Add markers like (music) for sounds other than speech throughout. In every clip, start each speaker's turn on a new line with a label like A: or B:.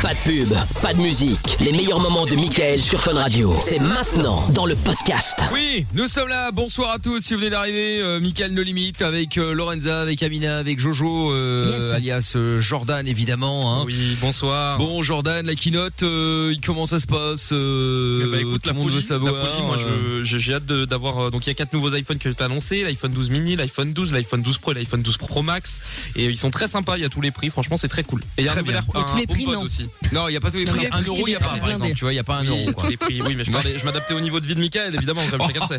A: Pas de pub, pas de musique. Les meilleurs moments de Michael sur Fun Radio. C'est maintenant dans le podcast.
B: Oui, nous sommes là. Bonsoir à tous. Si vous venez d'arriver, euh, Michael No Limite avec euh, Lorenza, avec Amina, avec Jojo, euh, alias euh, Jordan évidemment. Oui, bonsoir. Hein. Bon Jordan, la keynote, euh, comment ça se passe euh,
C: Eh ben, écoute,
B: Tout
C: la
B: le monde
C: folie,
B: veut savoir.
C: la folie, moi
B: euh,
C: je- je- j'ai hâte de- d'avoir euh, donc il y a quatre nouveaux iPhones que tu as annoncé, l'iPhone 12 mini, l'iPhone 12, l'iPhone 12 Pro et l'iPhone 12 Pro Max et ils sont très sympas, il y a tous les prix, franchement c'est très cool. Et il y a
B: Très
C: un nouvel
B: bien.
C: Air-
B: Et tous
C: un
B: les prix,
C: HomePod
B: non.
C: aussi.
B: Non, il y a pas tous les prix. Un euro, il y a pas, par exemple, tu vois, il y a pas un
C: Oui,
B: euro, quoi.
C: tous les prix, oui, mais je parlais, je m'adaptais au niveau de vie de Michael évidemment, comme
B: (laughs)
C: chacun sait.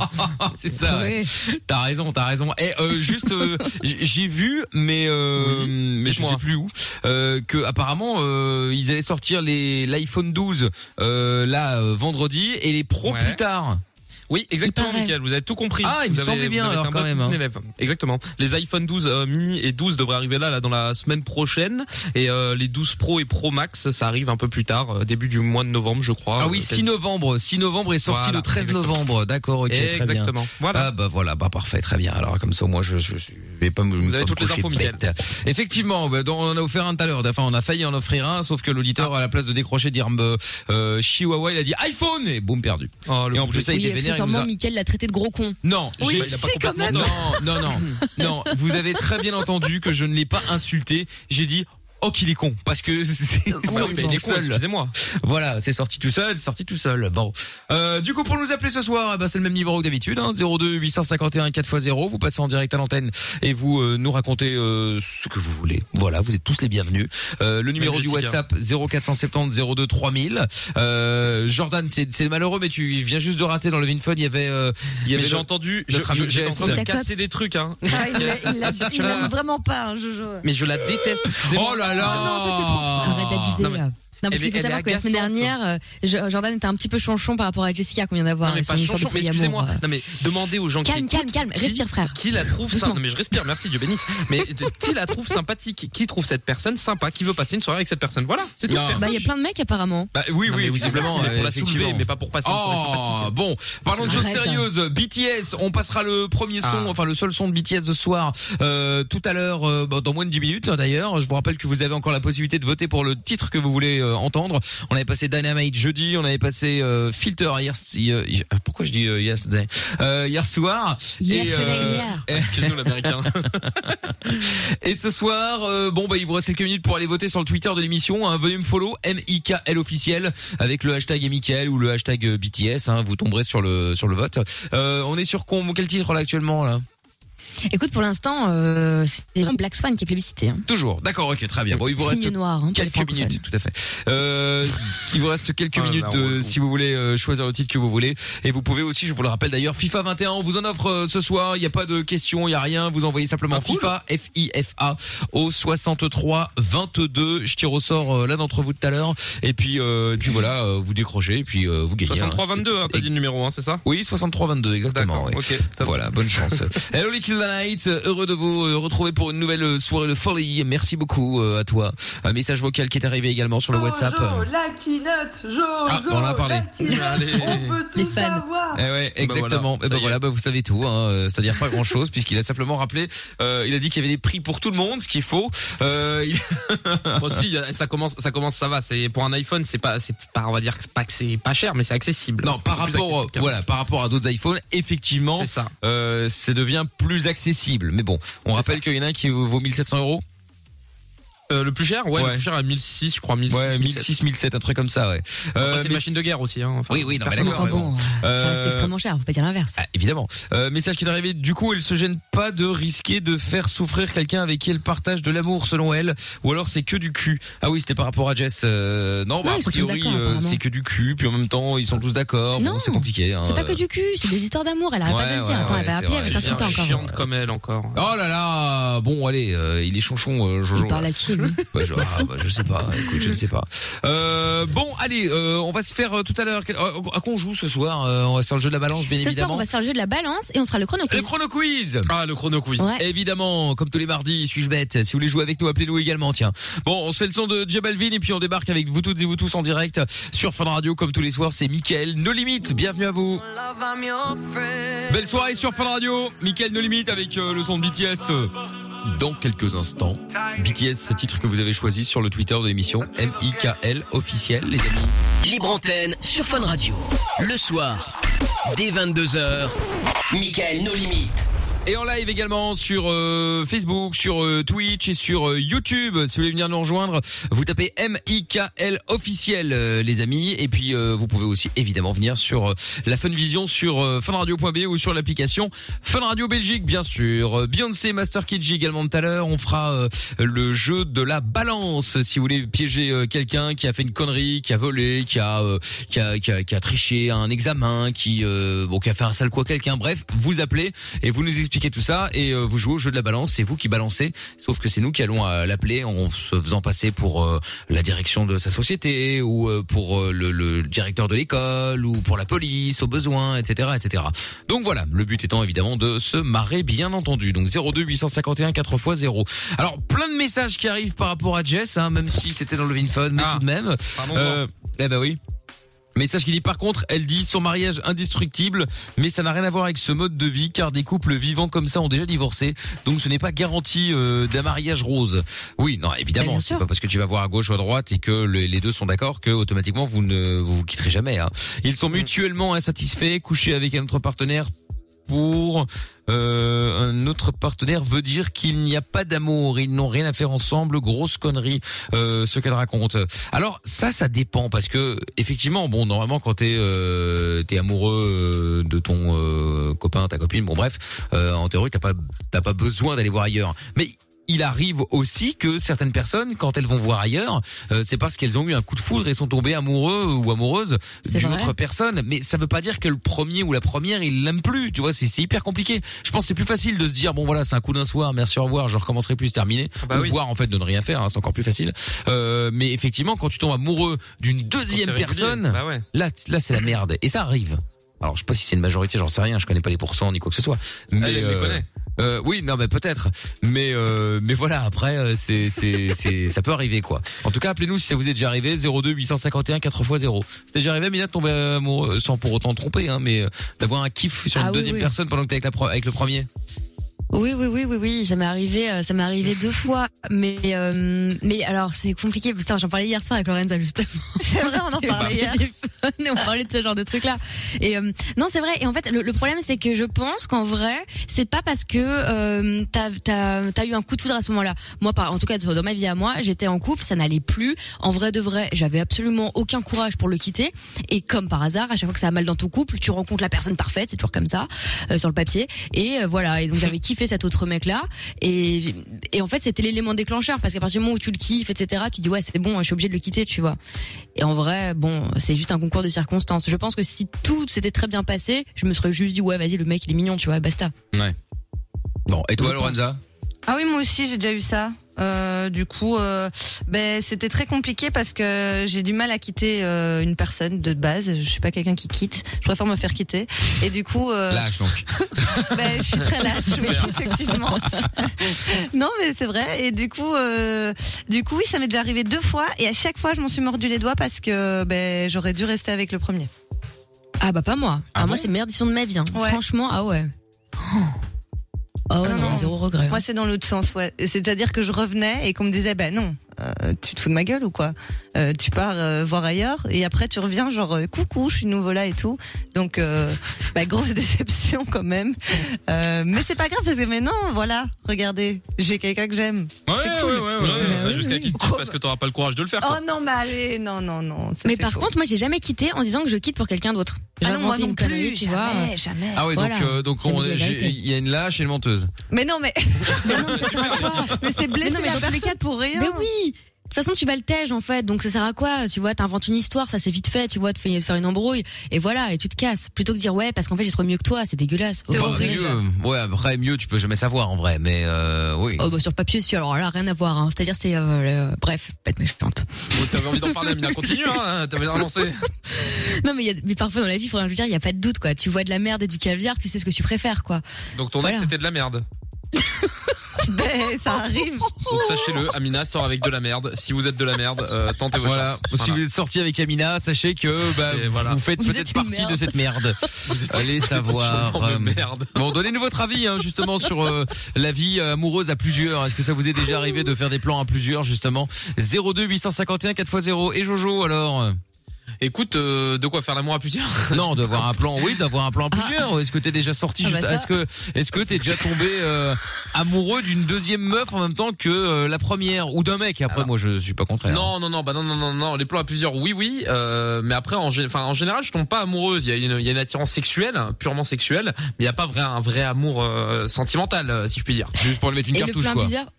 B: C'est ça. Ah ouais. T'as raison, t'as raison. Et juste, euh, (laughs) j- j'ai vu, mais euh, mais je sais plus où, euh, que apparemment euh, ils allaient sortir les l'iPhone 12 euh, là euh, vendredi et les Pro plus tard.
C: Oui, exactement, Michael, vous avez tout compris.
B: Ah, il
C: vous
B: me
C: avez-
B: semblait
C: vous
B: bien,
C: avez
B: alors,
C: été un
B: quand
C: bon
B: même, hein.
C: élève. Exactement. Les iPhone 12 euh, mini et 12 devraient arriver là, là, dans la semaine prochaine. Et euh, les 12 Pro et Pro Max, ça arrive un peu plus tard, euh, début du mois de novembre, je crois.
B: Ah
C: Euh,
B: oui, 6
C: quasi-
B: novembre. 6 novembre est sorti
C: Voilà,
B: le 13
C: exactement.
B: novembre. D'accord, ok, très bien.
C: Exactement. Voilà.
B: Ah bah voilà, bah parfait, très bien. Alors comme ça, moi je, je, je vais pas me.
C: avez toutes les infos, Mickaël.
B: Effectivement, bah, dont on en a offert un tout à l'heure. Enfin, on a failli en offrir un, sauf que
C: Ah.
B: l'auditeur à la place de décrocher dire euh, euh, Chihuahua, il a dit iPhone et boum perdu.
C: Oh,
B: et en plus ça, il
D: oui,
B: était vénère. Il nous
D: accessoirement,
B: a...
D: Mickaël l'a traité de gros con.
B: Non,
D: Oui,
B: j'ai-
D: c'est quand même.
B: Non, non,
C: (laughs)
B: non, non. Vous avez très bien entendu que je ne l'ai pas insulté. J'ai dit. Oh qu'il est con parce que (laughs) c'est sorti
C: Ah il est
B: tout
C: con,
B: seul.
C: excusez-moi.
B: Voilà, c'est sorti tout seul, sorti tout seul. Bon, Euh, du coup pour nous appeler ce soir, eh ben, c'est le même numéro que d'habitude, hein, 02 851 4x0. Vous passez en direct à l'antenne et vous euh, nous racontez euh, ce que vous voulez. Voilà, vous êtes tous les bienvenus. Euh, le numéro du
C: Jessica.
B: WhatsApp 0470 02 3000. Euh, Jordan, c'est c'est malheureux, mais tu viens juste de rater dans le VinFun. Il y avait, euh, il y
C: Mais
B: avait
C: j'ai
B: le-
C: entendu, je-
B: notre ami
C: je- j'étais en
B: Jess.
C: train de
E: Ta
C: casser
E: copse.
C: des trucs, hein.
E: Ah, il l'a- il l'a-
C: (laughs)
E: il l'aime vraiment pas, hein, Jojo.
C: Mais je la déteste, excusez-moi.
B: Oh là
D: Ah
B: là
D: Arrête d'abuser,
C: Non, mais-
D: là. Non,
C: Elle
D: parce qu'il
C: est-
D: faut
C: elle
D: savoir
C: est
D: que la semaine
C: agaçante.
D: dernière,
B: hein.
D: euh, Jo- Jordan était un petit peu chonchon par rapport à Jessica qu'on vient d'avoir.
C: Non mais
D: et son
C: pas
D: histoire de
C: chanchon, mais
D: polyamour,
C: excusez-moi.
D: euh.
C: Non mais demandez aux gens qui
D: Calme, calme,
C: écoutent
D: calme.
C: qui-
D: Respire, frère.
C: Qui la trouve ça
D: Doucement.
C: Non mais je respire, merci Dieu bénisse. Mais
B: (laughs)
C: de- qui la trouve sympathique Qui trouve cette personne sympa Qui veut passer une soirée avec cette personne Voilà, c'est tout.
B: Non.
D: Bah,
C: personne.
D: il y a plein de mecs apparemment.
B: Bah, oui,
C: Non,
B: oui,
C: mais
B: visiblement.
C: c'est pour
B: euh,
C: la soulever,
B: effectivement.
C: mais pas pour passer une soirée
B: Oh,
C: sympathique.
B: bon, parlons de choses
D: Arrête.
B: sérieuses. BTS, on passera le premier son,
C: hein. Ah.
B: enfin le seul son de BTS de ce soir, euh, tout à l'heure, euh, bah, dans moins de 10 minutes hein, d'ailleurs. Je vous rappelle que vous avez encore la possibilité de voter pour le titre que vous voulez euh, entendre. On avait passé Dynamite jeudi, on avait passé euh, Filter hier, hier- hier- pourquoi je dis euh, yesterday Euh, hier soir.
D: Hier,
B: et,
D: c'est la
B: euh,
D: hier.
B: (laughs)
C: Excuse-nous l'américain.
B: et ce soir, euh, bon bah il vous reste quelques minutes pour aller voter sur le Twitter de l'émission. Hein, veuillez me follow MIKL officiel avec le hashtag MIKL ou le hashtag euh, BTS. Hein, vous tomberez sur le sur le vote. Euh, on est sur con, quel titre là actuellement là
D: Écoute, pour l'instant, euh, c'est vraiment Black Swan qui est plébiscité. Hein.
B: Toujours. D'accord, ok, très bien. Bon, il vous reste
D: Signe noir. Hein, pour les
B: quelques
D: francophones.
B: minutes, tout à fait. Euh, il vous reste quelques
C: Ah, là,
B: minutes
C: on
B: euh,
C: retrouve.
B: si vous voulez euh, choisir le titre que vous voulez. Et vous pouvez aussi, je vous le rappelle d'ailleurs, FIFA 21, on vous en offre euh, ce soir. Il n'y a pas de questions, il n'y a rien. Vous envoyez simplement FIFA, F-I-F-A, au 63 22. Je tire au sort euh, l'un d'entre vous tout à l'heure. Et puis, euh, et puis voilà, euh, vous décrochez et puis euh, vous gagnez.
C: 63 22, hein,
B: C'est-
C: t'as dit le numéro, hein, c'est ça
B: oui, 63-22, exactement.
C: D'accord,
B: oui.
C: ok, top.
B: Voilà, bonne (laughs) chance. Hello les Kids of the Night, euh, heureux de vous euh, retrouver pour une nouvelle euh, soirée de folie. Merci beaucoup euh, à toi. Un message vocal qui est arrivé également sur le WhatsApp. euh.
F: Jojo, la keynote, Jojo,
B: Ah, on en a parlé.
F: la keynote,
C: Allez.
F: on peut
D: Les
F: tout
D: fans.
F: savoir.
B: Eh ouais, exactement.
C: voilà,
B: Eh ben
C: ça y est.
B: voilà, bah vous savez tout, hein, euh, c'est-à-dire pas grand-chose puisqu'il a simplement rappelé, euh, il a dit qu'il y avait des prix pour tout le monde, ce qui est faux. Euh, il-
C: Bon, si, y a- ça commence, ça commence, ça va. C'est pour un iPhone, c'est pas, c'est pas, on va dire que c'est pas que c'est pas cher, mais c'est accessible.
B: Non, (laughs) par
C: Plus
B: rapport,
C: accessible qu'un-
B: voilà, par rapport à d'autres iPhones, effectivement,
C: C'est ça.
B: euh, ça devient plus accessible. Mais bon, on
C: C'est
B: rappelle qu'il y en a un qui vaut 1700 euros.
C: Euh, le plus cher, ouais,
B: Ouais.
C: le plus cher à 1006, je crois, 1006.
B: Ouais,
C: 1007.
B: 1600, 1700, un truc comme ça, ouais.
C: Enfin,
B: Euh,
C: c'est une
B: mais-
C: machine de guerre aussi. Hein. Enfin,
B: Oui, oui, non, mais
C: personne-
B: d'accord.
D: Enfin bon, euh, ça reste
B: Euh,
D: extrêmement cher. Faut pas dire l'inverse.
B: Ah, évidemment. Euh, message qui est arrivé. Du coup, elle se gêne pas de risquer de faire souffrir quelqu'un avec qui elle partage de l'amour, selon elle. Ou alors c'est que du cul. Ah oui, c'était par rapport à Jess. Euh, non, bah,
D: Non,
B: a
D: ils sont tous
B: priori,
D: d'accord,
B: euh,
D: apparemment.
B: c'est que du cul. Puis en même temps, ils sont tous d'accord. Bon,
D: Non,
B: c'est compliqué. hein.
D: C'est pas que du cul, c'est des histoires d'amour. Elle arrête pas de
B: Ouais,
D: le
B: ouais,
D: dire. Attends, elle
B: ouais,
D: va
B: c'est
D: appeler,
B: vrai,
D: elle va
B: c'est
D: t'insulter
B: vrai,
D: encore. hein.
C: chiante comme elle encore.
B: Oh là là Bon, allez, euh, il est chonchon, euh, Jojo.
D: Il parle à qui lui
B: Bah, je, ah, bah, je sais pas, écoute, je ne sais pas. Euh, bon, allez, euh, on va se faire euh, tout à l'heure. euh, À quoi on joue ce soir Euh, On va faire le jeu de la balance, bien
D: Ce soir, on
B: évidemment.
D: va se faire le jeu de la balance et on sera le chrono.
B: Le chrono quiz
C: Ah, le chrono quiz.
D: Ouais.
B: Évidemment, comme tous les mardis, suis-je bête Si vous voulez jouer avec nous, appelez-nous également, tiens. Bon, on se fait le son de Jabalvin et puis on débarque avec vous toutes et vous tous en direct sur Fun Radio, comme tous les soirs, c'est Mickaël No Limite. Bienvenue à vous. Belle soirée sur Fun Radio. Mickaël No Limite avec euh, le son de BTS. euh, dans quelques instants. BTS, ce titre que vous avez choisi sur le Twitter de l'émission M-I-K-L officiel, les amis.
A: Libre antenne sur Fun Radio. Le soir, dès 22h, Michael nos limites.
B: Et en live également sur euh, Facebook, sur euh, Twitch et sur euh, YouTube. Si vous voulez venir nous rejoindre, vous tapez M-I-K-L officiel, euh, les amis. Et puis, euh, vous pouvez aussi évidemment venir sur euh, la Fun Vision sur euh, funradio.be ou sur l'application Fun Radio Belgique, bien sûr. Euh, Beyoncé Master Kidji également tout à l'heure. On fera euh, le jeu de la balance. Si vous voulez piéger euh, quelqu'un qui a fait une connerie, qui a volé, qui a, euh, qui a, qui a, qui a triché à un examen, qui, euh, bon, qui a fait un sale quoi à quelqu'un, bref, vous appelez et vous nous expliquez tout ça et euh, vous jouez au jeu de la balance. C'est vous qui balancez, sauf que c'est nous qui allons euh, l'appeler en se faisant passer pour euh, la direction de sa société ou euh, pour euh, le, le directeur de l'école ou pour la police au besoin, etc., etc. Donc voilà, le but étant évidemment de se marrer, bien entendu. Donc 02 851 4 x 0. Alors plein de messages qui arrivent par rapport à Jess, hein, même si c'était dans le Vinfun, mais
C: Ah.
B: tout de même.
C: Pardon.
B: Euh, eh ben oui. Message qui dit par contre, elle dit son mariage indestructible, mais ça n'a rien à voir avec ce mode de vie car des couples vivants comme ça ont déjà divorcé, donc ce n'est pas garanti euh, d'un mariage rose. Oui, non,
D: Bah,
B: évidemment,
D: bien
B: c'est
D: sûr.
B: pas parce que tu vas voir à gauche ou à droite et que le- les deux sont d'accord que automatiquement vous ne vous, vous quitterez jamais. hein. Ils
D: Mm.
B: sont mutuellement insatisfaits, coucher avec un autre partenaire pour euh, un autre partenaire veut dire qu'il n'y a pas d'amour, ils n'ont rien à faire ensemble, grosse connerie euh, ce qu'elle raconte. Alors ça, ça dépend parce que effectivement, bon, normalement quand t'es euh, t'es amoureux euh, de ton euh, copain, ta copine, bon bref, euh, en théorie t'as pas t'as pas besoin d'aller voir ailleurs, mais il arrive aussi que certaines personnes, quand elles vont voir ailleurs, euh, c'est parce qu'elles ont eu un coup de foudre et sont tombées amoureux ou amoureuses
D: C'est
B: d'une
D: vrai.
B: autre personne. Mais ça veut pas dire que le premier ou la première, ils l'aiment plus. Tu vois, c'est c'est hyper compliqué. Je pense que c'est plus facile de se dire bon voilà, c'est un coup d'un soir, merci au revoir, je recommencerai plus, c'est terminé.
C: bah
B: ou
C: oui.
B: voir en fait de ne rien faire, hein, c'est encore plus facile. Euh, mais effectivement, quand tu tombes amoureux d'une
C: C'est
B: deuxième
C: régulier.
B: personne,
C: Bah ouais.
B: là, là c'est la merde. Et ça arrive. Alors je sais pas si c'est une majorité, j'en sais rien, je connais pas les pourcents ni quoi que ce soit. Mais
C: Ah, elle les
B: euh,
C: connaît.
B: euh, oui, non, mais peut-être. Mais euh, mais voilà, après, euh, c'est c'est c'est ça peut arriver quoi. En tout cas, appelez-nous si ça vous est déjà arrivé 02 851 4 x 0. C'est déjà arrivé, mais là, de tomber amoureux euh, sans pour autant tromper, hein, mais euh, d'avoir un kiff sur
D: Ah
B: une
D: oui,
B: deuxième
D: oui.
B: personne pendant que t'es avec la pro- avec le premier.
D: Oui, oui, oui, oui, oui, ça m'est arrivé, euh, ça m'est arrivé deux fois, mais euh, mais alors c'est compliqué. Putain, j'en parlais hier soir avec Lorenza justement.
E: (laughs) C'est vrai, on en
D: On
E: parlait hier.
D: et on parlait de ce genre de truc là. Et euh, non, c'est vrai. Et en fait, le, le problème c'est que je pense qu'en vrai, c'est pas parce que euh, t'as t'as t'as eu un coup de foudre à ce moment-là. Moi, par, en tout cas, dans ma vie à moi, j'étais en couple, ça n'allait plus. En vrai de vrai, j'avais absolument aucun courage pour le quitter. Et comme par hasard, à chaque fois que ça a mal dans ton couple, tu rencontres la personne parfaite, c'est toujours comme ça euh, sur le papier. Et euh, voilà. Et donc j'avais kiffé cet autre mec là. Et et en fait, c'était l'élément déclencheur parce qu'à partir du moment où tu le kiffes, etc., tu dis ouais, c'est bon, je suis obligé de le quitter, tu vois. Et en vrai, bon, c'est juste un concours de circonstances. Je pense que si tout s'était très bien passé, je me serais juste dit ouais, vas-y, le mec il est mignon, tu vois, basta.
B: Bon, et toi,
D: Je pense.
B: Lorenza
E: Ah oui, moi aussi, j'ai déjà eu ça. Euh, du coup, euh, ben c'était très compliqué parce que j'ai du mal à quitter euh, une personne de base. Je suis pas quelqu'un qui quitte. Je préfère me faire quitter. Et du coup, euh,
B: Lâche donc.
E: ben, je suis très lâche, oui, effectivement. (laughs) non, mais c'est vrai. Et du coup, euh, du coup, oui, ça m'est déjà arrivé deux fois. Et à chaque fois, je m'en suis mordu les doigts parce que ben j'aurais dû rester avec le premier.
D: Ah bah pas moi.
B: Ah
D: Ah, moi
B: bon
D: c'est la meilleure décision de ma vie. hein.
E: Ouais.
D: Franchement, ah ouais. Oh. Ah ouais,
E: Ah
D: non,
E: non.
D: zéro regret.
E: Moi, c'est dans l'autre sens, ouais. C'est-à-dire que je revenais et qu'on me disait, ben non, euh, tu te fous de ma gueule ou quoi Euh, Tu pars euh, voir ailleurs et après tu reviens genre euh, coucou, je suis nouveau là et tout. Donc, euh, (laughs) bah, grosse déception quand même. Euh, mais c'est pas grave parce que maintenant, voilà, regardez, j'ai quelqu'un que j'aime.
C: Ouais,
E: c'est
C: ouais,
E: cool.
C: ouais, ouais, ouais.
D: Bah oui,
C: Jusqu'à
D: oui.
C: quitter parce que t'auras pas le courage de le faire.
E: Oh
C: quoi.
E: non, mais allez, non, non, non. ça,
D: Ah, Mais
E: c'est
D: par
E: faux.
D: contre, moi j'ai jamais quitté en disant que je quitte pour quelqu'un d'autre. J'ai
E: ah non, moi
D: inventé
E: non
D: une connerie,
E: plus,
D: tu
E: jamais,
D: vois.
E: jamais.
B: Ah oui,
D: Voilà.
B: donc euh, donc on-
D: J'aime la
B: j'ai-
D: vérité.
B: il y a une lâche et une menteuse.
E: Mais (laughs) non, mais,
D: Mais (laughs) non, mais ça sert à quoi
E: mais c'est blessé
D: mais
E: la
D: dans tous les
E: personne
D: cas,
E: pour rien.
D: Mais
E: (laughs)
D: oui de toute façon, tu vas le tège en fait, donc ça sert à quoi Tu vois, t'inventes une histoire, ça c'est vite fait, tu vois, de fa- de faire une embrouille, et voilà, et tu te casses. Plutôt que de dire ouais, parce qu'en fait j'ai trop mieux que toi, c'est dégueulasse.
E: C'est
B: Bah,
E: horrible.
B: mieux. Ouais, après mieux, tu peux jamais savoir en vrai, mais euh, oui.
D: Oh bah sur papier si alors là rien à voir hein. c'est-à-dire c'est euh, le- bref bête méchante.
C: Oh, T'avais envie d'en parler,
D: (laughs)
C: Amina, continue, hein. T'avais l'air lancé.
D: Non mais, il y a, mais parfois dans la vie, faudrait, je veux dire, il y a pas de doute quoi. Tu vois de la merde et du caviar, tu sais ce que tu préfères quoi.
C: Donc ton
D: Voilà.
C: ex, c'était de la merde.
E: Ben, ça
D: (laughs)
E: arrive.
C: Donc sachez-le, Amina sort avec de la merde. Si vous êtes de la merde, euh, tentez vos
B: Voilà.
C: chances.
B: Si vous êtes sorti avec Amina, sachez que bah,
C: C'est-
B: vous-
C: voilà.
B: vous faites
D: Vous
B: peut-être
D: êtes une
B: partie
D: merde.
B: de cette merde. Allez
C: (laughs) Vous êtes
B: savoir.
C: une genre de
B: euh,
C: merde.
B: Bon, donnez-nous votre avis hein, justement sur euh, la vie euh, amoureuse à plusieurs. Est-ce que ça vous est déjà arrivé de faire des plans à plusieurs justement 02 851 4x0 et Jojo alors
C: (laughs) Écoute, euh, de quoi faire l'amour à plusieurs
B: Non, d'avoir un plan, oui, d'avoir un plan à plusieurs. Est-ce que t'es déjà sorti
D: Ah bah
B: juste
D: ça.
B: Est-ce que est-ce que t'es déjà tombé euh, amoureux d'une deuxième meuf en même temps que euh, la première ou d'un mec Après, moi, je suis pas contraire.
C: Non, non, non, bah non, non, non, non. Les plans à plusieurs, oui, oui. euh, mais après, en, gé- enfin, en général, je tombe pas amoureux. Il y, a une- il y a une attirance sexuelle, purement sexuelle, mais il y a pas vrai, un vrai amour euh, sentimental, euh, si je puis dire.
B: hein. Juste pour lui mettre une
D: Et le
B: cartouche,
D: plan
B: quoi.
D: bizarre,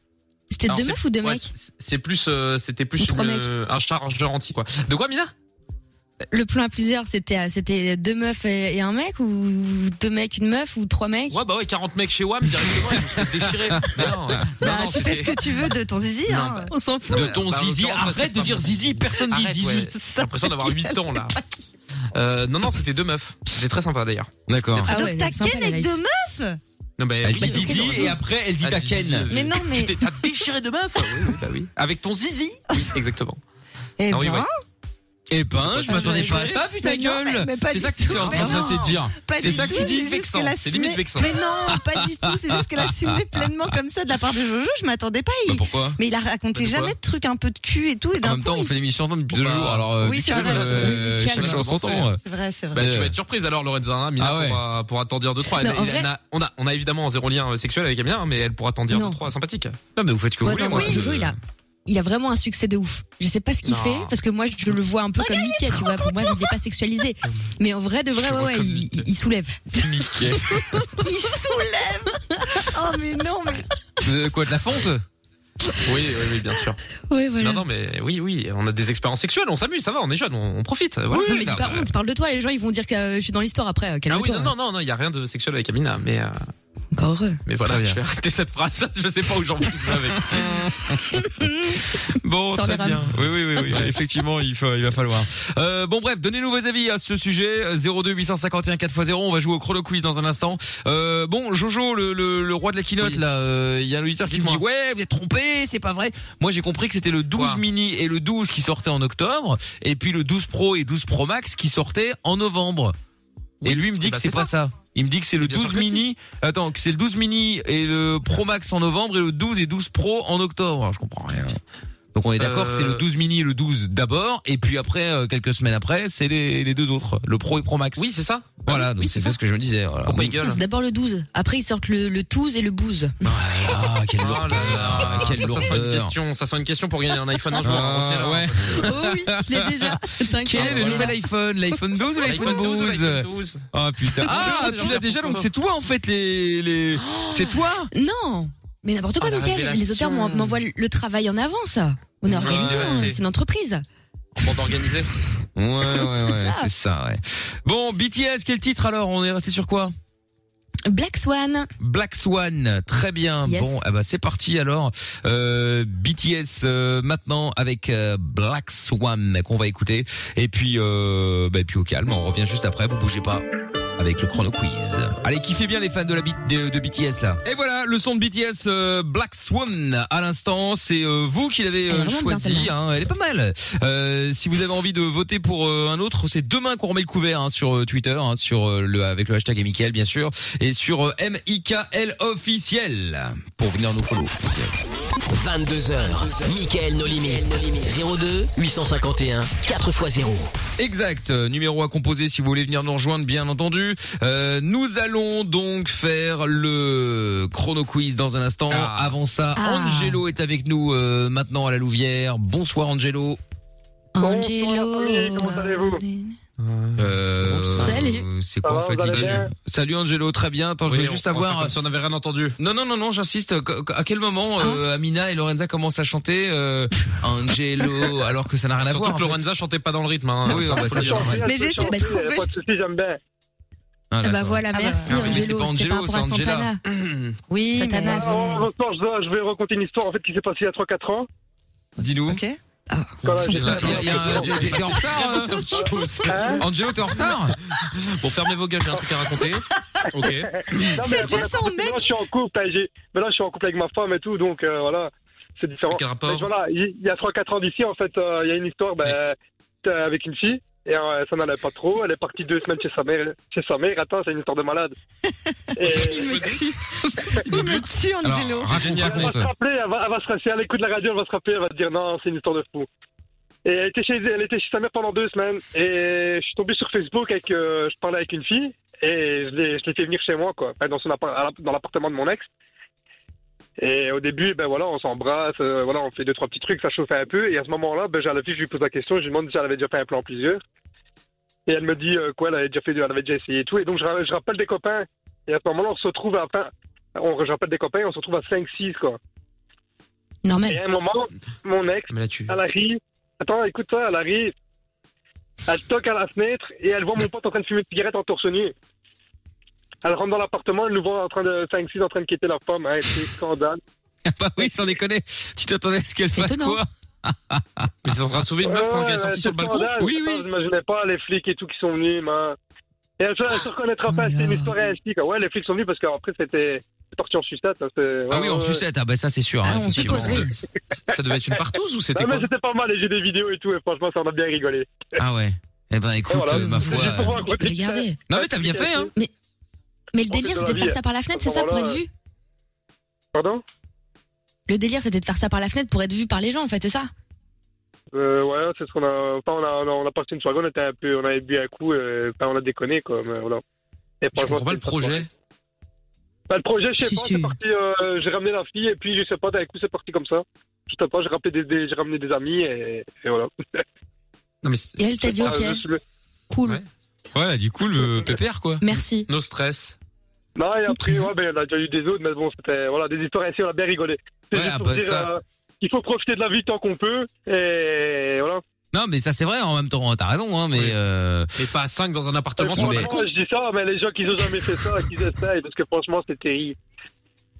D: c'était
C: Alors,
D: deux
C: c'est-
D: meufs ou deux
C: ouais,
D: mecs
C: c'est- C'est plus, euh, c'était plus
D: Ou trois
C: une- un chargeur anti, quoi. De quoi, Mina
D: Le plan à plusieurs, c'était euh, c'était deux meufs et, et un mec ou deux mecs, une meuf ou trois mecs
C: Ouais, bah ouais, 40 mecs chez WAM directement, ils vont se (laughs) déchirer. Mais non, non,
E: Bah,
C: non,
E: tu fais ce
C: c'était-
E: que tu veux
D: (laughs)
E: de ton zizi.
C: Non,
E: hein.
D: On s'en fout.
B: De ton
C: Bah, en
B: zizi,
C: l'occurrence,
B: arrête
C: c'est
B: de
C: pas
B: dire
C: mon-
B: zizi, personne dit
C: Arrête,
B: zizi.
C: ouais. J'ai
D: Ah
C: l'impression d'avoir 8 ans, là. Euh, non, non, c'était deux meufs. C'était très sympa, d'ailleurs.
B: D'accord.
D: Ah
E: Donc
D: ouais,
E: t'as
D: sympa,
E: Ken
D: la
E: avec
D: life.
E: deux meufs
C: Non, mais
B: Elle
C: oui,
B: dit
C: c'est-
B: zizi et après elle dit
C: Ah,
B: à
C: zizi,
B: Ken.
C: zizi.
E: Mais non, mais-
C: Tu t'es- t'as déchiré de meuf Oui, oui, bah oui. Avec ton zizi Oui, exactement.
E: Eh
C: Ah oui,
E: ben,
C: ouais.
B: Eh ben, je
C: Ah,
B: m'attendais
C: je
B: pas à
C: vais-
B: ça, vu ta
E: Mais non, mais-
B: gueule.
E: mais pas
B: C'est
E: du
B: ça que tu
E: tout.
B: es en train
E: Mais
B: de
E: non.
B: essayer de dire. Bah,
E: pas
C: C'est
E: du
C: ça que
E: tout,
C: tu dis,
E: c'est juste
C: vexant.
E: qu'elle
C: C'est limite
E: assumait-
C: vexant.
E: Mais non, pas du tout. C'est juste qu'elle assumait pleinement comme ça de la part de Jojo. Je m'attendais pas. Il-
B: Bah, pourquoi
E: Mais il a raconté
C: Mais de quoi
E: jamais de trucs un peu de cul et tout. Et
B: En
E: d'un
B: même
E: coup,
B: temps, on
E: il-
B: fait l'émission ensemble depuis deux
C: Bah,
B: jours. Alors, euh,
E: oui, c'est vrai,
B: euh,
D: c'est-
B: chacun
D: calme.
B: son temps.
E: C'est vrai, c'est vrai.
C: Bah, tu
B: Euh.
C: vas être surprise alors, Lorenza. hein. Mina
B: Ah ouais.
C: pourra, pourra t'en dire deux, trois. Elle-
D: Non, en
C: elle- elle
D: vrai-
C: a- on, a, on a évidemment un zéro lien euh, sexuel avec Amina, hein, mais elle pourra t'en dire
D: Non.
C: deux, trois. Sympathique.
B: euh. Bah Non, mais vous faites ce que vous
D: Ouais,
B: voulez.
D: non,
B: moi,
D: mais
B: je-
D: Jojo, il a- Il a vraiment un succès de ouf. Je sais pas ce qu'il
C: Non.
D: fait parce que moi je le vois un peu comme Mickey, tu vois. Pour moi, il n'est pas sexualisé. Mais en vrai, de vrai,
C: le
D: ouais,
C: vois
D: ouais,
C: comme
D: il,
C: Mickey.
D: il soulève.
E: Il soulève. Oh mais non, mais
B: De quoi de la fonte
C: Oui, oui, oui, bien sûr.
E: Euh.
D: Ouais, voilà.
C: Non, non, mais oui, oui, on a des expériences sexuelles, on s'amuse, ça va, on est jeunes, on, on profite. Voilà.
D: non, mais dis pas honte, parle de toi, les gens ils vont dire que euh, je suis dans l'histoire après. euh,
C: Ah oui,
D: Calme-toi.
C: non, non, non, non, il y a rien de sexuel avec Amina, mais euh,
D: Encore heureux.
C: mais voilà,
B: Très bien.
C: je vais arrêter cette phrase. (laughs) Je sais pas où j'en suis avec.
E: (laughs)
B: Bon,
D: Ça en
B: très
D: est rare.
B: bien. Oui, oui, oui, oui. effectivement, il, faut- il va falloir. Euh, bon, bref, donnez-nous vos avis à ce sujet. Euh, 02 851 4x0. On va jouer au chrono quiz dans un instant. Euh, bon, Jojo, le, le, le roi de la keynote,
C: Oui.
B: là, euh, il y a un auditeur qui me dit,
C: Dites-moi.
B: ouais, vous êtes trompé, c'est pas vrai. Moi, j'ai compris que c'était le 12
C: Quoi
B: mini et le 12 qui sortaient en octobre, et puis le 12 pro et 12 pro max qui sortaient en novembre. et
C: Oui.
B: lui, il me dit
C: Eh
B: que
C: ben,
B: c'est
C: c'est
B: pas ça. Il me dit que c'est le
C: Bien sûr
B: 12
C: que si.
B: mini, attends, que c'est le 12 mini et le pro max en novembre et le 12 et 12 pro en octobre. Alors, je comprends rien. Donc on est d'accord,
C: Euh,
B: que c'est le 12 mini et le 12 d'abord, et puis après, euh, quelques semaines après, c'est les, les deux autres, le Pro et Pro Max.
C: Oui, c'est ça.
B: Voilà,
C: Oui,
B: donc c'est
C: ça.
B: bien ce que je me disais. Voilà.
C: Pourquoi il
B: Oui.
C: gueule
D: C'est d'abord le 12. Après, ils sortent le, le 12 et le 12.
B: Ah, quelle
C: (laughs) Oh là
B: lourdeur,
C: là, (laughs)
B: quelle
C: ça, sent une
B: lourdeur.
C: question, ça sent une question pour gagner un iPhone un jour.
B: Ah,
C: hein,
B: ouais. (laughs)
D: oh oui, je l'ai déjà. (laughs) T'inquiète. Ah,
B: Quel est le
C: Ah, Voilà.
B: nouvel iPhone L'iPhone 12 ou l'iPhone
C: L'iPhone 12,
B: 12
C: l'iPhone 12.
B: Ah
C: (laughs)
B: putain. Ah, tu l'as déjà, donc c'est toi en fait les... les... C'est toi
D: Non, mais n'importe quoi,
C: Oh, la
D: Mickaël. Les
C: révélation.
D: auteurs m'en- m'envoient le travail en avance. On
C: Ouais,
D: est organisé,
C: ouais,
D: hein,
C: c'était-
D: c'est une entreprise.
B: (laughs)
C: Bande organisée.
B: Ouais, ouais, ouais, c'est ça, ouais. Bon, BTS, quel titre alors On est resté sur quoi
D: Black Swan.
B: Black Swan, très bien.
D: Yes.
B: Bon, eh ben, c'est parti alors. Euh, BTS euh, maintenant avec euh, Black Swan qu'on va écouter. Et puis, euh, bah, et puis au calme, on revient juste après. Vous bougez pas avec le chrono quiz. Allez, kiffez bien les fans de la bi- de, de BTS là. Et voilà, le son de BTS euh, Black Swan à l'instant. C'est euh, vous qui l'avez
D: Elle est
B: euh,
D: vraiment bien,
B: choisi.
D: celle-là.
B: hein. Elle est pas mal. Euh, si vous avez envie de voter pour euh, un autre, c'est demain qu'on remet le couvert hein, sur euh, Twitter, hein, sur euh, le avec le hashtag Mickaël bien sûr, et sur euh, MIKL officiel pour venir nous follow.
A: 22h, Michael No Limit. 02 851 4x0.
B: Exact, euh, numéro à composer si vous voulez venir nous rejoindre, bien entendu. Euh, nous allons donc faire le chrono quiz dans un instant.
C: Ah.
B: Avant ça,
D: Ah.
B: Angelo est avec nous euh, maintenant à la Louvière. Bonsoir Angelo.
D: Angelo.
F: comment allez-vous
B: Euh,
D: Salut.
B: euh, C'est
F: Ça
B: quoi
F: va,
B: en fait
F: vous allez
B: l'idée du-
F: bien
B: Salut Angelo, très bien. Attends, je
C: Oui,
B: veux
C: on-
B: juste euh,
C: on va faire
B: savoir.
C: Comme si on n'avait rien entendu.
B: Non, non, non, non, j'insiste. Qu- qu- À quel moment
D: Hein
B: euh, Amina et Lorenza commencent à chanter euh, Angelo alors que ça n'a rien à
C: Surtout
B: voir
C: que
B: en fait.
C: Lorenza chantait pas dans le rythme. Hein.
B: Oui, oui, bah, ça, c'est normal.
D: Mais j'essaie de trouver.
F: Pas de soucis, j'aime bien.
B: Ah,
D: Ah bah
B: d'accord.
D: voilà,
E: Ah bah,
D: merci
E: ah oui,
B: mais c'est
D: Angelo.
B: pas
D: C'était
B: Angelo,
D: par rapport à
B: c'est Angela.
D: Santana.
E: oui,
D: Satanas.
E: mais-
F: Oh, bonsoir, je je vais raconter une histoire en fait qui s'est passée il y a 3-4 ans.
B: Dis-nous.
E: Ok.
F: Quand
B: Il y a-
F: j'étais-
B: il y a un- T'es t'es en retard, hein
F: Hein
B: Angelo, t'es en retard (laughs)
C: Bon, fermez vos gueules, j'ai un truc à raconter. Ok.
F: Non, mais voilà, parce que Maintenant, je suis en couple. hein, j'ai- Maintenant, je suis en couple avec ma femme et tout, donc euh, voilà, c'est différent.
C: Quel rapport
F: Mais voilà, il il y a 3-4 ans d'ici, en fait, euh, il y a une histoire ben, euh, avec une fille. Et euh, ça n'allait pas trop. Elle est partie deux semaines chez sa mère. Chez sa mère, attends, c'est une histoire de malade. Et
E: Il me tue. Il me tue, Angelo.
B: Alors, raconte,
C: Génial.
F: elle va
B: raconte.
F: se rappeler, elle va, elle va se rassurer, à l'écoute de la radio, elle va se rappeler, elle va se dire non, c'est une histoire de fou. Et elle était chez, elle était chez sa mère pendant deux semaines. Et je suis tombé sur Facebook avec, euh, je parlais avec une fille et je l'ai, je l'ai fait venir chez moi, quoi, Enfin, dans son appart- à l'app- dans l'appartement de mon ex. Et au début, ben voilà, on s'embrasse, euh, voilà, on fait deux trois petits trucs, ça chauffait un peu. Et à ce moment-là, ben j'ai la fille, je lui pose la question, je lui demande si elle avait déjà fait un plan plusieurs. Et elle me dit euh, quoi, elle avait déjà fait, deux, elle avait déjà essayé et tout. Et donc je, ra- je rappelle des copains. Et à ce moment-là, on se retrouve à, enfin, on, je rappelle des copains, et on se retrouve à 5-6 quoi. Et
D: Normal.
F: à un moment, mon ex,
C: Mais là, tu.
F: elle arrive. Attends, écoute ça, elle arrive. Elle toque à la fenêtre et elle voit mon pote en train de fumer une cigarette en torse nu. Elle rentre dans l'appartement, elle nous voit en train de 5-6 en train de quitter la femme. Hein, c'est scandale.
B: Ah (laughs) bah oui, sans déconner. Tu t'attendais à ce qu'elle fasse
D: Étonnant.
B: quoi Euh,
C: Mais t'es en train de sauver une meuf pendant qu'elle est
F: Ouais,
C: sortie sur le
F: Euh, c'est
C: balcon
F: scandale.
B: Oui,
F: Attends,
B: oui.
F: J'imaginais pas les flics et tout qui sont venus. Mais... Et elle se, elle se reconnaîtra pas, c'était une histoire réalistique. Ouais, les flics sont venus parce qu'après c'était c'est parti en sucette. hein, c'est-
B: Ah
F: ouais,
B: oui,
F: ouais,
B: en
F: ouais.
B: sucette. Ah bah ça, c'est sûr.
D: Ah,
B: hein,
D: on
B: effectivement.
D: suppose, oui.
C: Ça devait être une partouze ou c'était
F: Non, mais
C: quoi
F: c'était pas mal, et j'ai des vidéos et tout, et franchement, ça en a bien rigolé.
B: Ah ouais. Eh ben écoute,
F: Voilà.
B: euh, ma foi.
F: J'ai
B: euh,
F: souvent
D: Tu peux
F: raconté
D: les
F: ça.
D: garder.
B: Non mais t'as bien fait, hein.
D: Mais le
F: Bon,
D: délire,
F: c'est dans
D: c'était de
F: la
D: faire
F: vie.
D: ça par la fenêtre, c'est ça, pour
F: Voilà,
D: être vu
F: Pardon
D: Le délire, c'était de faire ça par la fenêtre pour être vu par les gens, en fait, c'est ça
F: Euh, ouais, c'est ce qu'on a. Enfin, on a, on a, on a passé une soirée, on était un peu, on avait bu un coup, euh, enfin, on a déconné, quoi. Mais voilà. Et
C: Je
F: franchement,
C: comprends pas le
F: c'est-
C: projet.
F: Bah, le projet, je sais
D: Si
F: pas,
D: tu-
F: c'est parti, euh, j'ai ramené la fille, et puis, je sais pas, d'un coup, c'est parti comme ça. Je sais pas, j'ai rappelé des, des- j'ai ramené des amis, et, et voilà.
C: Non, mais
D: Et elle t'a dit,
F: Ah,
D: ok,
F: je suis le-
D: cool,
C: Ouais.
B: Ouais, du coup, le pépère quoi.
D: merci.
C: No stress.
F: Non, et après,
D: Ok.
F: ouais, ben, on a déjà eu des autres, mais bon, c'était, voilà, des histoires ainsi, on a bien rigolé. C'est
B: Ouais,
F: juste
B: ah,
F: pour
B: bah,
F: dire,
B: ça-
F: euh, il faut profiter de la vie tant qu'on peut, et voilà.
B: Non mais ça c'est vrai. En même temps, t'as raison, hein. Mais
C: Oui.
B: euh,
C: Mais pas à 5 dans un appartement
F: Euh,
C: sur le
B: mais-
C: balcon.
F: franchement, je dis ça, mais les gens qui ont jamais fait ça, qui essayent, parce que franchement, c'est terrible.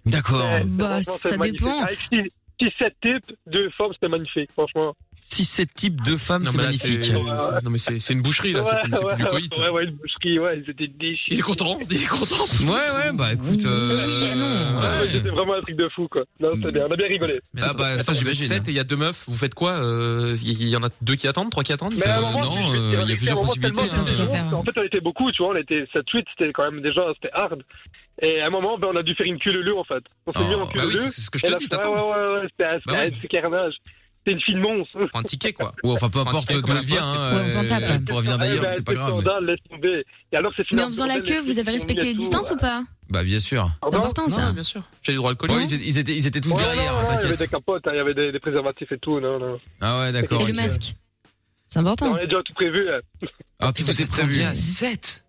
B: d'accord.
F: Ouais,
D: Bah,
F: franchement,
D: ça
F: c'est magnifique. Ah,
D: dépend.
F: Avec six- six, sept types, deux femmes, c'était magnifique, franchement.
B: Si sept types de femmes,
C: Ah, Non,
B: c'est
C: mais là,
B: magnifique.
C: c'est- euh, Non, mais c'est c'est une boucherie, là. C'est plus- c'est plus du coït.
F: ouais, ouais, une boucherie, ouais, ils étaient déchirés.
C: Il est content, il est content.
B: Ouais, ouais. Bah écoute. euh,
D: Oui et non.
B: ouais.
F: Ouais, C'était vraiment un truc de fou, quoi. Non, c'est bien, on a bien rigolé.
C: Mais
B: Ah
C: attends,
B: bah, ça,
C: attends, vous êtes
B: j'imagine.
C: sept et il y a deux meufs, vous faites quoi euh, Il y, y en a deux qui attendent, trois qui attendent
F: Mais à un
B: Euh,
F: moment,
B: non,
F: je vais te
B: euh,
F: dire,
B: il y a
F: à
B: plusieurs
F: un moment,
B: possibilités,
F: tellement
D: hein. Un truc à faire, ouais.
F: En fait, on était beaucoup, tu vois, on était 7-8, c'était quand même déjà, c'était hard. Et à un moment, ben, on a dû faire une queue leu en fait. On s'est
B: Oh,
F: mis en queue
C: Bah oui,
F: leu.
C: c'est c'est ce que je
F: Et
C: te
F: la-
C: dis,
F: ouais,
C: t'attends.
F: ouais, ouais, ouais, c'était un, c'était
C: Bah ouais.
F: un- c'est carnage. C'était une fille monstre.
C: Prends un ticket, quoi.
B: Ou enfin peu importe
C: Franchement,
B: d'où elle
C: c'est
B: vient.
C: comme la
B: hein,
D: poste. Ouais, on s'en
B: euh,
D: tape,
B: Elle
D: hein.
B: pourrait venir
F: Ah,
B: d'ailleurs,
F: ben,
B: c'est pas grave. mais-
F: scandale, laisse tomber. Et alors, c'est
D: Mais
F: finalement-
D: en faisant la queue, vous avez respecté les
F: et tout,
D: distances
F: ouais.
D: ou pas
F: Ah
B: Bah bien sûr.
D: C'est
F: Pardon
D: important,
C: Non,
D: ça.
C: bien sûr. J'ai le droit de le
B: Ouais,
C: coller.
B: ils étaient- ils étaient, ils étaient tous
F: Ouais, non,
B: derrière,
F: non, il y avait des
B: t'inquiète.
F: capotes, hein, il y avait des, des préservatifs et tout. Non, non.
B: Ah ouais, d'accord.
D: Et le
B: ok.
D: masque. C'est
F: On
D: important.
F: avait déjà tout prévu. hein.
B: Ah, tu vous êtes prévu. Ah
C: à 7.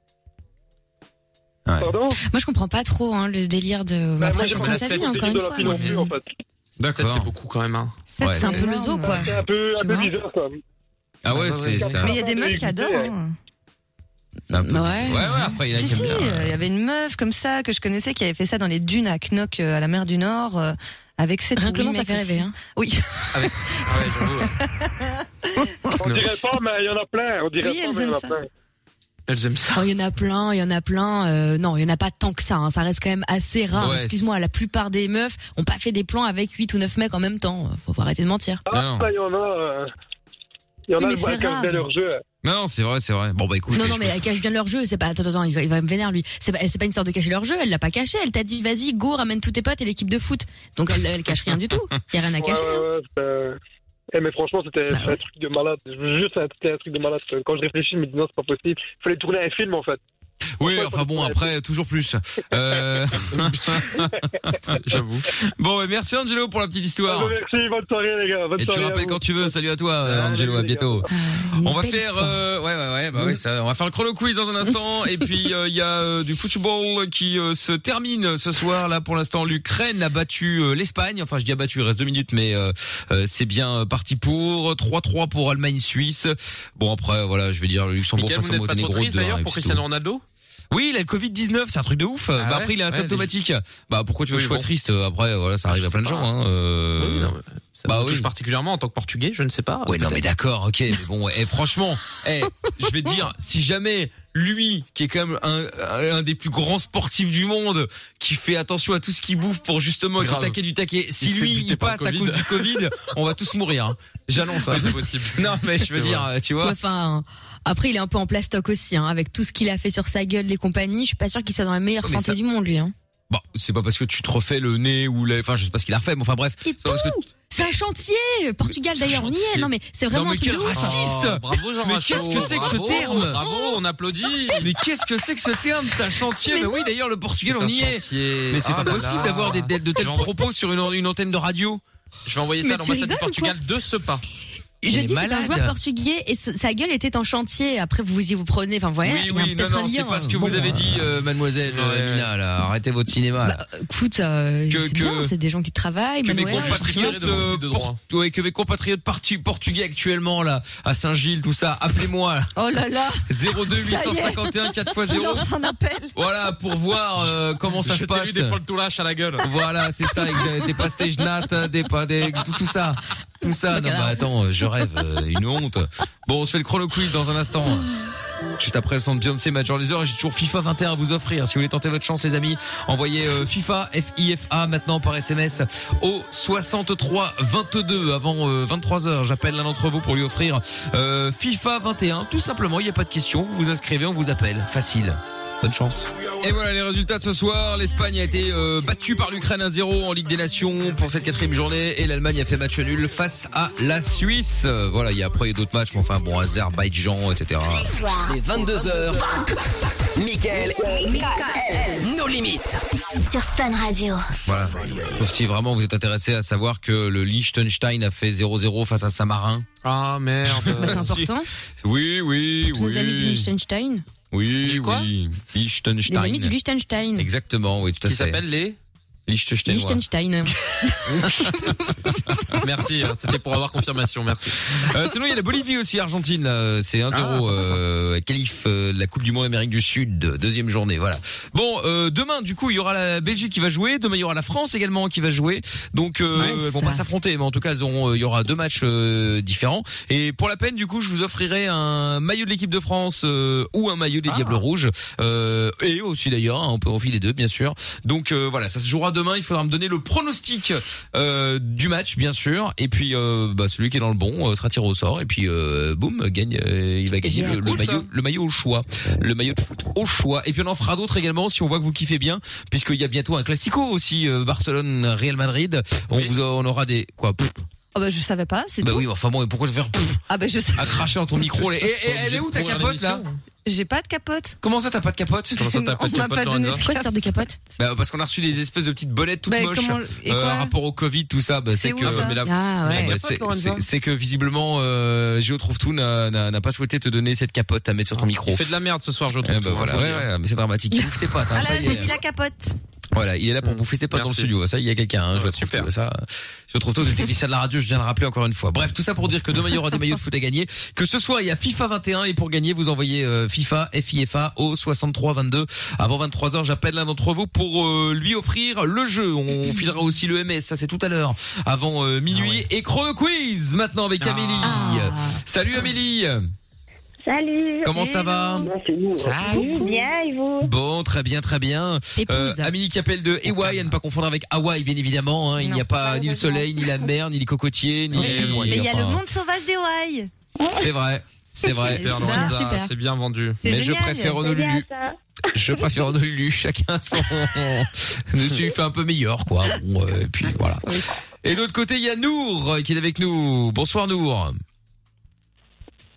B: Ouais.
F: Pardon
E: Bah,
D: Moi, je comprends pas trop hein, le délire de.
F: Bah,
D: Après,
F: j'ai
D: chacun
C: pas
D: sa
C: la
D: vie,
C: tête,
D: encore
F: de
D: une
F: la
D: fois.
F: fille non plus, en fait.
C: Sept, c'est
B: D'accord.
C: beaucoup quand même. Hein.
E: Ça,
B: Ouais,
D: C'est un peu le zoo,
E: énorme.
D: quoi.
F: C'est un peu, un
D: Tu
F: peu
D: vois
F: bizarre, quand même.
B: Ah
C: Ouais,
B: ouais,
C: ouais,
B: c'est
C: ouais.
B: c'est un-
E: Mais il y a des meufs qui adorent. hein.
B: un peu-
D: Ouais.
B: Ouais, ouais, après il y en a
E: Si,
B: qui
E: si,
B: aiment bien.
E: euh, il y avait une meuf comme ça que je connaissais qui avait fait ça dans les dunes à Knock, euh, à la mer du Nord, euh, avec cette.
D: Rien que le nom, ça fait rêver. Hein.
E: Oui,
C: Ah ouais, j'avoue. ouais.
F: On dirait pas, mais il y en a plein. On
E: Oui,
F: dirait pas,
E: elles
F: mais il y en
E: aiment
F: a
E: ça.
F: plein.
C: Elles aiment ça.
D: Oh, il y en a plein, il y en a plein. euh, non, il y en a pas tant que ça. hein, Ça reste quand même assez rare.
B: Ouais,
D: Excuse-moi, la plupart des meufs ont pas fait des plans avec 8 ou 9 mecs en même temps. Faut pas arrêter de mentir.
B: non.
F: Ah, ça, il y en a. euh, Il y en
E: Oui,
F: a,
E: mais
F: elles voient
E: c'est
F: qu'elles
E: rare.
F: faisaient leur jeu.
B: Non, c'est vrai, c'est vrai. Bon bah écoute.
D: Non,
B: je-
D: non, mais elle cache bien leur jeu. C'est pas. Attends, attends, il va, il va me vénère lui. C'est pas, c'est pas une sorte de cacher leur jeu. Elle l'a pas caché. Elle t'a dit, vas-y, go, ramène tous tes potes et l'équipe de foot. Donc elle, elle cache rien du tout. Y a rien à
F: Ouais,
D: cacher.
F: ouais,
D: hein.
F: ouais, c'était- Eh, mais franchement, c'était
D: Bah
F: c'était un truc de malade. Je vous jure, c'était un truc de malade. Quand je réfléchis, je me dis non, c'est pas possible. Il fallait tourner un film, en fait.
B: Oui, enfin bon, après toujours plus. Euh...
C: J'avoue.
B: Bon, bah, merci Angelo pour la petite histoire.
F: Merci, bonne soirée, les gars. Bonne
B: Ah. Et tu
F: soirée à
B: rappelles
F: vous.
B: quand tu veux. Salut à toi, euh,
F: Salut,
B: Angelo. À
F: les gars.
B: bientôt.
D: Une
B: On va
D: belle
B: faire,
D: histoire.
B: euh, ouais, ouais, ouais, bah ouais, ça, on va faire le chrono quiz dans un instant. et puis euh, il y a euh, du football qui euh, se termine ce soir. Là, pour l'instant, l'Ukraine a battu euh, l'Espagne. Enfin, je dis a battu. Il reste deux minutes, mais euh, euh, c'est bien euh, parti pour 3-3 pour Allemagne-Suisse. Bon après, voilà, je vais dire le Luxembourg
C: Mickaël,
B: face
C: vous
B: au
C: n'êtes pas trop
B: Monténégro.
C: triste
B: deux, hein,
C: d'ailleurs
B: et
C: pour
B: puis
C: Cristiano
B: tout.
C: Ronaldo
B: Oui, il a le Covid 19, c'est un truc de ouf. bah
C: Ah ouais
B: après, il est
C: Ouais,
B: asymptomatique. Bah pourquoi tu veux que je
C: Oui,
B: sois
C: bon.
B: triste Après, voilà, ça arrive
C: Je
B: à plein de
C: sais
B: gens.
C: pas.
B: Hein, euh,
C: Oui, non, mais- Ça me touche particulièrement en tant que Portugais, je ne sais pas.
B: Ouais, non, mais d'accord, ok. Mais bon, et franchement, eh, je vais te dire, si jamais lui, qui est quand même un, un des plus grands sportifs du monde, qui fait attention à tout ce qu'il bouffe pour justement être
C: Grave.
B: taquet du taquet, si
C: Il se fait
B: lui
C: buter
B: il
C: par le
B: passe à
C: Covid.
B: cause du Covid, on va tous mourir. hein. J'annonce.
C: Oui, c'est possible.
B: (laughs) Non, mais je veux
C: C'est
B: dire,
C: vrai.
B: euh, tu vois.
D: Ouais, Enfin, après, il est un peu en plastoc aussi, hein, avec tout ce qu'il a fait sur sa gueule, les compagnies. Je suis pas sûr qu'il soit dans la meilleure
B: Mais
D: santé
B: ça-
D: du monde, lui. Hein.
B: Bon, c'est pas parce que tu te refais le nez ou les, enfin, je sais pas ce qu'il a refait, mais enfin bref.
D: Et
B: C'est pas parce que-
D: C'est un chantier Portugal, d'ailleurs, on y est.
B: chantier.
D: Non, mais c'est
B: Non,
D: vraiment
B: mais
D: un truc
B: quel
D: de ouf.
B: racisme Assiste
C: bravo Jean
B: Mais
C: Machaut,
B: qu'est-ce que c'est que ce
C: bravo,
B: terme
C: Bravo, Oh, on applaudit.
B: Mais qu'est-ce que c'est que ce terme C'est un chantier. Mais, oui, d'ailleurs, le Portugal, on y est.
C: Sentier.
B: Mais c'est pas
C: Ah là
B: possible
C: là.
B: d'avoir des, des- de tels
C: Je vais-
B: propos sur une, une antenne de radio.
C: Je vais envoyer
D: Mais
C: ça à
D: tu
C: l'ambassade du
D: rigoles ou
C: Portugal de ce pas.
D: Je
B: Il est
D: dis, c'est un
B: malade.
D: joueur portugais et ce- sa gueule était en chantier. Après, vous y vous prenez. Enfin, vous voyez,
B: Oui,
D: il y a
B: oui, non,
D: peut-être un
B: non, c'est
D: lien,
B: pas ce que
D: hein.
B: vous
D: Bon,
B: avez dit, euh, mademoiselle euh,
C: Ouais.
B: Amina, là. Arrêtez votre cinéma, là.
D: Écoute, euh,
B: Que-
D: c'est
B: que-
D: bien, c'est des gens qui travaillent.
B: que
D: même
B: mes
D: ouais, je suis
B: compatriotes,
C: de mon
B: euh,
C: type de droit.
B: port- ouais, que mes compatriotes parti- portugais actuellement, là, à Saint-Gilles, tout ça, appelez-moi, là.
E: Oh là là,
B: 02 851
E: je
B: 4x0.
E: lance un appel.
B: Voilà, pour voir, euh, comment ça
C: je
B: se
C: t'ai
B: passe.
C: eu des foltolaches à la gueule.
B: Voilà, c'est ça, avec euh, des- des pastéges nattes, euh, des, pa- des tout, tout ça. Tout ça. Non, bah attends, euh, je rêve, euh, une honte. Bon, on se fait le chrono quiz dans un instant. Juste après le son de Beyoncé, Major Lazer, et j'ai toujours FIFA 21 à vous offrir. Si vous voulez tenter votre chance, les amis, envoyez euh, FIFA, F-I-F-A, maintenant par SMS au 63 22 avant 23h. J'appelle l'un d'entre vous pour lui offrir euh, FIFA 21. Tout simplement, il n'y a pas de question. Vous vous inscrivez, on vous appelle. Facile. Bonne chance. Et voilà les résultats de ce soir. L'Espagne a été euh, battue par l'Ukraine 1-0 en Ligue des Nations pour cette quatrième journée et l'Allemagne a fait match nul face à la Suisse. Euh, voilà, il y a après d'autres matchs, mais enfin bon, Azerbaïdjan, etc.
A: Les 22h, Michael, nos limites.
G: Sur Fun Radio.
B: Voilà. Sauf si vraiment vous êtes intéressé à savoir que le Liechtenstein a fait 0-0 face à Saint-Marin.
C: Ah
D: (laughs) Bah, c'est
B: (laughs)
C: merde.
D: important.
B: Oui, oui,
D: Tous Nos amis du Liechtenstein.
B: Oui,
C: Du quoi
B: oui.
D: Les amis du
B: Liechtenstein.
D: Liechtenstein.
B: Exactement, oui, tout à
C: Qui
B: fait.
C: s'appelle les
B: Liechtenstein. ouais.
D: Liechtenstein.
C: Merci, hein, c'était pour avoir confirmation, merci.
B: Euh, sinon, il y a la Bolivie aussi, Argentine. euh, C'est 1-0,
C: Ah, sympa, ça.
B: euh, qualif euh, de la Coupe du Monde Amérique du Sud, euh, deuxième journée. Voilà. Bon, euh, demain, du coup, il y aura la Belgique qui va jouer. Demain, il y aura la France également qui va jouer. Donc, euh,
D: Ouais,
B: elles vont
D: ça.
B: pas s'affronter, mais en tout cas, elles auront, euh, il y aura deux matchs euh, différents. Et pour la peine, du coup, je vous offrirai un maillot de l'équipe de France euh, ou un maillot des
C: Ah.
B: Diables Rouges. Euh, et aussi d'ailleurs, hein, on peut enfiler les deux, bien sûr. Donc euh, voilà, ça se jouera demain. Il faudra me donner le pronostic euh, du match, bien sûr. Et puis euh, bah, celui qui est dans le bon euh, sera tiré au sort. Et puis euh, boum, gagne. euh, il va gagner
D: bien.
B: le, le
C: Cool, ça.
B: maillot, le maillot au choix, le maillot de foot au choix. Et puis on en fera d'autres également si on voit que vous kiffez bien, puisqu'il y a bientôt un classico aussi euh, Barcelone Real Madrid. On
C: Oui.
B: vous a- on aura des quoi pff,
E: Oh bah je savais pas, c'est
B: Bah
E: tout.
B: oui, enfin bon, et pourquoi je vais faire pff,
E: Ah bah je sais,
B: à cracher dans ton micro là. Et, et- elle est où ta capote là
E: j'ai pas de capote.
B: Comment ça t'as pas de capote
C: Comment ça, t'as pas
E: On
C: de
E: m'a
C: capote,
E: pas donné
C: Lorenza
E: de
D: C'est quoi cette sorte de capote
B: Bah, parce qu'on a reçu des espèces de petites bolettes toutes
E: Bah,
B: moches.
E: comment- et
B: Euh,
E: quoi
B: rapport au Covid, tout ça, bah, c'est
E: C'est
B: que
C: euh,
E: où, ça
B: mais la-
D: Ah ouais.
B: bah,
C: capote,
B: c'est-
C: Lorenza.
E: hein.
B: c'est- c'est que visiblement euh, Géo trouve tout n'a n'a- n'a pas souhaité te donner cette capote à mettre sur ton micro.
C: Il fait de la merde ce soir, je
B: Eh
C: trouve.
B: bah,
C: tout,
B: voilà,
C: hein,
B: ouais, ouais, mais c'est
E: (laughs)
B: dramatique. Il bouffe ses pattes. hein,
E: Ah
B: ça
E: là,
B: y
E: j'ai
B: est.
E: mis la capote.
B: Voilà, il est là pour
C: Mm.
B: bouffer ses pattes dans le
C: Merci.
B: studio. Ça, il y a quelqu'un. Hein, je
C: Ouais,
B: le trouve
C: super.
B: tout, ça. Je trouve tout des techniciens de la radio. Je viens de le rappeler encore une fois. Bref, tout ça pour dire que demain il y aura des maillots de foot à gagner. Que ce soir il y a FIFA 21 et pour gagner vous envoyez euh, FIFA FIFA au 63 22 avant 23 h J'appelle l'un d'entre vous pour euh, lui offrir le jeu.
C: Mm.
B: On filera aussi le MS. Ça c'est tout à l'heure avant euh, minuit et chrono quiz maintenant avec
C: Ah.
B: Amélie.
D: Ah.
B: Salut Amélie.
H: Salut.
B: Comment ça va?
H: Salut. Bien, et vous
B: Bon, très bien, très bien. Euh,
E: hein.
D: Épouse.
B: Amélie qui appelle de Hawaii, à ne pas confondre avec Hawaï, bien évidemment. hein. Il n'y a
E: Non, Ah
B: pas ni le soleil, ni la mer, ni les cocotiers, ni.
C: Ouais, ouais.
E: Mais il y a
B: enfin,
E: le monde sauvage des Hawaii.
B: C'est vrai, c'est vrai.
E: Super,
C: Lorenza,
E: Ah,
D: super.
C: C'est bien vendu.
E: C'est
B: Mais je
E: génial.
B: préfère
H: C'est bien,
B: Honolulu.
H: ça.
B: Je préfère Honolulu. Chacun
E: (laughs)
B: son. Je suis fait un peu meilleur, quoi. Bon, euh, et puis voilà. Et de l'autre côté, il y a Nour euh, qui est avec nous. Bonsoir Nour.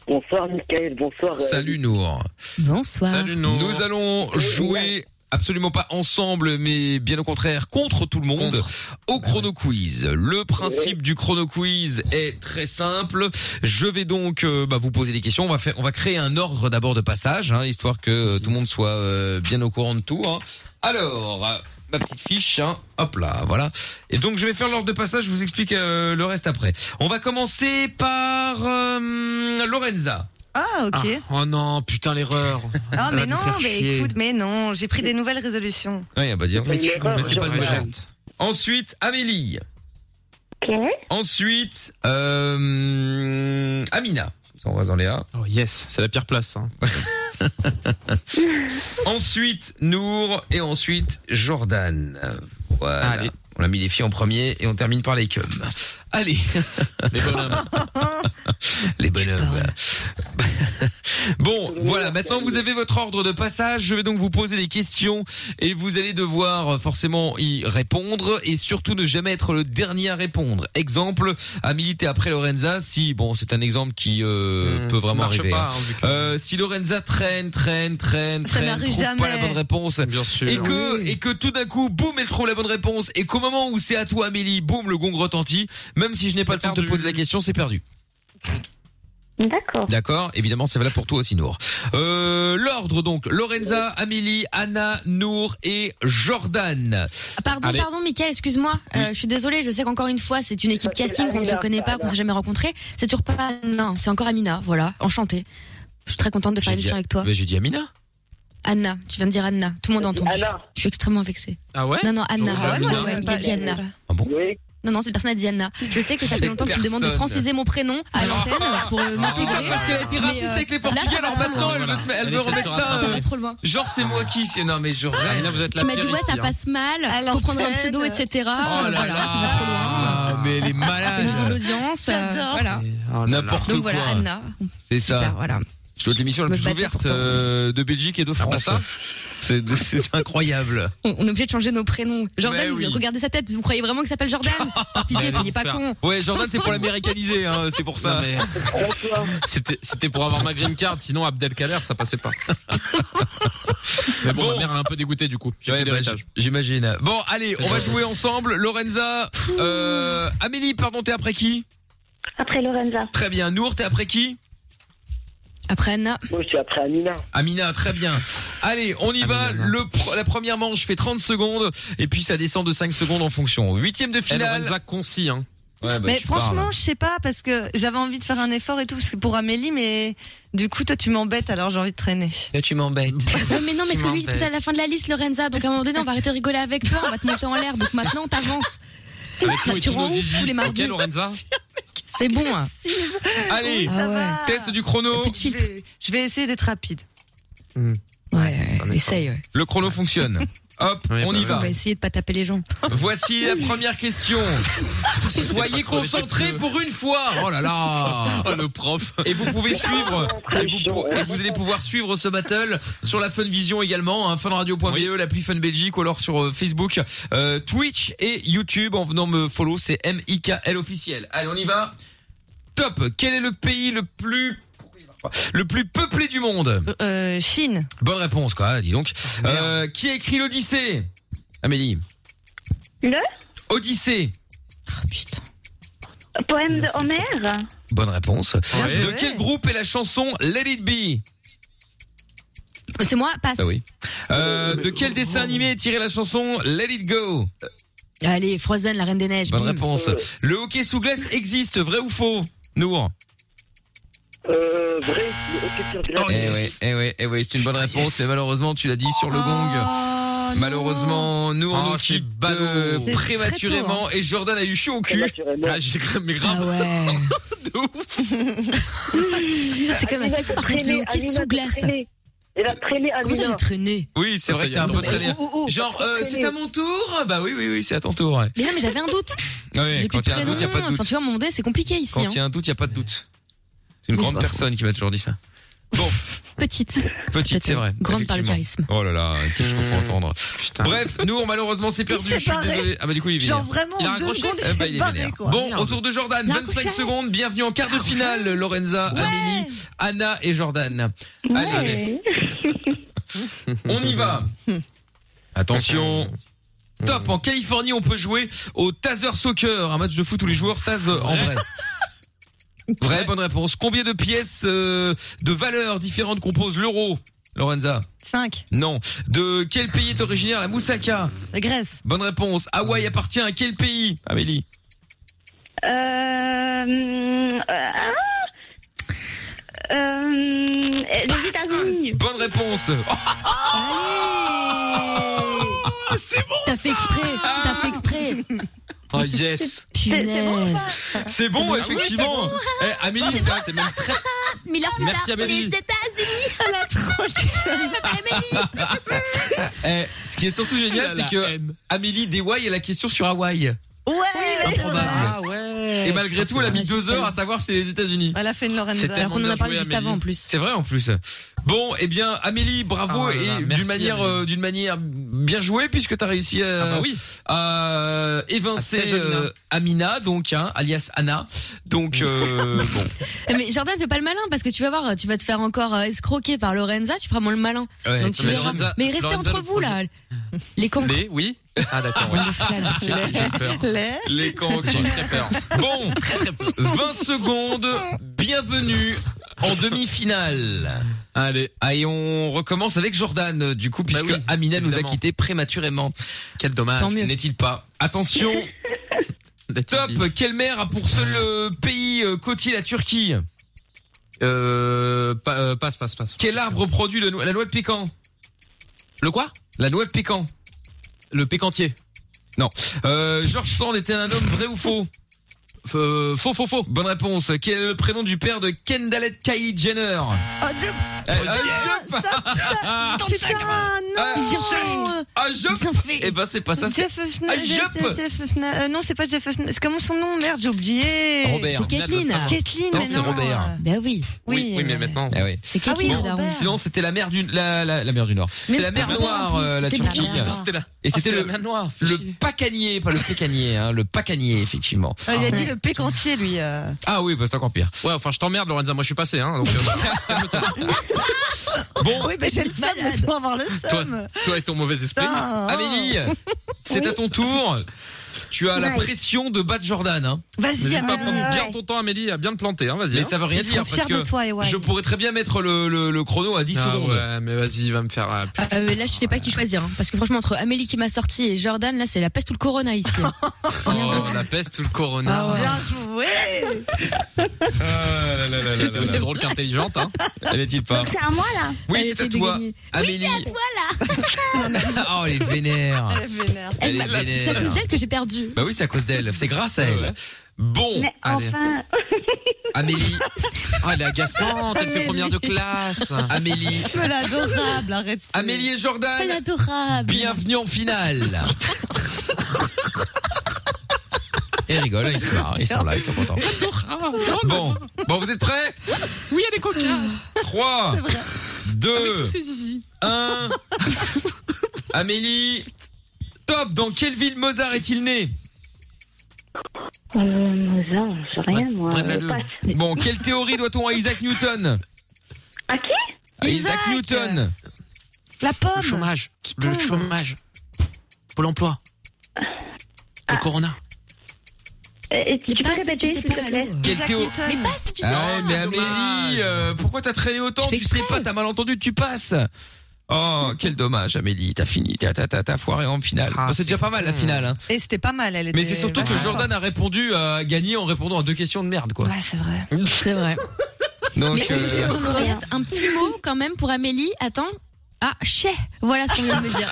I: Bonsoir Michael, bonsoir. euh,
B: Salut Nour.
D: Bonsoir.
C: Salut, nous.
B: Nous allons jouer absolument pas ensemble, mais bien au contraire contre tout le monde. au chrono quiz. Le principe du chrono quiz est très simple. Je vais donc euh, bah, vous poser des questions. On va faire, on va créer un ordre d'abord de passage, hein, histoire que euh, tout le monde soit euh, bien au courant de tout. hein. Alors. euh, Ma petite fiche, hein. hop là, voilà. Et donc je vais faire l'ordre de passage, je vous explique euh, le reste après. On va commencer par euh, Lorenza.
E: Ah
C: Ah,
E: ok.
C: Oh non, putain (laughs) l'erreur.
E: Ah,
C: Ça va
E: mais
C: nous
E: non,
C: faire
E: mais
C: chier.
E: écoute, mais non, j'ai pris des nouvelles résolutions.
B: Oui, bah dire.
I: c'est une erreur,
B: mais c'est
I: je
B: pas une
I: regrette.
B: nouvelle. Ensuite, Amélie.
H: Ok.
B: Ensuite, euh, Amina. On va dans Léa.
C: Oh yes, c'est la pire place. hein.
B: Ensuite, Nour. Et ensuite, Jordan. Voilà.
C: Allez.
B: On a mis les filles en premier et on termine par les cums. Allez.
C: (laughs) Les bonhommes.
B: les bonhommes. (laughs) Bon, voilà, maintenant vous avez votre ordre de passage. Je vais donc vous poser des questions et vous allez devoir euh, forcément y répondre et surtout ne jamais être le dernier à répondre. Exemple, à militer après Lorenza, si, bon, c'est un exemple qui euh,
C: Hmm,
B: peut vraiment
C: marche
B: arriver.
C: pas,
B: hein.
C: hein, vu que-
B: Euh, si Lorenza traîne, traîne, traîne,
E: Ça
B: traîne,
E: n'arrive
B: trouve pas
E: jamais.
B: la bonne réponse,
C: Bien sûr.
B: et que et que tout d'un coup boum elle trouve la bonne réponse et qu'au moment où c'est à toi Amélie boum le gong retentit même si je n'ai pas le temps de te
C: perdu.
B: poser la question c'est perdu
H: D'accord.
B: d'accord évidemment c'est valable pour toi aussi Nour euh, l'ordre donc Lorenza Amélie Anna Nour et Jordan
D: Ah, Pardon,
B: Allez.
D: pardon, Mickaël, excuse-moi. Euh, je suis désolée, je sais qu'encore une fois, c'est une
E: Euh,
D: équipe casting qu'on ne se connaît pas, qu'on ne s'est jamais rencontré. C'est toujours pas. Non, c'est encore Amina, voilà, enchantée. Je suis très contente de faire
B: J'ai dit-
D: l'émission avec toi.
B: mais Ben, j'ai dit Amina
D: Anna, tu viens de dire Anna. Tout le monde a entendu.
H: Anna.
D: Je suis extrêmement vexée.
C: Ah ouais
D: Non, non, Anna.
C: Ah
E: Ah ouais,
C: bah,
E: moi
C: Mina.
E: j'ai même
D: il
E: pas.
D: a dit
E: j'ai même
D: Anna.
E: pas.
B: Ah,
H: Oui.
D: Non, non, cette personne a dit Anna. Je sais que ça
B: Cette
D: fait longtemps que tu me demandes de
B: personne.
D: franciser mon prénom à l'antenne pour euh,
B: tout ça
D: m'encourager.
B: parce qu'elle a été
D: Mais,
B: raciste
D: euh,
B: avec les
D: là, ça
B: Portugais
D: va
B: alors
D: trop
B: maintenant
D: loin.
B: elle veut, se- elle
C: Allez,
B: veut
C: ça
B: remettre
C: sera
B: ça
C: pas-
D: Ça
B: euh,
D: va trop loin.
B: genre c'est moi qui c'est- non mais je rêve
C: Amina, Ah, vous êtes la
D: Tu m'as dit,
C: pire
D: ouais,
C: ici,
D: ça
C: hein.
D: passe mal.
E: À
D: Faut prendre un
E: l'antenne.
D: pseudo, etc.
B: oh là
D: Voilà, Ah, ça va trop loin.
B: là mais elle
D: Ah,
B: est
D: Niveau
B: malade
D: l'audience, euh,
E: J'adore.
D: voilà.
C: Oh là là.
B: n'importe
D: Donc
B: quoi Ah.
D: voilà, Anna.
B: c'est ça
D: Super, voilà.
B: Je dois être l'émission la
D: Me
B: plus
D: battre
B: ouverte
D: pourtant.
B: euh, de Belgique et de France. hein.
C: ça.
B: c'est c'est incroyable.
D: On, on est obligé de changer nos prénoms. Jordan,
B: Mais Bah oui. Bah,
D: regardez sa tête. Vous croyez vraiment qu'il
B: (laughs)
D: s'appelle Jordan Par Pitié,
C: Mais
D: soyez pas
C: l'enfer.
D: con.
B: Ouais, Jordan, c'est pour l'américaniser, hein, c'est pour
C: Non,
B: ça.
C: mais
H: Bonsoir.
C: c'était c'était pour avoir ma green card, sinon Abdelkader ça
B: (laughs)
C: passait pas. Mais bon,
B: Bon.
C: ma mère a un peu dégoûté du coup. J'ai
B: Ouais,
C: pris
B: bah,
C: l'héritage.
B: J'imagine. Bon, allez, on va
C: Ouais.
B: jouer ensemble. Lorenza, euh, Amélie, pardon, t'es après qui
H: Après Lorenza.
B: Très bien. Nour, t'es après qui
D: Après
B: (laughs)
D: Anna,
H: Moi, je suis après Amina.
B: Amina, très bien. Allez, on y va.
C: Amina.
B: Le pr- la première manche fait 30 secondes et puis ça descend de 5 secondes en fonction. Huitième de
C: Elle
B: finale.
C: Lorenza concis hein.
B: Eh, Ouais, bah,
E: Mais
B: tu parles.
E: franchement, je sais pas parce que j'avais envie de faire un effort et tout parce que pour Amélie, mais du coup toi tu m'embêtes alors j'ai envie de traîner.
B: Et tu m'embêtes.
D: Ouais, mais non, mais
C: Tu
D: celui
C: m'embêtes.
D: tout à la fin de la liste, Lorenza. Donc à un moment donné, on va arrêter de rigoler avec toi, on va te monter en l'air. Donc maintenant, t'avances.
C: Avec nous et
D: (laughs) Tu
C: tous
D: rends
C: nos
D: ouf tous
C: zizi.
D: les
C: Ok
D: mardis.
C: Lorenza
D: C'est bon. hein.
B: Allez,
D: Ah ouais.
B: test du chrono.
D: Plus de
E: Je
D: filtre.
E: vais, je vais essayer d'être rapide.
D: Ouais, ouais, ouais, essaye. ouais.
B: Le chrono (laughs) fonctionne. Hop,
C: Ouais,
B: on
C: bah,
B: y
C: ouais.
D: On
B: va.
D: va essayer de pas taper les gens.
B: Voici la première (laughs) question. Soyez concentrés pour une fois. (laughs) Oh là là.
C: Oh le prof
B: Et vous pouvez suivre, et vous, pour- et vous allez pouvoir suivre ce battle sur la Fun Vision également, hein, funradio.be, l'appli Fun Belgique ou alors sur euh, Facebook, euh, Twitch et YouTube en venant me follow, c'est M-I-K-L officiel. Allez, on y va. Top. Quel est le pays le plus le plus peuplé du monde
E: Euh, Chine,
B: Bonne réponse quoi, dis donc. Euh, qui a écrit l'Odyssée Amélie.
H: Le
B: Odyssée.
H: poème de Homer.
B: Bonne réponse.
C: Ouais.
B: De quel groupe est la chanson Let It Be
D: Bah,
B: Bah
D: C'est moi, passe.
B: oui. Euh, de quel dessin animé est tirée la chanson Let It Go
D: Allez, Frozen, la Reine des Neiges.
B: Bonne
D: bim.
B: réponse. Le hockey sous glace existe, vrai ou faux Nour
G: Euh, vrai, le hockey sur
F: Oh,
G: glace.
B: Eh oui, eh oui, eh oui, c'est une bonne réponse. Mais malheureusement, tu l'as dit sur le gong.
E: Oh, non.
B: Malheureusement, Nour
C: Oh,
B: nous
C: c'est
B: quitte
C: ballot.
B: euh,
E: C'est très
B: prématurément et Jordan a eu chaud au cul.
G: Naturellement.
C: Ah j'ai mais grave
D: Ah ouais.
B: De ouf.
D: C'est quand même assez fou. Par contre, le hockey sous glace.
G: Elle a traîné à
D: Comment ça, j'ai traîné
B: Oui, c'est
C: Ça,
B: vrai
C: Ah, ça
B: que
C: y
B: t'es
C: est,
B: un peu
C: non,
D: mais-
B: traîné.
D: Oh, oh, oh.
B: Genre, euh, c'est à mon tour Bah oui, oui, oui, c'est à ton tour. ouais.
D: Mais non, mais j'avais un doute.
B: Ouais,
D: J'ai
B: Eh, quand
D: plus
B: il y a
D: de
B: un
D: prénom.
B: doute, il n'y a pas de
D: Enfin,
B: doute.
D: tu vois, mon dé, c'est compliqué ici.
B: Quand il y
D: Hein.
B: a un doute, il n'y a pas de doute. C'est une
D: Oui, c'est
B: grande
D: pas
B: personne qui m'a toujours dit ça.
D: Petite.
B: Petite,
D: Peut-être,
B: c'est vrai.
D: grande par le
B: Effectivement.
D: charisme.
B: Oh là là, qu'est-ce qu'on peut
C: Hmm.
B: entendre.
C: Putain.
B: Bref, Nour, malheureusement, c'est perdu.
E: s'est
B: Je suis
E: barré.
B: désolé. Ah bah du coup, il est
E: Genre
B: vénère.
E: vraiment
C: Il a
E: en deux
C: raccroché
E: secondes
B: Eh
E: il
B: bah,
E: s'est
B: il est
E: barré
B: vénère.
E: quoi.
B: Bon,
C: Merde.
B: autour de Jordan,
D: Il a
B: 25
D: raccroché. Ah,
B: secondes, bienvenue en quart de finale, Lorenza, Amélie, Anna et Jordan. Allez,
H: Ouais.
B: on y va. Attention. Top, en Californie, on peut jouer au Taser Soccer, un match de foot tous les joueurs Taz en vrai. Vraie bonne réponse. Combien de pièces euh, de valeurs différentes composent l'euro Lorenza
E: 5.
B: Non. De quel pays est originaire la moussaka
E: La Grèce.
B: Bonne réponse. Hawaï appartient à quel pays Amélie
H: Euh, hum, euh, euh, les États-Unis.
B: Bonne réponse. Oh,
D: T'as fait exprès. T'as fait exprès.
C: Oh yes
D: Punaise.
B: C'est bon,
C: Ah oui,
B: effectivement. Eh, Amélie, c'est
C: C'est même très.
D: Mille heures plus
C: Merci,
D: tard,
C: Amélie.
D: les États-Unis. Elle a trop Amélie.
B: eh, ce qui est surtout génial,
C: la
B: c'est que
C: haine.
B: Amélie Dewey a la question sur Hawaï.
E: Ouais.
B: Improbable.
C: Ah, ouais.
B: bah,
C: Oh,
B: Et malgré tout, elle a mis deux
C: Ah
B: heures à savoir si c'est les États-Unis.
E: Elle a fait une
C: C'était
E: Lorenza.
D: Alors qu'on
C: Ah,
D: en
C: bien
D: a parlé
C: joué,
D: juste
C: Amélie.
D: avant en plus.
B: C'est vrai en plus. Bon, eh bien Amélie, bravo
C: Ah là là,
B: et
C: merci,
B: d'une manière
C: Amélie.
B: euh, d'une manière bien jouée puisque t'as réussi à,
C: Ah bah oui.
B: à évincer
C: Ah, très jeune,
B: euh,
C: hein.
B: Amina donc hein, alias Anna. Donc
C: (laughs)
B: euh, bon.
D: Mais Jordan, fais pas le malin parce que tu vas voir, tu vas te faire encore euh, escroquer par Lorenza, tu feras moins le malin.
B: Ouais,
D: Donc tu
C: Eh, mais
D: verras.
C: Lorenza-
D: Mais restez
C: Lorenza,
D: entre
C: le
D: vous là, les cons.
C: Les, oui. Ah d'accord. ouais. J'ai j'ai peur.
E: Les-
B: les cancres.
C: J'ai très peur.
B: Bon, 20 secondes. Bienvenue en demi-finale.
C: Allez, Bah
B: Ah, et on recommence avec Jordan euh, du coup puisque
C: oui,
B: Amina nous a
C: évidemment. Ah,
B: quittés prématurément.
C: quel dommage.
D: Tant mieux.
B: N'est-il pas Attention.
C: La
B: Top.
C: Turquie.
B: Quelle mer a pour seul euh, pays euh, côtier la Turquie
C: Euh, pa- euh, passe, passe, passe.
B: Quel arbre produit le no- la noix de pécan
C: Le quoi
B: La noix de pécan.
C: Le pécantier.
B: Euh, George Sand était un homme vrai ou faux
C: Euh, faux, faux, faux.
B: Bonne réponse. Quel est le prénom du père de Kendallette Kylie Jenner
E: Oh, je-
B: Eh, ah,
E: ça, ça,
D: Putain,
E: putain, non.
B: Ah, je
D: Bien fait.
B: Eh ben c'est pas ça, c'est
E: Jeff Fna-
B: Ah,
E: Jeff-
B: Jeff
E: Jeff Fna- euh, non, c'est pas Jeff Fna- C'est comment son nom Merde, j'ai oublié.
B: Robert.
D: C'est Kathleen.
E: Kathleen.
B: Non,
E: mais euh,
B: c'est Robert.
D: Ben oui,
C: Oui, oui, mais maintenant.
B: Eh oui.
D: c'est
E: Ah oui,
D: Kathleen.
E: Robert.
D: daron.
B: Sinon c'était la mer du la, la, la mer du Nord.
D: Mais
B: C'est la
D: c'est
B: mer
D: pas
B: Noire
D: Robert, en
B: euh, la
D: plus, c'était
B: Turquie.
D: la mer Noire.
C: C'était là.
B: Et c'était le
C: noir.
B: le pacanier, pas le pécanier, hein, le pacanier effectivement.
E: Euh, il a dit
D: Ouais.
E: le pécantier, lui. euh.
B: Ah oui, bah, c'est encore pire.
C: Ouais, enfin, je t'emmerde, Lorenza. Moi, je suis passé, hein. Donc, (laughs) euh,
E: Oui, mais j'ai le seum,
D: Malade.
E: laisse-moi avoir le
C: toi,
E: seum. Ah,
C: toi et ton mauvais esprit.
E: Putain,
B: Amélie,
E: Oh.
B: (laughs) c'est à ton tour. Tu as la
H: Nice.
B: pression de battre Jordan, hein.
E: Vas-y,
C: N'hésite pas à
E: Amélie.
C: prendre
H: ouais.
C: bien ton temps, Amélie, à bien te planter, hein. Vas-y.
B: Mais
C: hein.
B: ça veut rien
E: Ils seront
B: dire parce
E: fiers
B: que
E: de toi, Ewan.
B: je pourrais très bien mettre le, le, le chrono à 10
C: Ah
B: secondes.
C: ouais, mais vas-y, va me faire. euh, putain.
D: Euh, mais là, je sais pas qui choisir, hein, parce que franchement, entre Amélie qui m'a sorti et Jordan, là, c'est la peste ou le
C: (laughs)
D: corona ici. hein.
C: Oh, la peste ou le corona.
D: Ah ouais.
E: Bien joué.
C: Ah,
B: Euh,
C: C'est aussi drôle qu'intelligente, hein.
B: Elle est-il pas
H: C'est à moi là
B: Oui,
D: Elle
B: c'est à
D: essaie de
B: toi,
D: gagner.
B: Amélie.
D: Voilà,
B: (laughs) oh, elle est
E: (laughs)
B: vénère.
E: Elle est vénère.
B: Elle
D: Elle
B: est
D: m'a- c'est à
B: vénère.
D: cause d'elle que j'ai perdu.
B: Bah oui, c'est à cause d'elle. C'est grâce à elle. Bon,
H: Mais
C: allez.
H: enfin,
B: Amélie,
C: Ah, elle est agaçante, elle fait première de classe.
B: Amélie,
E: Mais l'adorable, arrête.
B: Amélie et
D: Elle est
B: Jordan.
D: adorable.
B: Bienvenue en finale. Et rigole, ils sont là, ils sont là, ils sont contents. Bon, bon, vous êtes prêts
C: Oui, elle est cocasse.
B: 3, 2,
C: (laughs)
B: 1. Amélie, top, dans quelle ville Mozart est-il né
H: euh, Mozart, je sais rien moi.
C: Prenne-la
H: Euh,
C: deux.
H: passe.
B: Bon, quelle théorie doit-on à Isaac Newton
H: À qui
B: À Isaac
E: Isaac
B: Newton
E: La
C: Le
E: pomme.
C: chômage.
E: tombe.
C: Le chômage. Pôle emploi. Le corona.
H: Euh, Tu peux
D: Pas si
H: répéter
D: tu sais
H: s'il te
D: pas,
H: plaît
D: allô.
B: Quelle
E: Isaac
B: théorie
E: Newton.
D: Mais pas si tu sais
B: Ah ouais,
D: pas.
B: mais
C: dommage.
B: Amélie, euh, pourquoi t'as traîné autant
D: Tu fais
B: Tu sais
D: exprès.
B: pas, t'as mal entendu, tu passes. Oh, quel dommage, Amélie, t'as fini, t'as t'as t'as- t'as foiré en finale.
C: Ah,
B: Bon, c'est
C: c'est
B: déjà pas mal la
C: con.
B: finale, hein.
E: Et c'était pas mal, elle était.
B: Mais c'est surtout que
E: vachement
B: Jordan a répondu à gagner en répondant à deux questions de merde, quoi.
E: forte. Ouais, c'est vrai.
B: Oh.
D: Mm, C'est vrai.
B: (laughs) Donc,
D: Mais
B: euh,
D: monsieur Honoré, un petit mot quand même pour Amélie. Attends. Ah, chais. Voilà ce qu'on vient de me dire.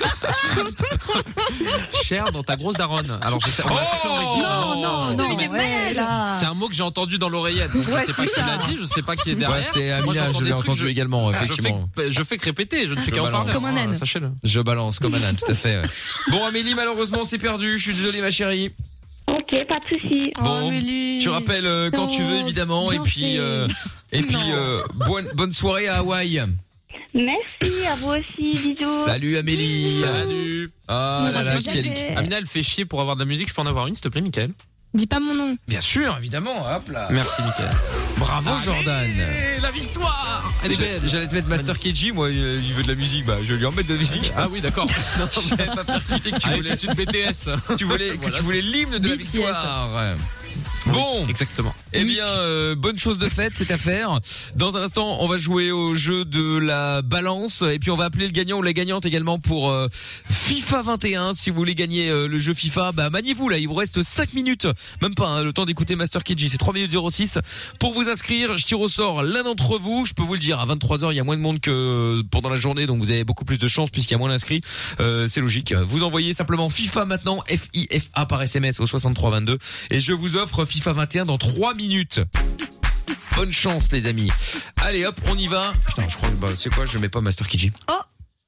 C: Cher dans ta grosse daronne. Alors, je sais. on a fait en
B: Oh
C: régie.
E: Non, non, non.
D: il est
E: ouais, là.
C: C'est un mot que j'ai entendu dans l'oreillette. donc
E: Ouais,
C: je sais pas
E: c'est
C: qui
E: ça.
C: l'a dit, je sais pas qui est
B: ouais,
C: derrière.
B: c'est
C: Moi,
B: Amina,
C: j'entends
B: je
C: des
B: l'ai
C: trucs,
B: entendu
C: je-
B: également,
C: Ah, je fais
B: effectivement.
C: que- Je fais que répéter, je ne fais qu'à en
B: balance.
C: parler.
D: Comme un
C: hein,
D: âne.
C: Sachez-le.
B: Je balance comme Alan, tout à fait.
C: (laughs)
B: ouais. Bon, Amélie, malheureusement, c'est perdu. Je suis désolé, ma chérie.
H: Ok, pas de soucis.
B: Bon,
E: Oh, Amélie.
B: Tu rappelles euh, quand tu veux,
D: Oh,
B: évidemment. Et
D: bien
B: puis,
D: fait.
B: euh, et puis, euh, bonne, bonne soirée à Hawaï.
H: Merci, à vous aussi, bisous.
B: Salut, Amélie.
C: Salut.
B: Ah
D: Non,
B: là
D: moi,
B: là,
D: je
B: quelle-
D: m'appelle-
C: Amina, elle fait chier pour avoir de la musique. Je peux en avoir une, s'il te plaît, Michael
D: (laughs) Dis pas mon nom.
B: Bien sûr, évidemment. Hop là.
C: Merci, Michael.
B: Ah. Bravo, Jordan.
C: la victoire
B: Elle est belle. J'allais te mettre Master Keiji, moi, euh, il veut de la musique, bah, je vais lui en mettre de la musique.
C: Ah oui,
B: (laughs)
C: d'accord. Non,
B: J'avais pas percuté que tu
C: Allez,
B: voulais,
C: tout de suite, BTS.
B: tu voulais, que tu voulais l'hymne de la
D: BTS.
B: victoire. Bon,
C: Exactement.
B: Eh bien, euh, bonne chose de faite, c'est à faire. Dans un instant, on va jouer au jeu de la balance et puis on va appeler le gagnant ou la gagnante également pour euh, FIFA 21. Si vous voulez gagner euh, le jeu FIFA, bah maniez-vous là, il vous reste 5 minutes, même pas hein, le temps d'écouter Master KG, c'est 3 minutes 06 pour vous inscrire. Je tire au sort l'un d'entre vous, je peux vous le dire, à 23h, il y a moins de monde que pendant la journée, donc vous avez beaucoup plus de chance puisqu'il y a moins d'inscrits. Euh, c'est logique. Vous envoyez simplement FIFA maintenant, F-I-F-A par SMS au 6322 et je vous offre FIFA 21 dans 3 minutes. Bonne chance les amis. Allez hop, on y va. Putain, je crois que bah, c'est quoi, je mets pas Master Kiji.
E: Oh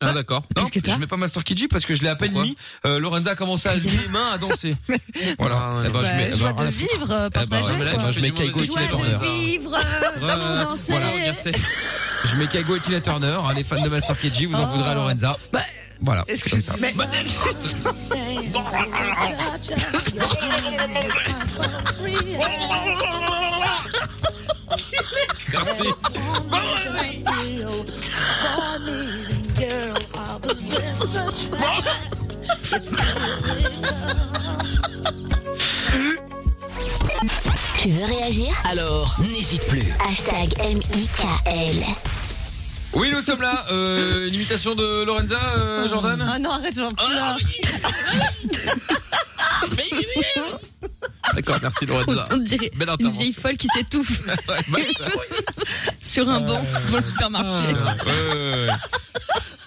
B: ah d'accord. Non, je mets pas Master Kiji parce que je l'ai à peine mis. Euh, Lorenza a commencé à lever les mains à
E: (laughs)
B: danser. voilà. Eh ben,
E: Bah,
B: eh ben,
E: joie de
B: voilà.
E: vivre, euh,
B: Eh ben,
E: partagée.
B: ouais,
E: quoi.
B: moi, je mets Kaigo et
D: Joie
B: Tina Turner.
D: de vivre, euh, danser.
B: Je mets Kaigo et Tina Turner. hein, les fans de Master Kiji, vous en voudrez à Lorenza.
E: Bah,
B: Voilà, c'est comme ça. Bah,
C: Merci.
I: Tu veux réagir
A: Alors, n'hésite plus.
I: Hashtag M-I-K-L.
B: Oui, nous sommes là. Euh, une imitation de Lorenza, euh, Jordan.
E: Ah non, arrête, j'en pleure. Ah,
C: D'accord, merci Lorenza.
E: Oh,
D: On dirait
C: Belle
D: une
C: intervention.
D: vieille folle qui s'étouffe (laughs) sur un banc
B: Euh,
D: dans le
E: Ah.
D: supermarché.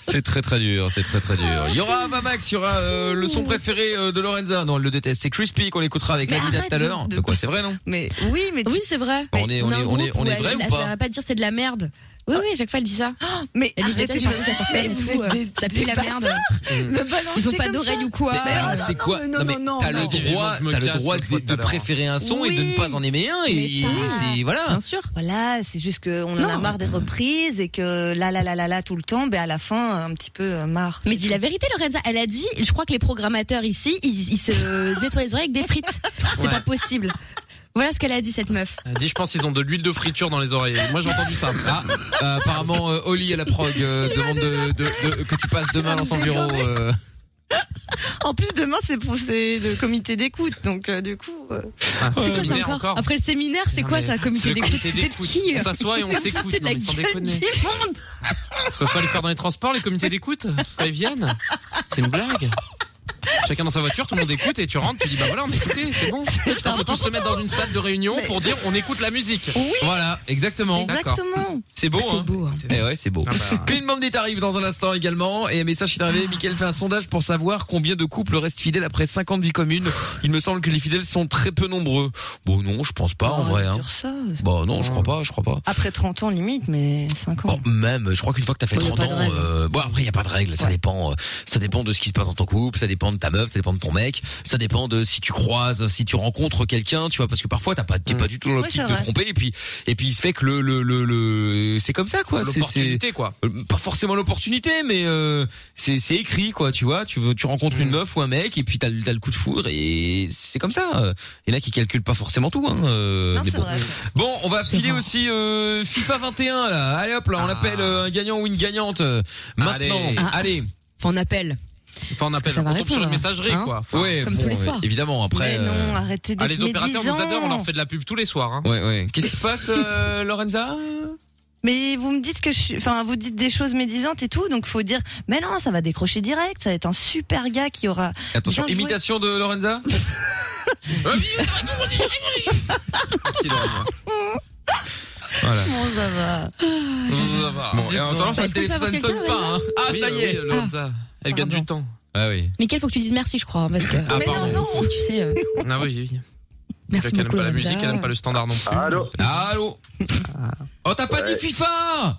B: C'est très très dur, c'est très très dur. Il y aura Avamax, il y aura euh, le son préféré euh, de Lorenza. Non, elle le déteste. C'est Crispy qu'on écoutera avec
E: Mais
B: Lavida tout à
E: arrête de-
B: l'heure.
E: de-
B: De quoi C'est vrai, non
E: Mais oui, mais tu-
D: Oui, c'est vrai.
B: On est- on
D: a
B: est-
D: un
B: on est-
D: groupe
B: on est
D: où
B: vrai
D: elle-
B: ou
D: elle-
B: pas
D: j'arrête pas de dire c'est de la merde. Oui, oui, à chaque fois elle dit ça.
E: mais
D: Elle dit je déteste
E: arrêtez,
D: les gens qui sont
E: mais
D: faibles et
E: vous
D: tout,
E: êtes
D: euh,
E: des-
D: Ça pue la
E: des
D: merde.
E: Me balancer
D: Ils ont pas
E: comme
D: d'oreilles
E: ça.
D: ou quoi.
E: Mais
B: Ah,
E: non,
B: c'est
E: non,
B: quoi
E: mais non,
B: mais
E: non,
B: t'as
E: non.
B: le droit,
C: Je me
B: t'as le
C: casse,
B: droit
C: une fois
B: de,
C: tout à
B: de
C: l'heure.
B: préférer un son et de
E: Oui.
B: ne pas en aimer un.
D: Mais
B: Et
D: pas.
B: c'est voilà.
D: Bien sûr.
E: Voilà, c'est juste qu'on en a
D: Non.
E: marre des reprises et que là, là, là, là, là, tout le temps, ben à la fin, un petit peu euh, marre.
D: Mais dis la vérité, Lorenza. Elle a dit, je crois que les programmateurs ici, ils,
C: (laughs)
D: ils se nettoient les oreilles avec des frites. C'est
C: Ouais.
D: pas possible. Voilà ce qu'elle a dit, cette meuf.
C: Elle dit, je pense qu'ils ont de l'huile de friture dans les oreilles. Moi, j'ai entendu ça.
B: Ah, euh, apparemment, euh, Oli à la prog euh, demande de, de- de- que tu passes demain dans son bureau. euh.
E: En plus, demain, c'est pour c'est le comité d'écoute, donc euh, du coup. euh,
C: Ah,
D: C'est quoi
C: séminaire
D: ça encore, Après le séminaire, c'est
C: Non,
D: quoi
C: mais
D: ça,
C: C'est
D: comité
C: le
D: d'écoute
C: comité
D: T'es de
C: d'écoute.
D: qui
C: On s'assoit
D: (laughs)
C: et on s'écoute.
D: T'es de
C: Non,
D: la
C: mais sans
D: gueule
C: déconner.
D: du monde
C: Ils peuvent pas le faire dans les transports, les comités d'écoute Quand ils viennent C'est une blague Chacun dans sa voiture, tout le monde écoute et tu rentres, tu dis bah voilà, on écoutait, c'est bon. On peut tous se mettre dans une salle de réunion pour dire on écoute la musique.
B: Voilà, exactement.
E: Ah,
C: D'accord.
E: Exactement.
B: C'est beau,
D: C'est
B: hein
D: beau. hein.
B: Eh ouais, c'est beau.
C: Ah bah.
B: Clean Bandit arrive dans un instant également. Et un message qui est arrivé. Michael fait un sondage pour savoir combien de couples restent fidèles après 50 vies communes. Il me semble que les fidèles sont très peu nombreux. Bon, non, je pense pas, en
E: Arrête
B: vrai,
E: de
B: hein.
E: dire Oh, ça.
B: Bon, non, je crois pas, je crois pas.
E: Après 30 ans limite, mais 5 ans.
B: Bon, Oh, même, je crois qu'une fois que t'as fait
D: Oui, y a
B: 30
D: pas
B: ans,
D: de règle.
B: euh, bon après y a pas de règle, ça
E: Ouais.
B: dépend, euh, ça dépend de ce qui se passe dans ton couple, ça dépend de ta meuf, ça dépend de ton mec, ça dépend de si tu croises, si tu rencontres quelqu'un, tu vois, parce que parfois t'as pas, t'es pas du tout dans l'optique
E: c'est
B: de
E: vrai.
B: tromper, et puis, et puis il se fait que le, le, le, le- c'est comme ça quoi, c'est, c'est,
C: L'opportunité quoi.
B: euh, pas forcément l'opportunité, mais euh, c'est c'est écrit quoi, tu vois. Tu veux, tu rencontres une meuf ou un mec et puis t'as le- t'as le coup de foudre et c'est comme ça. Il y en a qui calculent pas forcément tout. Hein, euh,
E: Non,
B: mais
E: c'est
B: bon.
E: vrai.
B: Bon, on va filer aussi euh, FIFA 21 là. Allez hop là, on
C: Ah.
B: appelle euh, un gagnant ou une gagnante euh, maintenant.
C: Allez.
B: Allez.
D: Ah. Enfin, on appelle.
C: Enfin on
D: Parce que
C: appelle,
D: ça
C: on
D: va
C: tombe sur une
D: répondre,
C: messagerie
D: hein.
C: quoi. Enfin,
B: Ouais,
D: Comme tous les
B: ouais,
D: soirs.
B: Évidemment après.
E: mais non,
B: euh,
E: arrêtez de
C: Ah, les opérateurs nous adorent, on leur fait de la pub tous les soirs. Hein.
B: Ouais ouais. Qu'est-ce qui se passe (laughs) euh, Lorenza
E: Mais vous me dites que je suis, enfin, vous dites des choses médisantes et tout, donc faut dire, mais non, ça va décrocher direct, ça va être un super gars qui aura.
B: Attention,
E: Bien joué.
B: imitation de (laughs) Lorenza. Ah oh,
C: Petit Laurent.
B: voilà.
E: Bon, ça va.
D: Ah,
C: Ça va.
B: Bon, et en attendant, ça,
D: Est-ce qu'on peut
B: téléphone- ça ne sonne
D: avoir quelqu'un,
B: pas. Hein. Ah
C: Oui,
B: ça y est.
C: oui, Lorenza. Elle gagne du temps.
B: Ah oui.
D: Michael, faut que tu dises merci, je crois. hein, Parce que.
C: Ah,
E: mais
C: pardon.
E: non, non.
D: Si, tu sais. euh,
C: Ah oui, oui.
D: Merci
C: Elle aime
D: beaucoup,
C: pas la
D: Lorenza.
C: musique, elle aime pas le standard non plus.
G: Allô
B: Allô Oh, t'as pas dit FIFA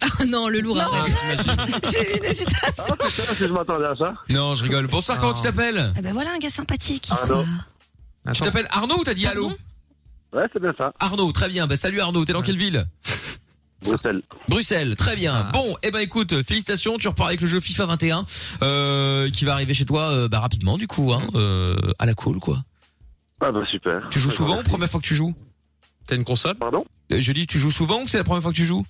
D: Ah non, le lourd arrête.
E: (laughs) J'ai eu une hésitation.
G: Ah, c'est ça, si je m'attendais à ça.
B: Non, je rigole. Bonsoir, comment
C: Non.
B: tu t'appelles
E: Eh ben voilà un gars sympathique.
B: Ah,
G: Allô
B: Tu
C: Attends.
B: t'appelles Arnaud ou t'as dit allô
D: Pardon
G: Ouais, c'est bien ça.
B: Arnaud, très bien. Bah, salut Arnaud, t'es dans quelle ville
G: Bruxelles.
B: Bruxelles, très bien.
C: Ah.
B: Bon, eh ben écoute, félicitations, tu repars avec le jeu FIFA 21 euh, qui va arriver chez toi euh, bah, rapidement du coup, hein, euh, à la cool quoi.
G: Ah bah super.
B: Tu joues
G: Très
B: souvent,
G: gentil.
B: première fois que tu joues
C: T'as une console
G: Pardon
B: Euh, Je dis, tu joues souvent ou c'est la première fois que tu joues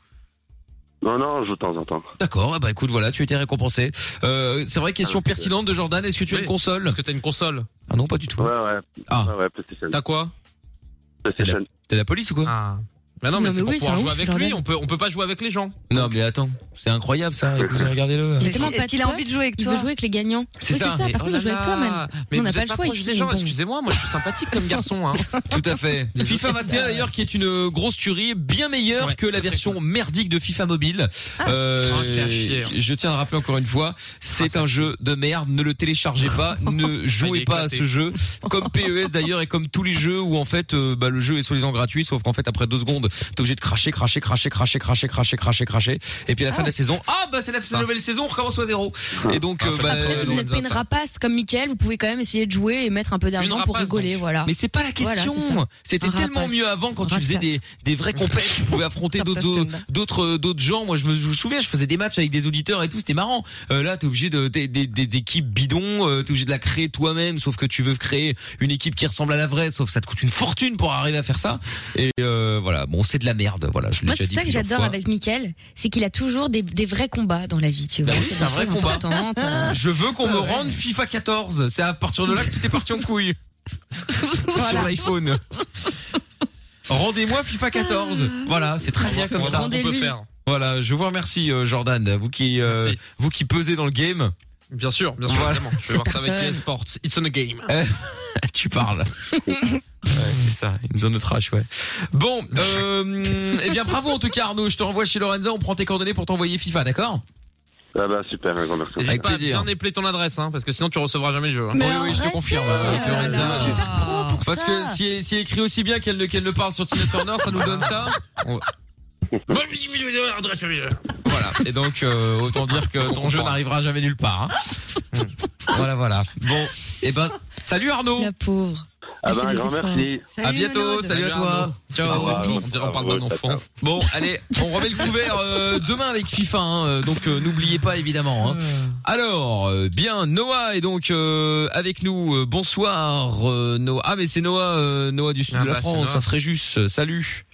G: Non, non, je joue de temps en temps.
B: D'accord, eh ben écoute, voilà, tu étais récompensé. Euh, c'est vrai, question
G: Ah, oui, c'est
B: pertinente de Jordan, est-ce que tu as
C: Oui.
B: une console
C: Parce que t'as une console.
B: Ah non, pas du tout.
G: Ouais, ouais.
B: Ah.
G: Ouais, ouais, PlayStation.
C: T'as quoi
G: PlayStation.
B: T'es la police ou
G: Ah.
B: quoi
C: Bah non, mais,
D: Non,
C: c'est
D: mais
C: pour
D: oui,
C: pouvoir
D: c'est un
C: jouer
D: ouf,
C: avec
D: Jordan.
C: lui, on peut, on peut pas jouer avec les gens.
B: Non, mais attends, c'est incroyable
G: (laughs)
B: ça. Écoutez, regardez-le.
D: Il est
E: Est-ce
D: tellement
E: qu'il-
D: pas
E: est-ce qu'il a
D: toi.
E: envie de jouer avec
D: Il
E: toi
D: veut jouer avec les gagnants.
B: C'est
D: Oui,
B: ça.
D: c'est ça. Parce
C: Oh
D: qu'on
C: là
D: veut jouer avec toi,
C: là.
D: man.
C: Mais
D: on n'a
C: vous
D: pas
C: êtes
D: le choix
C: proche
D: ici,
C: des gens,
D: donc bon.
C: excusez-moi, moi je suis sympathique comme garçon.
D: (laughs)
C: Hein.
B: Tout à (laughs) fait. FIFA 21 d'ailleurs qui est une grosse tuerie bien meilleure
C: Ah Ouais,
B: que la
C: très
B: version merdique de FIFA mobile. Euh,
C: Ah, c'est à chier. Ah,
B: je tiens à le rappeler encore une fois, c'est un jeu de merde, ne le téléchargez
C: (laughs)
B: pas, ne jouez pas à
C: éclaté.
B: ce jeu comme PES d'ailleurs et comme tous les jeux où en fait euh, bah, le jeu est soi-disant gratuit sauf qu'en fait après deux secondes t'es obligé de cracher cracher cracher cracher cracher cracher cracher cracher et puis à la fin de la saison ah bah c'est la, c'est la nouvelle saison on recommence à zéro et donc
C: Ah,
B: euh,
C: ça
B: bah,
C: fait
D: Après, si vous
C: non,
D: n'êtes pas une
C: ça.
D: rapace comme Mickaël, vous pouvez quand même essayer de jouer et mettre un peu d'argent pour
C: rapace,
D: rigoler,
C: donc.
D: voilà.
B: mais c'est pas la question.
D: Voilà, c'est ça.
B: C'était
D: Un
B: tellement
D: rapace.
B: mieux avant quand tu
D: Un
B: faisais
D: rapace.
B: des des vraies compètes, tu pouvais affronter d'autres
D: bah.
E: Rapace.
B: d'autres euh, d'autres gens. Moi, je me, je me souviens, je faisais des matchs avec des auditeurs et tout, c'était marrant. Euh, là, t'es obligé de des, des, des équipes bidons, euh, t'es obligé de la créer toi-même, sauf que tu veux créer une équipe qui ressemble à la vraie, sauf que ça te coûte une fortune pour arriver à faire ça. Et euh, voilà, bon, c'est de la merde. Voilà, je l'ai
D: Moi,
B: déjà
D: c'est
B: dit.
D: ça que
B: plusieurs
D: j'adore
B: fois.
D: avec Mickaël, c'est qu'il a toujours des, des vrais combats dans la vie, tu vois.
B: Bah oui, c'est un vrai combat.
D: combat.
B: Je veux qu'on me rende FIFA 14. C'est à partir de là que tout est parti en couille.
E: (laughs)
B: Sur l'iPhone. Rendez-moi FIFA 14.
E: Euh.
B: Voilà, c'est très bien comme
C: On va
B: ça.
C: voir ce qu'on peut
D: Rendez-lui.
C: faire.
B: Voilà, je vous remercie euh, Jordan, vous qui euh,
C: Merci.
B: vous qui pesez dans le game.
C: Bien sûr, bien sûr,
B: Voilà.
C: évidemment. Je vais voir ça avec
D: personne.
C: EA Sports. It's in a game.
B: Euh, (laughs) tu parles. Ouais, c'est ça, une zone de trash, ouais. Bon, euh, eh bien bravo en tout cas Arnaud, je te renvoie chez Lorenza, on prend tes coordonnées pour t'envoyer FIFA, d'accord
G: Ah bah super, un grand merci.
C: N'hésite
B: Avec
C: pas
B: plaisir.
C: à bien épeler ton adresse, hein, parce que sinon tu recevras jamais le jeu. hein.
E: Mais
B: Oui, oui, je te
E: arrêtez
B: confirme, hein, avec
E: Oh là
B: Lorenza.
E: là, Je suis pas pro pour
B: Parce
E: ça.
B: que si elle, si elle écrit aussi bien qu'elle ne, qu'elle ne parle sur Tina Turner, ça nous donne ça. Voilà. Et donc, euh, autant dire que ton jeu n'arrivera jamais nulle part.
D: (laughs)
B: hein. Voilà, voilà. Bon, et ben, salut Arnaud.
D: La pauvre.
G: Ah
D: Elle
G: bah
D: fait
G: un
D: des
G: grand
D: efforts.
G: merci.
B: À
E: Salut,
B: bientôt,
E: Maude.
B: salut à toi.
D: Ah,
C: Ciao,
G: Au revoir.
C: on dirait on parle d'un
G: Bravo,
C: enfant.
B: Bon, allez, on remet le couvert euh, demain avec FIFA, hein, euh, donc euh, n'oubliez pas évidemment.
D: Euh.
B: hein. Alors, euh, bien, Noah est donc euh, avec nous. Euh, bonsoir, euh, Noah. Ah, mais c'est Noah, euh, Noah du sud
C: Ah
B: de la
C: bah, c'est
B: France,
C: Noah.
B: à Fréjus. Euh, Salut,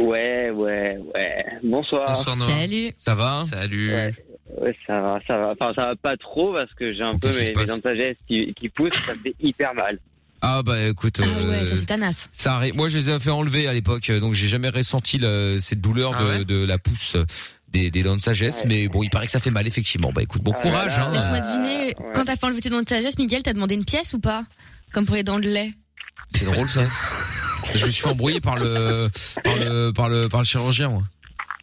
J: Ouais, ouais, ouais. Bonsoir.
C: Bonsoir Noah.
D: Salut.
B: ça va hein
C: Salut.
J: Ouais, ouais, ça va, ça va. Enfin, ça va pas trop parce que j'ai un peu
B: qu'est-ce qui
J: mes,
B: se
J: mes
B: passe
J: dents de sagesse qui, qui poussent, ça me fait hyper mal.
B: Ah bah écoute,
D: Ah ouais,
B: euh,
D: ça c'est Tanas.
B: ça arrive. Moi, je les ai fait enlever à l'époque, euh, donc j'ai jamais ressenti la- cette douleur
C: Ah
B: de,
C: ouais
B: de la pousse euh, des, des dents de sagesse.
J: Ouais.
B: Mais bon, il paraît que ça fait mal effectivement. Bah écoute, bon
J: Ah
B: courage.
J: là là.
B: hein.
D: Laisse-moi deviner,
J: ouais.
D: quand t'as fait enlever tes dents de sagesse, Miguel, t'as demandé une pièce ou pas Comme pour les dents de lait.
B: C'est drôle ça. Je me suis fait embrouiller par le par le par le par le chirurgien. Moi.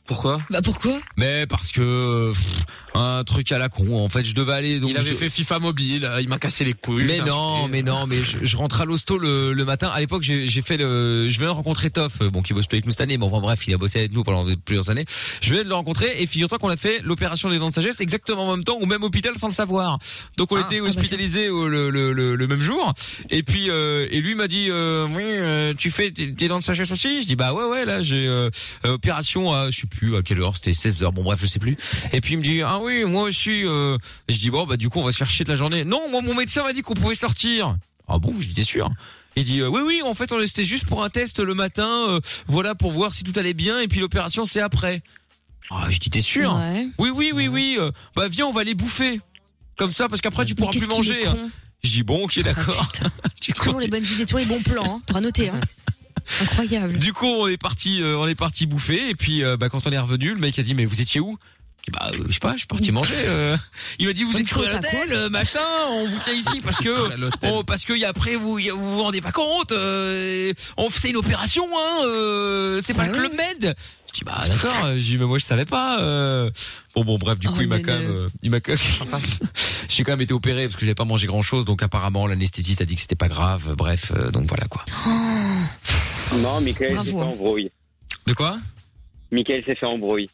C: Pourquoi
D: Bah pourquoi
B: Mais parce que pff, un truc à la con. En fait, je devais aller donc.
C: Il avait
B: je-
C: fait FIFA mobile, euh, il m'a cassé les couilles.
B: Mais
C: il m'a
B: non,
C: insulté.
B: mais non, mais je, je rentre à l'hosto le, le matin. À l'époque, j'ai j'ai fait le, je venais de rencontrer Toff, euh, bon qui bosse plus avec nous cette année, mais enfin bref, il a bossé avec nous pendant de- plusieurs années. Je venais de le rencontrer et figure-toi qu'on a fait l'opération des dents de sagesse exactement en même temps au même hôpital sans le savoir. Donc on
C: Ah.
B: était
D: bah,
B: hospitalisés au- le, le, le, le même jour. Et puis euh, et lui m'a dit, euh, oui, euh, tu fais tes tes dents de sagesse aussi Je dis bah ouais ouais là j'ai euh, euh, opération à je sais plus à quelle heure, c'était 16 heures, bon bref je sais plus. Et puis il me dit ah oui moi aussi. Euh, et je dis bon bah du coup on va se faire chier de la journée. Non moi mon médecin m'a dit qu'on pouvait sortir. Ah bon j'étais sûr. Il dit euh, oui oui en fait on c'était juste pour un test le matin euh, voilà pour voir si tout allait bien et puis l'opération c'est après. Ah je dis t'es sûr
D: Ouais.
B: Oui oui oui oui euh, bah viens on va aller bouffer comme ça parce qu'après tu pourras
D: Qu'est-ce
B: plus
D: qu'il est
B: manger. hein.
D: con.
B: Je dis bon ok
D: (laughs)
B: d'accord. Du coup,
D: Toujours les bonnes idées, toujours les bons plans, hein. t'auras noté.
B: (laughs)
D: Hein. Incroyable.
B: Du coup, on est parti, euh, on est parti bouffer, et puis euh, bah, quand on est revenu, le mec a dit mais vous étiez où Je dis, bah euh, je sais pas, je suis parti manger. euh. Il m'a dit vous êtes cru à l'hôtel, euh, machin, on vous tient ici parce que
C: À l'hôtel.
B: on- parce que y a après vous y a- vous vous rendez pas compte, euh, on fait une opération, hein, euh, c'est pas
D: Ah
B: le
D: ouais.
B: club med. Je dis bah d'accord, euh, j'ai dit, mais moi je savais pas. euh. Bon bon bref, du coup
D: Oh,
B: il m'a
D: mais
B: quand même,
D: le-
B: euh, il m'a quand (laughs) j'ai quand même été opéré parce que j'avais pas mangé grand chose, donc apparemment l'anesthésiste a dit que c'était pas grave. Bref, euh, donc voilà quoi.
J: Non, Michael
D: Bravo.
J: s'est fait embrouille.
B: De quoi
J: Michael s'est fait embrouille.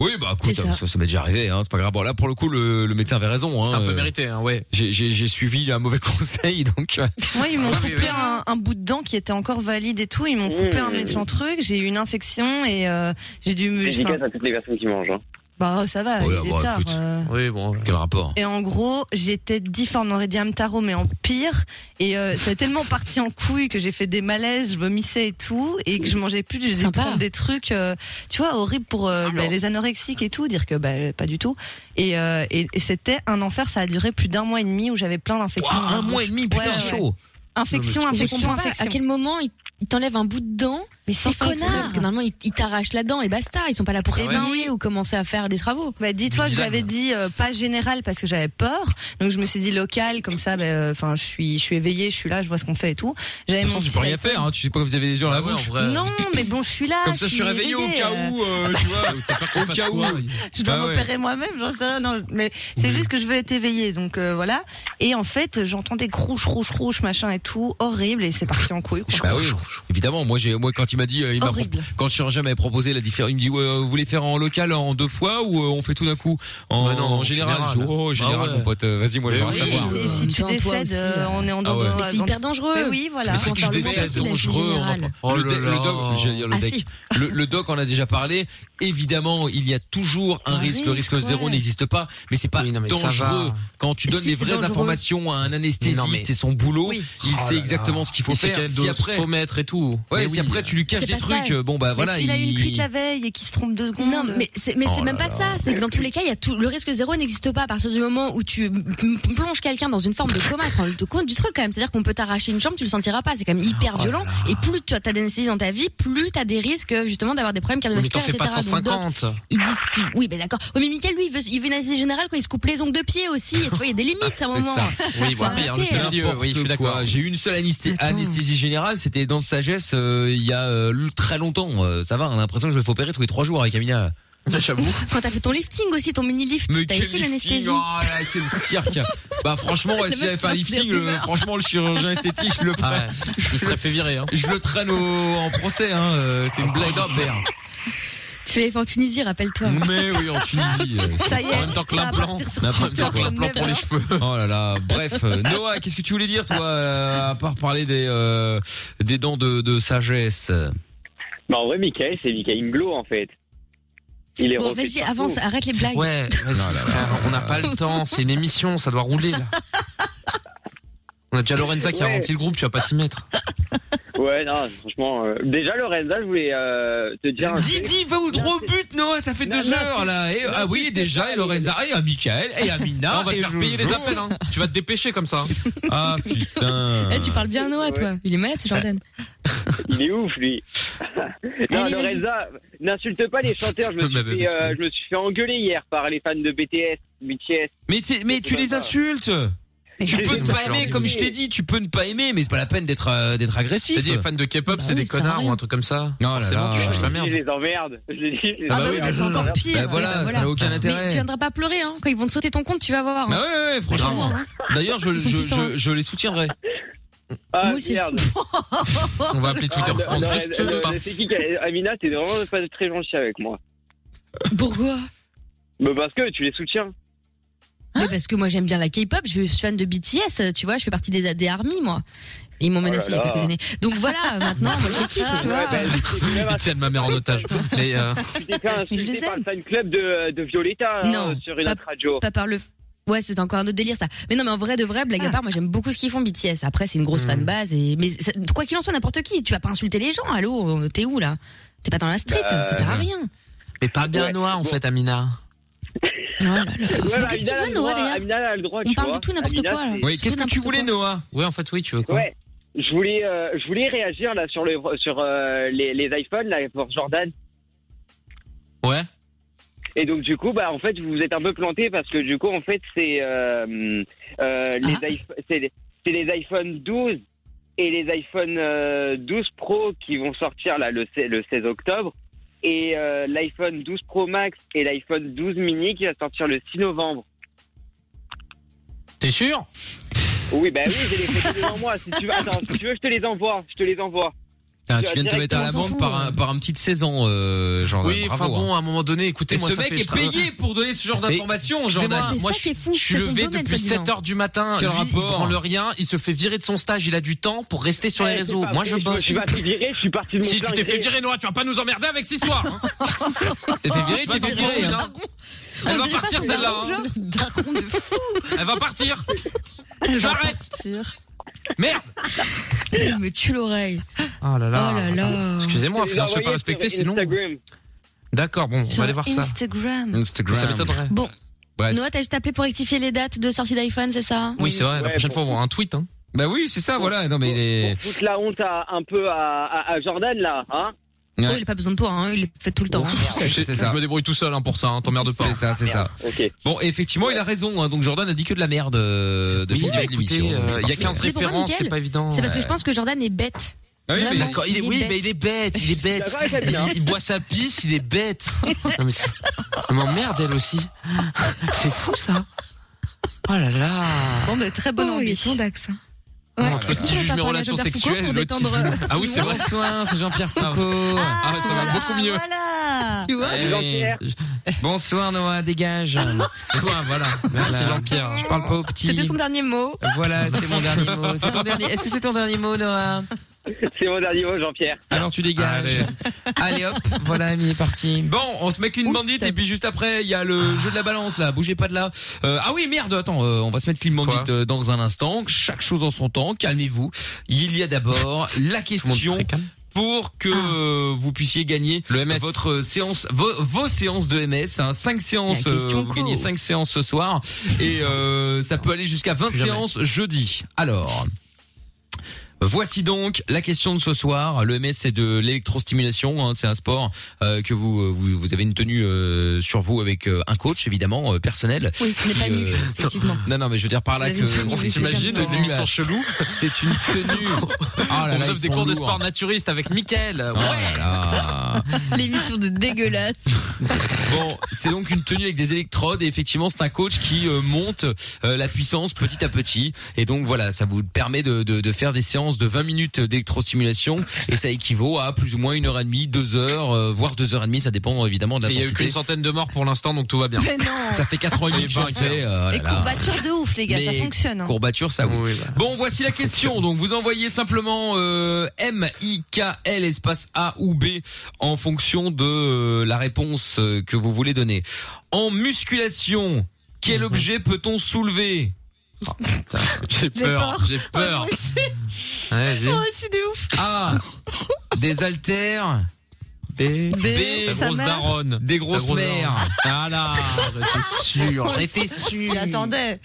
B: Oui, bah écoute,
D: C'est
B: ça,
D: ça.
B: ça m'est déjà arrivé, hein, c'est pas grave. Bon, là, pour le coup, le, le médecin avait raison.
C: C'est
B: Hein,
C: un peu
B: euh,
C: mérité, hein, ouais.
B: J'ai, j'ai, j'ai suivi un mauvais (laughs) conseil, donc euh,
E: Moi, ils m'ont
C: Ah oui,
E: coupé
C: oui.
E: un, un bout de dent qui était encore valide et tout. Ils m'ont coupé un
J: Mmh.
E: méchant truc. J'ai eu une infection et euh, j'ai dû me. enfin,
J: Dédicace à toutes les personnes qui mangent. Hein.
E: Bah, ça va,
B: Ouais,
E: il est
B: bah,
E: tard.
B: écoute.
E: euh.
C: Oui, bon.
B: quel rapport
E: Et en gros, j'étais difforme, on aurait dit un tarot, mais en pire. Et euh, ça a tellement parti en couille que j'ai fait des malaises, je vomissais et tout, et que je mangeais plus, je faisais
D: Sympa.
E: prendre des trucs, euh, tu vois, horribles pour euh, bah, les anorexiques et tout, dire que bah, pas du tout. Et, euh, et, et c'était un enfer, ça a duré plus d'un mois et demi où j'avais plein d'infections.
B: Ouah, Un mois et demi, putain,
E: Ouais, ouais.
B: chaud.
E: Infection,
D: Je
E: infection,
D: comprends pas à
E: infection.
D: quel moment il, ils t'enlèvent un bout de dent. Mais
E: c'est connard.
D: Parce que normalement, ils, ils t'arrachent la dent et basta. Ils sont pas là pour
E: Eh
D: se
E: ben
D: marier ou commencer à faire des travaux.
E: Bah, dis-toi que j'avais dit euh, pas général parce que j'avais peur. Donc je me suis dit local comme ça bah, euh, enfin je suis je suis éveillée, je suis là, je vois ce qu'on fait et tout.
B: De
E: J'avais
B: toute
E: mon
B: façon, tu
E: petit
B: peux rien
E: iPhone.
B: faire. Hein. Tu sais pas comme vous avez les yeux dans la
C: Ah ouais, en
B: bouche.
C: vrai.
E: Non, mais bon, Ah, je suis là.
B: Comme ça, je suis réveillée au cas
E: euh,
B: où, euh, tu vois. Au cas où.
E: Je dois
B: Bah ouais.
E: m'opérer moi-même, j'en sais rien. Non, mais c'est juste que je veux être éveillée, donc euh, voilà. Et en fait, j'entends des crouches, rouches, rouches, machin et tout, horrible, et c'est parti en couille. quoi.
B: Bah oui, évidemment. Moi, j'ai, moi, quand il m'a dit, euh, il m'a pro- quand le chirurgien m'avait proposé la différence, il me dit, ouais, euh, vous voulez faire en local en deux fois ou euh, on fait tout d'un coup en,
C: Bah non,
B: en
C: en
B: général,
C: général.
B: Je dis, Oh,
C: Bah
B: général,
C: ouais.
B: mon pote. euh, Vas-y, moi, je
C: Mais
B: veux
C: oui,
B: savoir.
E: Et si tu
D: Même temps, toi
E: décèdes,
D: aussi,
E: euh,
D: euh,
E: on est en
B: Ah ouais.
E: danger.
D: Mais c'est hyper dangereux.
E: Mais oui, voilà.
B: C'est ça
D: On
B: qui
D: parle
B: décède,
D: moins aussi de la
B: dangereux, on en
D: générale.
B: parle.
C: Oh
B: le,
C: là
B: dec-
C: là.
B: le doc, j'allais dire le
D: Ah
B: dec.
D: si.
B: Le, le doc en a déjà parlé. Évidemment, il y a toujours un
E: Un
B: risque. Le risque
E: risque,
B: zéro
E: ouais.
B: n'existe pas, mais c'est pas
C: Oui, non, mais ça
B: dangereux.
C: va.
B: Quand tu
D: Si,
B: donnes les
D: c'est
B: vraies
D: dangereux.
B: informations à un
C: Mais non, mais-
B: anesthésiste, c'est son boulot.
D: Oui.
B: Il
C: Oh là
B: sait
C: là.
B: exactement ce qu'il faut
C: Il sait
B: faire.
C: quelle
B: Si
C: dose
B: après,
C: faut mettre et tout.
B: ouais,
C: Mais
B: si
C: oui.
B: après tu lui caches
D: C'est
B: des
D: pas
B: trucs,
D: ça.
B: euh, bon bah
E: Mais
B: voilà.
E: s'il a eu une cuite
B: il-
E: la veille et qu'il se trompe deux secondes.
D: Non, mais c'est mais
B: Oh
D: c'est
B: là
D: même pas
B: là.
D: ça. C'est que dans tous les cas, il y a tout le risque zéro n'existe pas à partir du moment où tu m- m- plonges quelqu'un dans une forme de coma. Tu te rends compte du truc quand même. C'est-à-dire qu'on peut t'arracher une jambe, tu le sentiras pas. C'est quand même
B: Oh
D: hyper violent. Et plus tu as t'as d'anesthésie dans ta vie, plus t'as des risques justement d'avoir des problèmes
C: Mais t'en
D: cardiovasculaires,
C: fais pas
D: etc. Donc, donc,
C: 150.
D: ils disent qu'il- oui, ben d'accord. Oui, mais Michael, lui, il veut, il veut une anesthésie générale quand il se coupe les ongles de pied aussi. Et tu vois, il y a des limites à un
B: Ah, C'est
D: moment.
B: ça.
C: Oui, voilà.
D: arrêter.
C: Juste le milieu, oui, je suis
B: N'importe
C: d'accord.
B: quoi. J'ai eu une seule anesthé-
D: Attends.
B: anesthésie générale, c'était dans de sagesse euh, il y a euh, l- très longtemps. Euh, ça va, on a l'impression que je me fais opérer tous les trois jours avec Amina.
D: Ah,
C: J'avoue.
D: Quand t'as fait ton lifting aussi, ton mini lift,
B: Mais
D: t'avais
B: quel
D: fait
B: lifting
D: l'anesthésie.
B: Oh là, quel cirque Bah franchement, ouais,
D: Le
B: si j'avais
D: mec
B: fait un
D: lance des
B: lifting, euh,
D: rumeurs.
B: franchement le chirurgien esthétique, je le
C: Ah ouais. Il serait fait virer, hein.
B: je le traîne au, en procès. Hein, euh, c'est une blague de père.
D: Tu l'avais fait en Tunisie, rappelle-toi.
B: Mais oui, en Tunisie. euh,
E: ça y est,
C: en même temps que
E: ça va
C: l'implant.
E: partir sur
B: En même
E: Twitter Ah bah
B: temps que
E: comme
C: l'implant pour les
E: never.
C: cheveux.
B: Oh là là. Bref, euh, Noah, qu'est-ce que tu voulais dire toi, euh, à part parler des euh, des dents de, de sagesse
J: Bah, en vrai, Michael, c'est Michael Inglo, en fait. Il est
D: Bon,
J: refait
D: vas-y,
J: partout.
D: avance, arrête les blagues.
C: Ouais, vas-y,
B: Non, là, là,
C: frère, on n'a pas le temps, c'est une émission, ça doit rouler là. On a déjà Lorenza qui a
J: Ouais.
C: rempli le groupe, tu vas pas t'y mettre.
B: Ah,
J: Ouais, non, franchement. euh, Déjà, Lorenza, je voulais euh, te dire. un truc.
B: Didi va au droit au but, Noah, ça fait
J: Non,
B: deux
J: non,
B: heures là. Et, ah oui,
J: c'est
B: déjà,
J: pas
B: et Lorenza, et à Michael, et à Mina,
C: Ah, on va te
B: et
C: faire payer les
B: Jojo.
C: appels, hein. tu vas te dépêcher comme ça.
B: (laughs) Ah putain.
D: Eh, tu parles bien à Noah, toi. Il est malade, ce Jordan.
J: Il est ouf, lui. Ah.
D: (laughs)
J: non,
D: Allez, vas-y.
J: Lorenza, n'insulte pas les chanteurs.
C: (laughs)
J: Je me,
C: Mais
J: suis
C: bien
J: fait, euh, je me suis fait engueuler hier par les fans de BTS, BTS.
B: Mais, t'es- mais tu les insultes. Tu peux ne
C: Moi,
B: pas
C: je leur
B: aimer,
C: dis
B: comme
J: oui.
B: je t'ai dit, tu peux ne pas aimer, mais c'est pas la peine d'être euh, d'être agressif.
C: T'as dit les fans de K-pop,
D: Bah
C: c'est
D: oui,
C: des
D: ça sert à
C: connards
D: rien.
C: ou un truc comme ça.
B: Oh là
C: Forcément,
B: là.
C: tu cherches la
J: Je
C: merde.
J: les emmerde. (laughs) Je les dis, je les
E: Ah bah
J: emmerde.
E: oui, mais c'est encore pire.
B: Bah voilà,
D: bah
C: Ah,
D: voilà.
B: ça n'a aucun
D: Mais tu
B: intérêt.
D: viendras pas pleurer, hein. Quand ils vont te sauter ton compte, tu vas voir. hein.
B: Bah ouais, ouais, ouais, franchement.
D: Vraiment, hein.
B: D'ailleurs, je,
D: Ils sont
B: je,
D: puissants.
B: je, je les soutiendrai.
J: Ah,
D: hein. Moi aussi.
J: merde.
C: On va appeler Twitter
J: Ah,
C: France,
J: non,
C: je te
J: non,
C: veux pas.
J: non, C'est qui qui a- Amina, t'es vraiment pas très gentil avec moi.
D: Pourquoi
J: Bah parce que tu les soutiens.
D: Mais parce que moi j'aime bien la K-pop, je suis fan de BTS, tu vois, je fais partie des, des ARMY, moi. Ils m'ont
J: là
D: menacé il y a
J: Oh là.
D: quelques années. Donc
J: (laughs)
D: voilà, maintenant, moi, je les kiffe, tu vois.
J: Ouais, bah, tu t'es même
C: Ils tiennent ma mère en otage. Mais euh,
J: Tu t'es fait
E: les
J: insulter
E: aime.
J: par le fan club de, de Violetta hein,
D: Non,
J: sur une
D: pas-
J: autre radio.
D: Pas par le. Ouais, c'est encore un autre délire ça. Mais non, mais en vrai de vrai, blague
J: Ah.
D: à part, moi j'aime beaucoup ce qu'ils font BTS. Après, c'est une grosse
C: Hmm.
D: fanbase et mais ça- quoi qu'il en soit, n'importe qui, tu vas pas insulter les gens. Allô, on- t'es où là T'es pas dans la street,
J: Bah,
D: ça sert à rien.
C: mais parle bien à
J: Ouais.
C: Noah en
J: Bon.
C: fait, Amina.
D: Oh là là.
J: Ouais, bah,
D: Qu'est-ce que
J: Amina,
D: tu
J: elle a
D: veux
J: le
D: Noah
J: droit-
D: d'ailleurs
J: Amina, elle a le droit,
D: On
J: tu
D: parle
J: vois.
D: de tout, n'importe
J: Amina,
D: quoi, là.
J: c'est-
B: Oui, qu'est-ce que tu voulais, Noah
C: Ouais, en fait, oui, tu veux quoi
J: Ouais, je voulais, euh, je voulais réagir là sur, le, sur euh, les, les iPhones là pour Jordan.
C: Ouais.
J: Et donc du coup, bah en fait, vous vous êtes un peu planté parce que du coup, en fait, c'est euh, euh, les iPho- c'est les- c'est les iPhone 12 et les iPhone euh, 12 Pro qui vont sortir là le, se- le 16 octobre et euh, l'iPhone 12 Pro Max et l'iPhone 12 mini qui va sortir le 6 novembre.
C: T'es sûr
J: Oui, bah oui, j'ai les photos devant moi. Si tu veux, attends, si tu veux, je te les envoie. Je te les envoie.
B: Putain,
J: Tu
B: Tu viens de te
J: as
B: mettre à la
D: directement, on s'en
B: banque
D: fout,
B: par un,
D: ouais.
B: par un petit de 16 ans, euh, genre.
C: Oui,
B: bravo,
C: enfin
B: hein.
C: bon, à un moment donné,
B: Et
C: écoutez-moi,
B: ce
C: ça
B: mec
C: fait-
B: est payé pour donner ce genre
C: Mais-
B: d'informations, genre.
C: Excusez-moi,
D: Bah, C'est
C: moi,
D: ça
C: je-
D: qui est fou,
C: Je suis
D: c'est son
C: levé
D: domaine,
C: depuis
D: soi-disant.
C: 7 heures du matin.
B: Quel
C: lui,
B: rapport
C: il prend le rien, il se fait virer de son stage, il a du temps pour rester sur les
J: Eh, c'est
C: réseaux.
J: pas
C: Moi,
J: vrai,
C: je bosse.
J: Je suis pas fait virer, je suis parti de mon
C: Si tu
J: plein
C: t'es
J: gré.
C: fait virer, Noah, tu vas pas nous emmerder avec cette histoire. hein.
B: T'es fait virer,
C: Tu vas
B: t'es fait
C: t'en prendre
B: virer.
C: une,
B: hein.
C: hein. Elle va partir, celle-là. hein. Elle va partir. J'arrête. Merde.
D: Il me tue l'oreille.
C: Oh là
D: Oh là là.
C: Attends, Excusez-moi,
J: Je les ai
C: frère, je vais pas
J: envoyés
C: respecter
J: sur
C: sinon.
J: Instagram.
C: D'accord, bon, on va aller voir ça.
E: Instagram.
B: Instagram.
C: Ça m'étonnerait.
D: Bon,
B: Ouais.
D: Noah, t'as juste appelé pour rectifier les dates de sortie d'iPhone, c'est ça
C: Oui, c'est vrai, la
J: Ouais,
C: prochaine
J: bon.
C: fois, on va avoir un tweet. hein.
B: Bah oui, c'est ça, voilà. Non, mais il est.
J: Toute la honte à, un peu à, à- à Jordan, là, hein
B: Ouais.
D: Oh, il a pas besoin de toi, hein, il le fait tout le temps. hein.
B: C'est ça.
C: Je me débrouille tout seul hein, pour ça, hein, t'emmerde pas.
B: C'est ça, c'est ça. Bon, et effectivement, il a raison. hein. Donc Jordan a dit que de la merde euh, depuis
C: Oui,
B: le
C: bah
B: début de
C: écoutez,
B: l'émission. hein.
C: euh,
B: C'est
C: il y a
B: parfait.
C: 15
D: C'est pour moi,
C: références,
D: Mickaël.
C: c'est pas évident.
D: C'est parce que
C: Ouais.
D: je pense que Jordan est bête.
B: Ah oui, mais
D: Vraiment,
B: d'accord,
D: il est- oui, mais il
C: est bête, il est bête. Il, boit sa pisse, il est bête. Non mais c'est- elle m'emmerde elle aussi. (laughs) C'est fou ça. Oh là là.
E: Bon, mais très bonne
D: Oh, il est
E: ambition.
D: son d'accent.
C: Oh,
D: Ouais.
C: Parce qu'il juge
D: Pourquoi t'as
C: mes
D: parlé à
C: relations
D: Jean-Pierre Foucault
C: sexuelles.
D: pour
C: l'autre qui
D: détendre, euh,
C: dit- Ah oui, c'est vrai.
B: Bonsoir, c'est Jean-Pierre Foucault.
C: Ah ouais, ça va beaucoup mieux.
E: Voilà.
D: tu vois
B: Eh oui.
J: Ah, Jean-Pierre.
B: Bonsoir Noah, (laughs) dégage. Quoi, voilà.
C: Merci Jean-Pierre.
B: Je parle pas au petit.
D: C'était son dernier mot.
C: Ah,
B: Voilà, c'est mon dernier mot. C'est ton dernier. Est-ce que c'est ton dernier mot, Noah
J: C'est mon dernier mot, Jean-Pierre.
B: Alors tu dégages.
C: Allez.
B: Allez hop, voilà, Ami est parti. Bon, on se met Clean
E: Ouf,
B: Bandit
E: t'as-
B: et puis juste après, il y a le jeu de la balance là, bougez pas de là. Euh, ah oui, merde, attends, euh, on va se mettre Clean
C: Quoi
B: Bandit euh, dans un instant, chaque chose en son temps, calmez-vous. Il y a d'abord la question pour que euh, vous puissiez gagner
C: Le MS.
B: votre euh, séance vos, vos séances de MS hein, 5 séances
E: La question
B: euh, vous
E: co.
B: gagnez 5 séances ce soir et euh, ça peut aller jusqu'à 20
C: Plus jamais.
B: séances jeudi. Alors Voici donc la question de ce soir. Le MS c'est de l'électrostimulation, hein, c'est un sport euh, que vous, vous vous avez une tenue euh, sur vous avec euh, un coach évidemment euh, personnel.
D: Oui, ce n'est pas
B: Puis,
D: nul,
B: euh,
C: (laughs)
D: effectivement.
B: Non non mais je veux dire par là
D: Vous avez
B: que
D: une tenue,
B: c'est une
C: T'imagines
D: C'est
C: une émission
B: tenue-
C: chelou
B: c'est une (laughs) tenue. Ah là là,
C: On vous
B: ils
C: offre des
B: sont
C: cours de
B: lourds.
C: sport naturiste avec Mickaël.
B: Ah
C: Ouais.
B: là là.
D: L'émission de dégueulasse.
B: Bon, c'est donc une tenue avec des électrodes et effectivement c'est un coach qui euh, monte euh, la puissance petit à petit et donc voilà ça vous permet de, de, de faire des séances de 20 minutes d'électrostimulation et ça équivaut à plus ou moins une heure et demie, deux heures, euh, voire deux heures et demie, ça dépend évidemment de
C: Et Il y a eu
B: l'intensité.
C: qu'une centaine de morts pour l'instant, donc tout va bien. (laughs)
E: Mais non.
B: Ça fait quatre ans et demi que
C: Ah,
B: j'en fais.
C: oh
B: euh,
E: Et
B: là là.
E: courbature de ouf, les gars,
B: Mais
E: ça fonctionne. hein.
B: Courbature, ça oui.
C: Oui, bah.
B: Bon, voici la question. Donc, vous envoyez simplement euh, M I K L espace A ou B en fonction de euh, la réponse euh, que vous voulez donner. En musculation, quel objet peut-on soulever
C: J'ai peur, j'ai peur. Ouais,
D: Oh,
C: vas-y.
E: c'est de ouf.
B: A. Des haltères,
C: B.
B: B.
C: La
E: sa
C: grosse
E: mère.
C: daronne.
B: des grosses
C: grosse
B: mères.
C: daronne. Ah
B: (laughs)
C: là, j'étais sûr. J'étais
E: (laughs)
C: sûr.
E: J'attendais.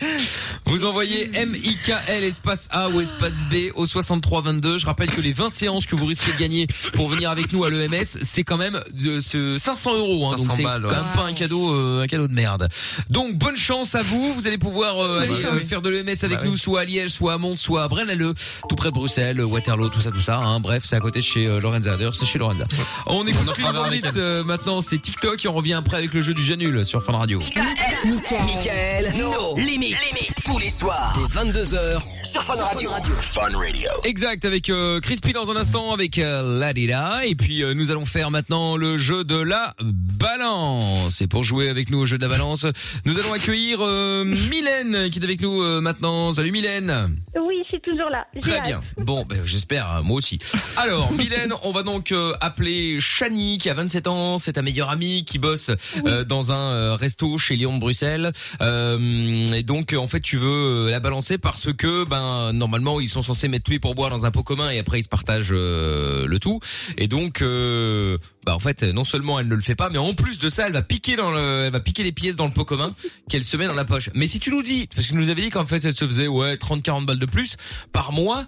B: Vous envoyez M-I-K-L espace A ou espace B au 6322. Je rappelle que les 20 séances que vous risquez de gagner pour venir avec nous à l'EMS, c'est quand même de ce 500 euros. Hein, donc
C: 500
B: c'est quand
C: balles,
B: même
C: ouais.
B: pas un cadeau, euh, un cadeau de merde. Donc bonne chance à vous. Vous allez pouvoir euh,
D: Bonne
B: aller,
D: chance.
B: euh, faire de l'EMS avec
C: Bah
B: nous, soit à Liège, soit à Mons, soit à Braine-l'Alleud, tout près de Bruxelles, Waterloo, tout ça, tout ça. hein. Bref, c'est à côté de chez euh, Lorenza. D'ailleurs, c'est chez Lorenza. On écoute
C: offre
B: Clean
C: un verre
B: Bandit,
C: avec elle.
B: euh, maintenant. C'est TikTok et on revient après avec le jeu du Janul sur Fun Radio.
I: Michael,
A: Michael, no, limite. Tous les soirs, dès 22h, sur Fun Radio.
B: Exact, avec euh, Crispy dans un instant, avec euh, Ladida. Et puis euh, nous allons faire maintenant le jeu de la balance. Et pour jouer avec nous au jeu de la balance, nous allons accueillir euh, Mylène qui est avec nous euh, maintenant. Salut Mylène
H: Oui, je suis toujours là. J'ai
B: Très
H: hâte.
B: bien. Bon, ben, j'espère, hein, moi aussi.
H: (laughs)
B: Alors, Mylène, on va donc euh, appeler Shani, qui a 27 ans, c'est ta meilleure amie, qui bosse euh, dans un euh, resto chez Lyon de Bruxelles. Euh, et donc, euh, en fait, tu veux euh, la balancer parce que, ben, normalement, ils sont censés mettre tous les pourboires dans un pot commun et après, ils se partagent euh, le tout. Et donc, euh, bah, en fait, non seulement elle ne le fait pas, mais en plus de ça, elle va piquer dans le, elle va piquer les pièces dans le pot commun qu'elle se met dans la poche. Mais si tu nous dis, parce que tu nous avais dit qu'en fait, elle se faisait, ouais, 30, 40 balles de plus par mois,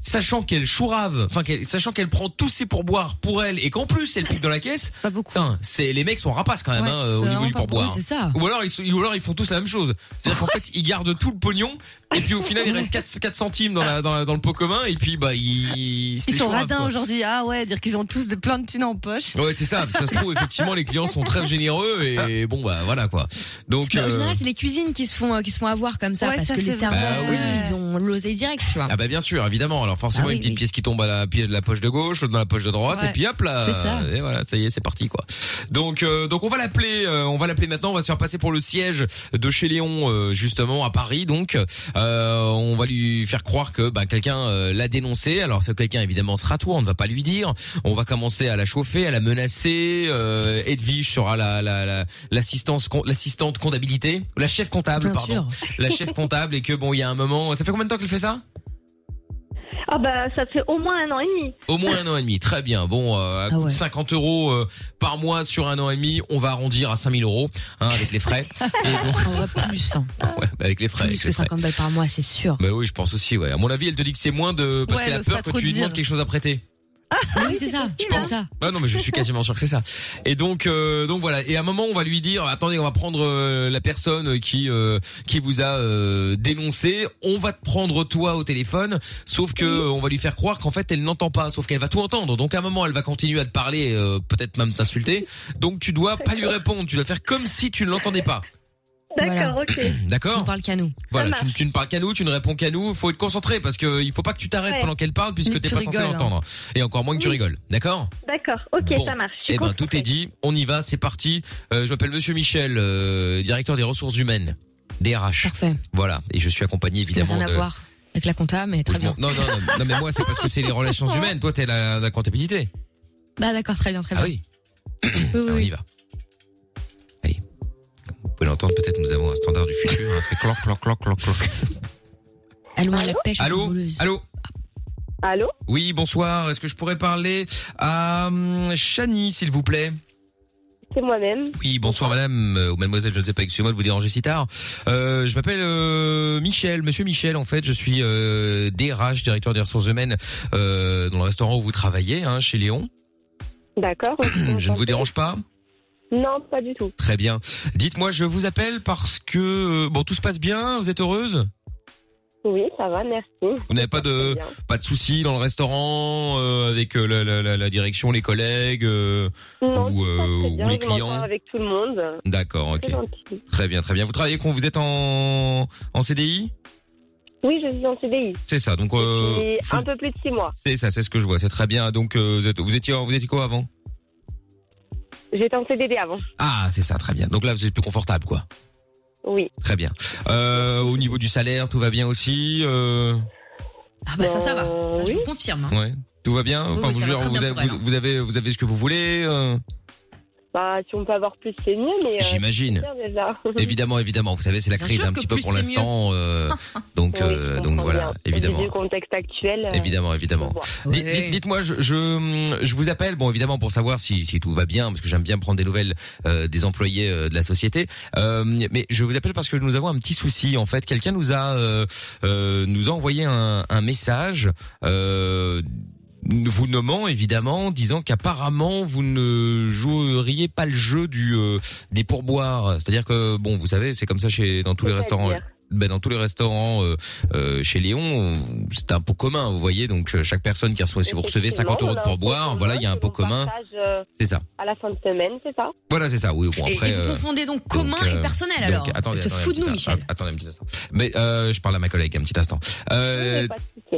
B: sachant qu'elle chourave, enfin, qu'elle- sachant qu'elle prend tous ses pourboires pour elle et qu'en plus elle pique dans la caisse,
E: Pas beaucoup.
B: putain, c'est, les mecs sont rapaces quand même,
E: Ouais,
B: hein, euh,
E: c'est
B: au niveau
E: vraiment
B: du
E: pas pour
B: pourboire.
D: Oui, c'est ça.
B: Ou alors, ils, sont- ou alors ils font tous la même chose. C'est-à-dire qu'en (laughs) fait, ils gardent tout le pognon et puis au final, il reste 4, 4 centimes dans, la, dans, la- dans le pot commun et puis bah ils c'est
E: Ils
B: les
E: sont
C: hein,
B: chouraves,
E: radins
B: quoi.
E: aujourd'hui. Ah ouais, dire qu'ils ont tous de plein de thunes en poche.
B: Ouais, c'est ça. Ça se trouve effectivement les clients sont très généreux
E: Ah.
B: et bon bah voilà quoi. Donc
D: Mais En
B: euh,
D: général, c'est les cuisines qui se font euh, qui se font avoir comme ça
E: Ouais,
D: parce
E: ça,
D: que les
E: c'est vrai.
D: serveurs
B: Bah oui.
D: eux, ils ont l'oseille direct, tu vois.
B: ah bah bien sûr, évidemment. Alors forcément
D: Ah oui,
B: une petite
D: oui.
B: pièce qui tombe à la pièce de la poche de gauche, l'autre dans la poche de droite
E: Ouais.
B: et puis hop là.
D: C'est ça.
B: Et voilà, ça y est, c'est parti quoi. Donc euh, donc on va l'appeler, euh, on va l'appeler maintenant. On va se faire passer pour le siège de chez Léon euh, justement à Paris. Donc euh, on va lui faire croire que bah, quelqu'un euh, l'a dénoncé. Alors ce quelqu'un évidemment sera toi. On ne va pas lui dire. On va commencer à la chauffer, à la menacer. Euh, Edwige sera la la la- l'assistance con- l'assistante comptabilité, la chef comptable
D: Bien
B: pardon,
D: sûr.
B: la chef comptable et que bon il y a un moment. Ça fait combien de temps qu'elle fait ça
H: Ah bah ça fait au moins un an et demi.
B: Au moins un an et demi, très bien. Bon, euh,
D: Ah
B: à coût de 50 euros euh, par mois sur un an et demi, on va arrondir à 5000 euros hein, avec les
D: (laughs)
B: frais. Et bon,
D: En vrai, plus. hein.
B: ouais, bah, avec les frais.
D: Plus
B: Avec
D: que
B: les frais.
D: 50 balles par mois, c'est sûr.
B: Bah oui, je pense aussi. Ouais. À mon avis, elle te dit que c'est moins de parce
D: Ouais,
B: qu'elle
D: elle
B: a
D: ose
B: peur
D: pas
B: que
D: trop
B: tu lui
D: dire.
B: demandes quelque chose à prêter.
D: oui, c'est ça. Je pense ça.
B: Bah non, mais je suis quasiment sûr que c'est ça. Et donc, euh, donc voilà. Et à un moment, on va lui dire attendez, on va prendre euh, la personne qui euh, qui vous a euh, dénoncé. On va te prendre toi au téléphone. Sauf que euh, on va lui faire croire qu'en fait, elle n'entend pas. Sauf qu'elle va tout entendre. Donc à un moment, elle va continuer à te parler, euh, peut-être même t'insulter. Donc tu dois pas lui répondre. Tu dois faire comme si tu ne l'entendais pas.
D: D'accord,
H: ok.
B: D'accord.
D: On parle qu'à nous.
B: Voilà, tu, tu ne parles qu'à nous, tu ne réponds qu'à nous. Faut être concentré parce que il faut pas que tu t'arrêtes
H: Ouais.
B: pendant qu'elle parle puisque
H: Ni
B: t'es
H: tu
B: pas censé
H: rigoles, hein.
B: l'entendre. Et encore moins que tu rigoles. D'accord
H: D'accord, ok,
B: Bon.
H: ça marche. Je suis
B: Eh ben
H: contre.
B: tout est dit. On y va, c'est parti. Euh, je m'appelle Monsieur Michel, euh, directeur des ressources humaines, DRH.
D: Parfait.
B: Voilà, et je suis accompagné
D: Ça n'a
B: évidemment.
D: rien à
B: de-
D: voir avec la compta, mais très bien.
B: Bon, Non, non, non, non, mais moi c'est parce que c'est les relations humaines. Toi t'es la, la comptabilité.
H: Ah
D: Bah d'accord, très bien, très bien.
B: Ah oui. Ah,
D: Oui, oui,
B: On y
D: oui.
B: va. Allez. Comme vous pouvez l'entendre, peut-être nous avons un standard du futur. hein. Ça fait cloc, cloc, cloc, cloc, cloc.
D: Allons à la pêche. aux
B: Allô
D: voleuses.
B: Allô
K: Allô
B: Oui, bonsoir. Est-ce que je pourrais parler à hum, Chani, s'il vous plaît
K: C'est moi-même.
B: Oui, bonsoir madame euh, ou mademoiselle, je ne sais pas, excusez-moi de vous déranger si tard. Euh, je m'appelle euh, Michel, monsieur Michel en fait, je suis euh, DRH, directeur des ressources humaines euh, dans le restaurant où vous travaillez, hein, chez Léon.
K: D'accord.
B: Je ne vous dérange pas
K: Non, pas du tout.
B: Très bien. Dites-moi, je vous appelle parce que, euh, bon, tout se passe bien, vous êtes heureuse
K: Oui, ça va, merci.
B: Vous n'avez pas de pas de soucis dans le restaurant euh, avec euh, la, la- la- la direction, les collègues euh,
K: Non,
B: ou, euh,
K: C'est bien,
B: ou les
K: je m'entends
B: clients
K: avec tout le monde.
B: D'accord, ok.
K: C'est gentil.
B: Très bien, très bien. Vous travaillez quand vous êtes en, en CDI
K: Oui, je suis en CDI.
B: C'est ça, donc euh,
K: Et
B: full-
K: un peu plus de six mois.
B: c'est ça, c'est ce que je vois, c'est très bien. Donc euh, vous êtes vous étiez en- vous étiez quoi avant
K: J'étais en CDD avant.
B: Ah, c'est ça, très bien. Donc là vous êtes plus confortable quoi.
K: Oui.
B: Très bien. Euh, au niveau du salaire, tout va bien aussi euh,
D: Ah bah ça, ça va. Ça, Je vous confirme. hein.
B: ouais. Tout va bien,
D: Oui, oui,
B: vous,
D: ça va très
B: vous,
D: bien
B: avez,
D: pour elle,
B: vous-
D: hein.
B: vous avez vous avez ce que vous voulez euh,
K: Bah, si on peut avoir plus, c'est mieux, mais. euh,
B: J'imagine.
K: c'est bien déjà.
B: (laughs) Évidemment, évidemment, vous savez, c'est la
K: Bien
B: crise
K: sûr
B: un
K: que
B: petit peu
K: plus
B: pour
K: c'est
B: l'instant
D: (laughs)
B: euh, donc
K: Oui,
B: euh,
K: je
B: donc
K: comprends
B: voilà,
K: bien.
B: évidemment.
K: Vu le contexte actuel. euh,
B: Évidemment, évidemment. Dites- dites- Dites-moi, je, je, je vous appelle, bon, évidemment, pour savoir si, si tout va bien, parce que j'aime bien prendre des nouvelles euh, des employés euh, de la société. Euh, mais je vous appelle parce que nous avons un petit souci. En fait, quelqu'un nous a euh, euh, nous a envoyé un, un message. Euh, vous nommant évidemment, disant qu'apparemment vous ne joueriez pas le jeu du euh, des pourboires, c'est-à-dire que bon, vous savez, c'est comme ça chez dans tous les restaurants. Ben dans tous les restaurants euh, euh, chez Léon, on- c'est un pot commun, vous voyez. Donc euh, chaque personne qui reçoit, si vous recevez 50 euros de pourboire, voilà, il y a un pot commun.
K: Passage, euh,
B: C'est ça.
K: à la fin de semaine, c'est ça
B: Voilà, c'est ça. Oui. Bon
D: Et-
B: après.
D: et, vous
B: euh,
D: confondez donc
B: donc,
D: commun
B: euh,
D: et personnel
B: donc,
D: alors.
B: attendez,
D: Elle se
B: attendez un
D: fout de nous,
B: petit instant.
D: Michel.
B: Ah, Attendez un petit instant. Mais euh, je parle à ma collègue un petit instant. Euh,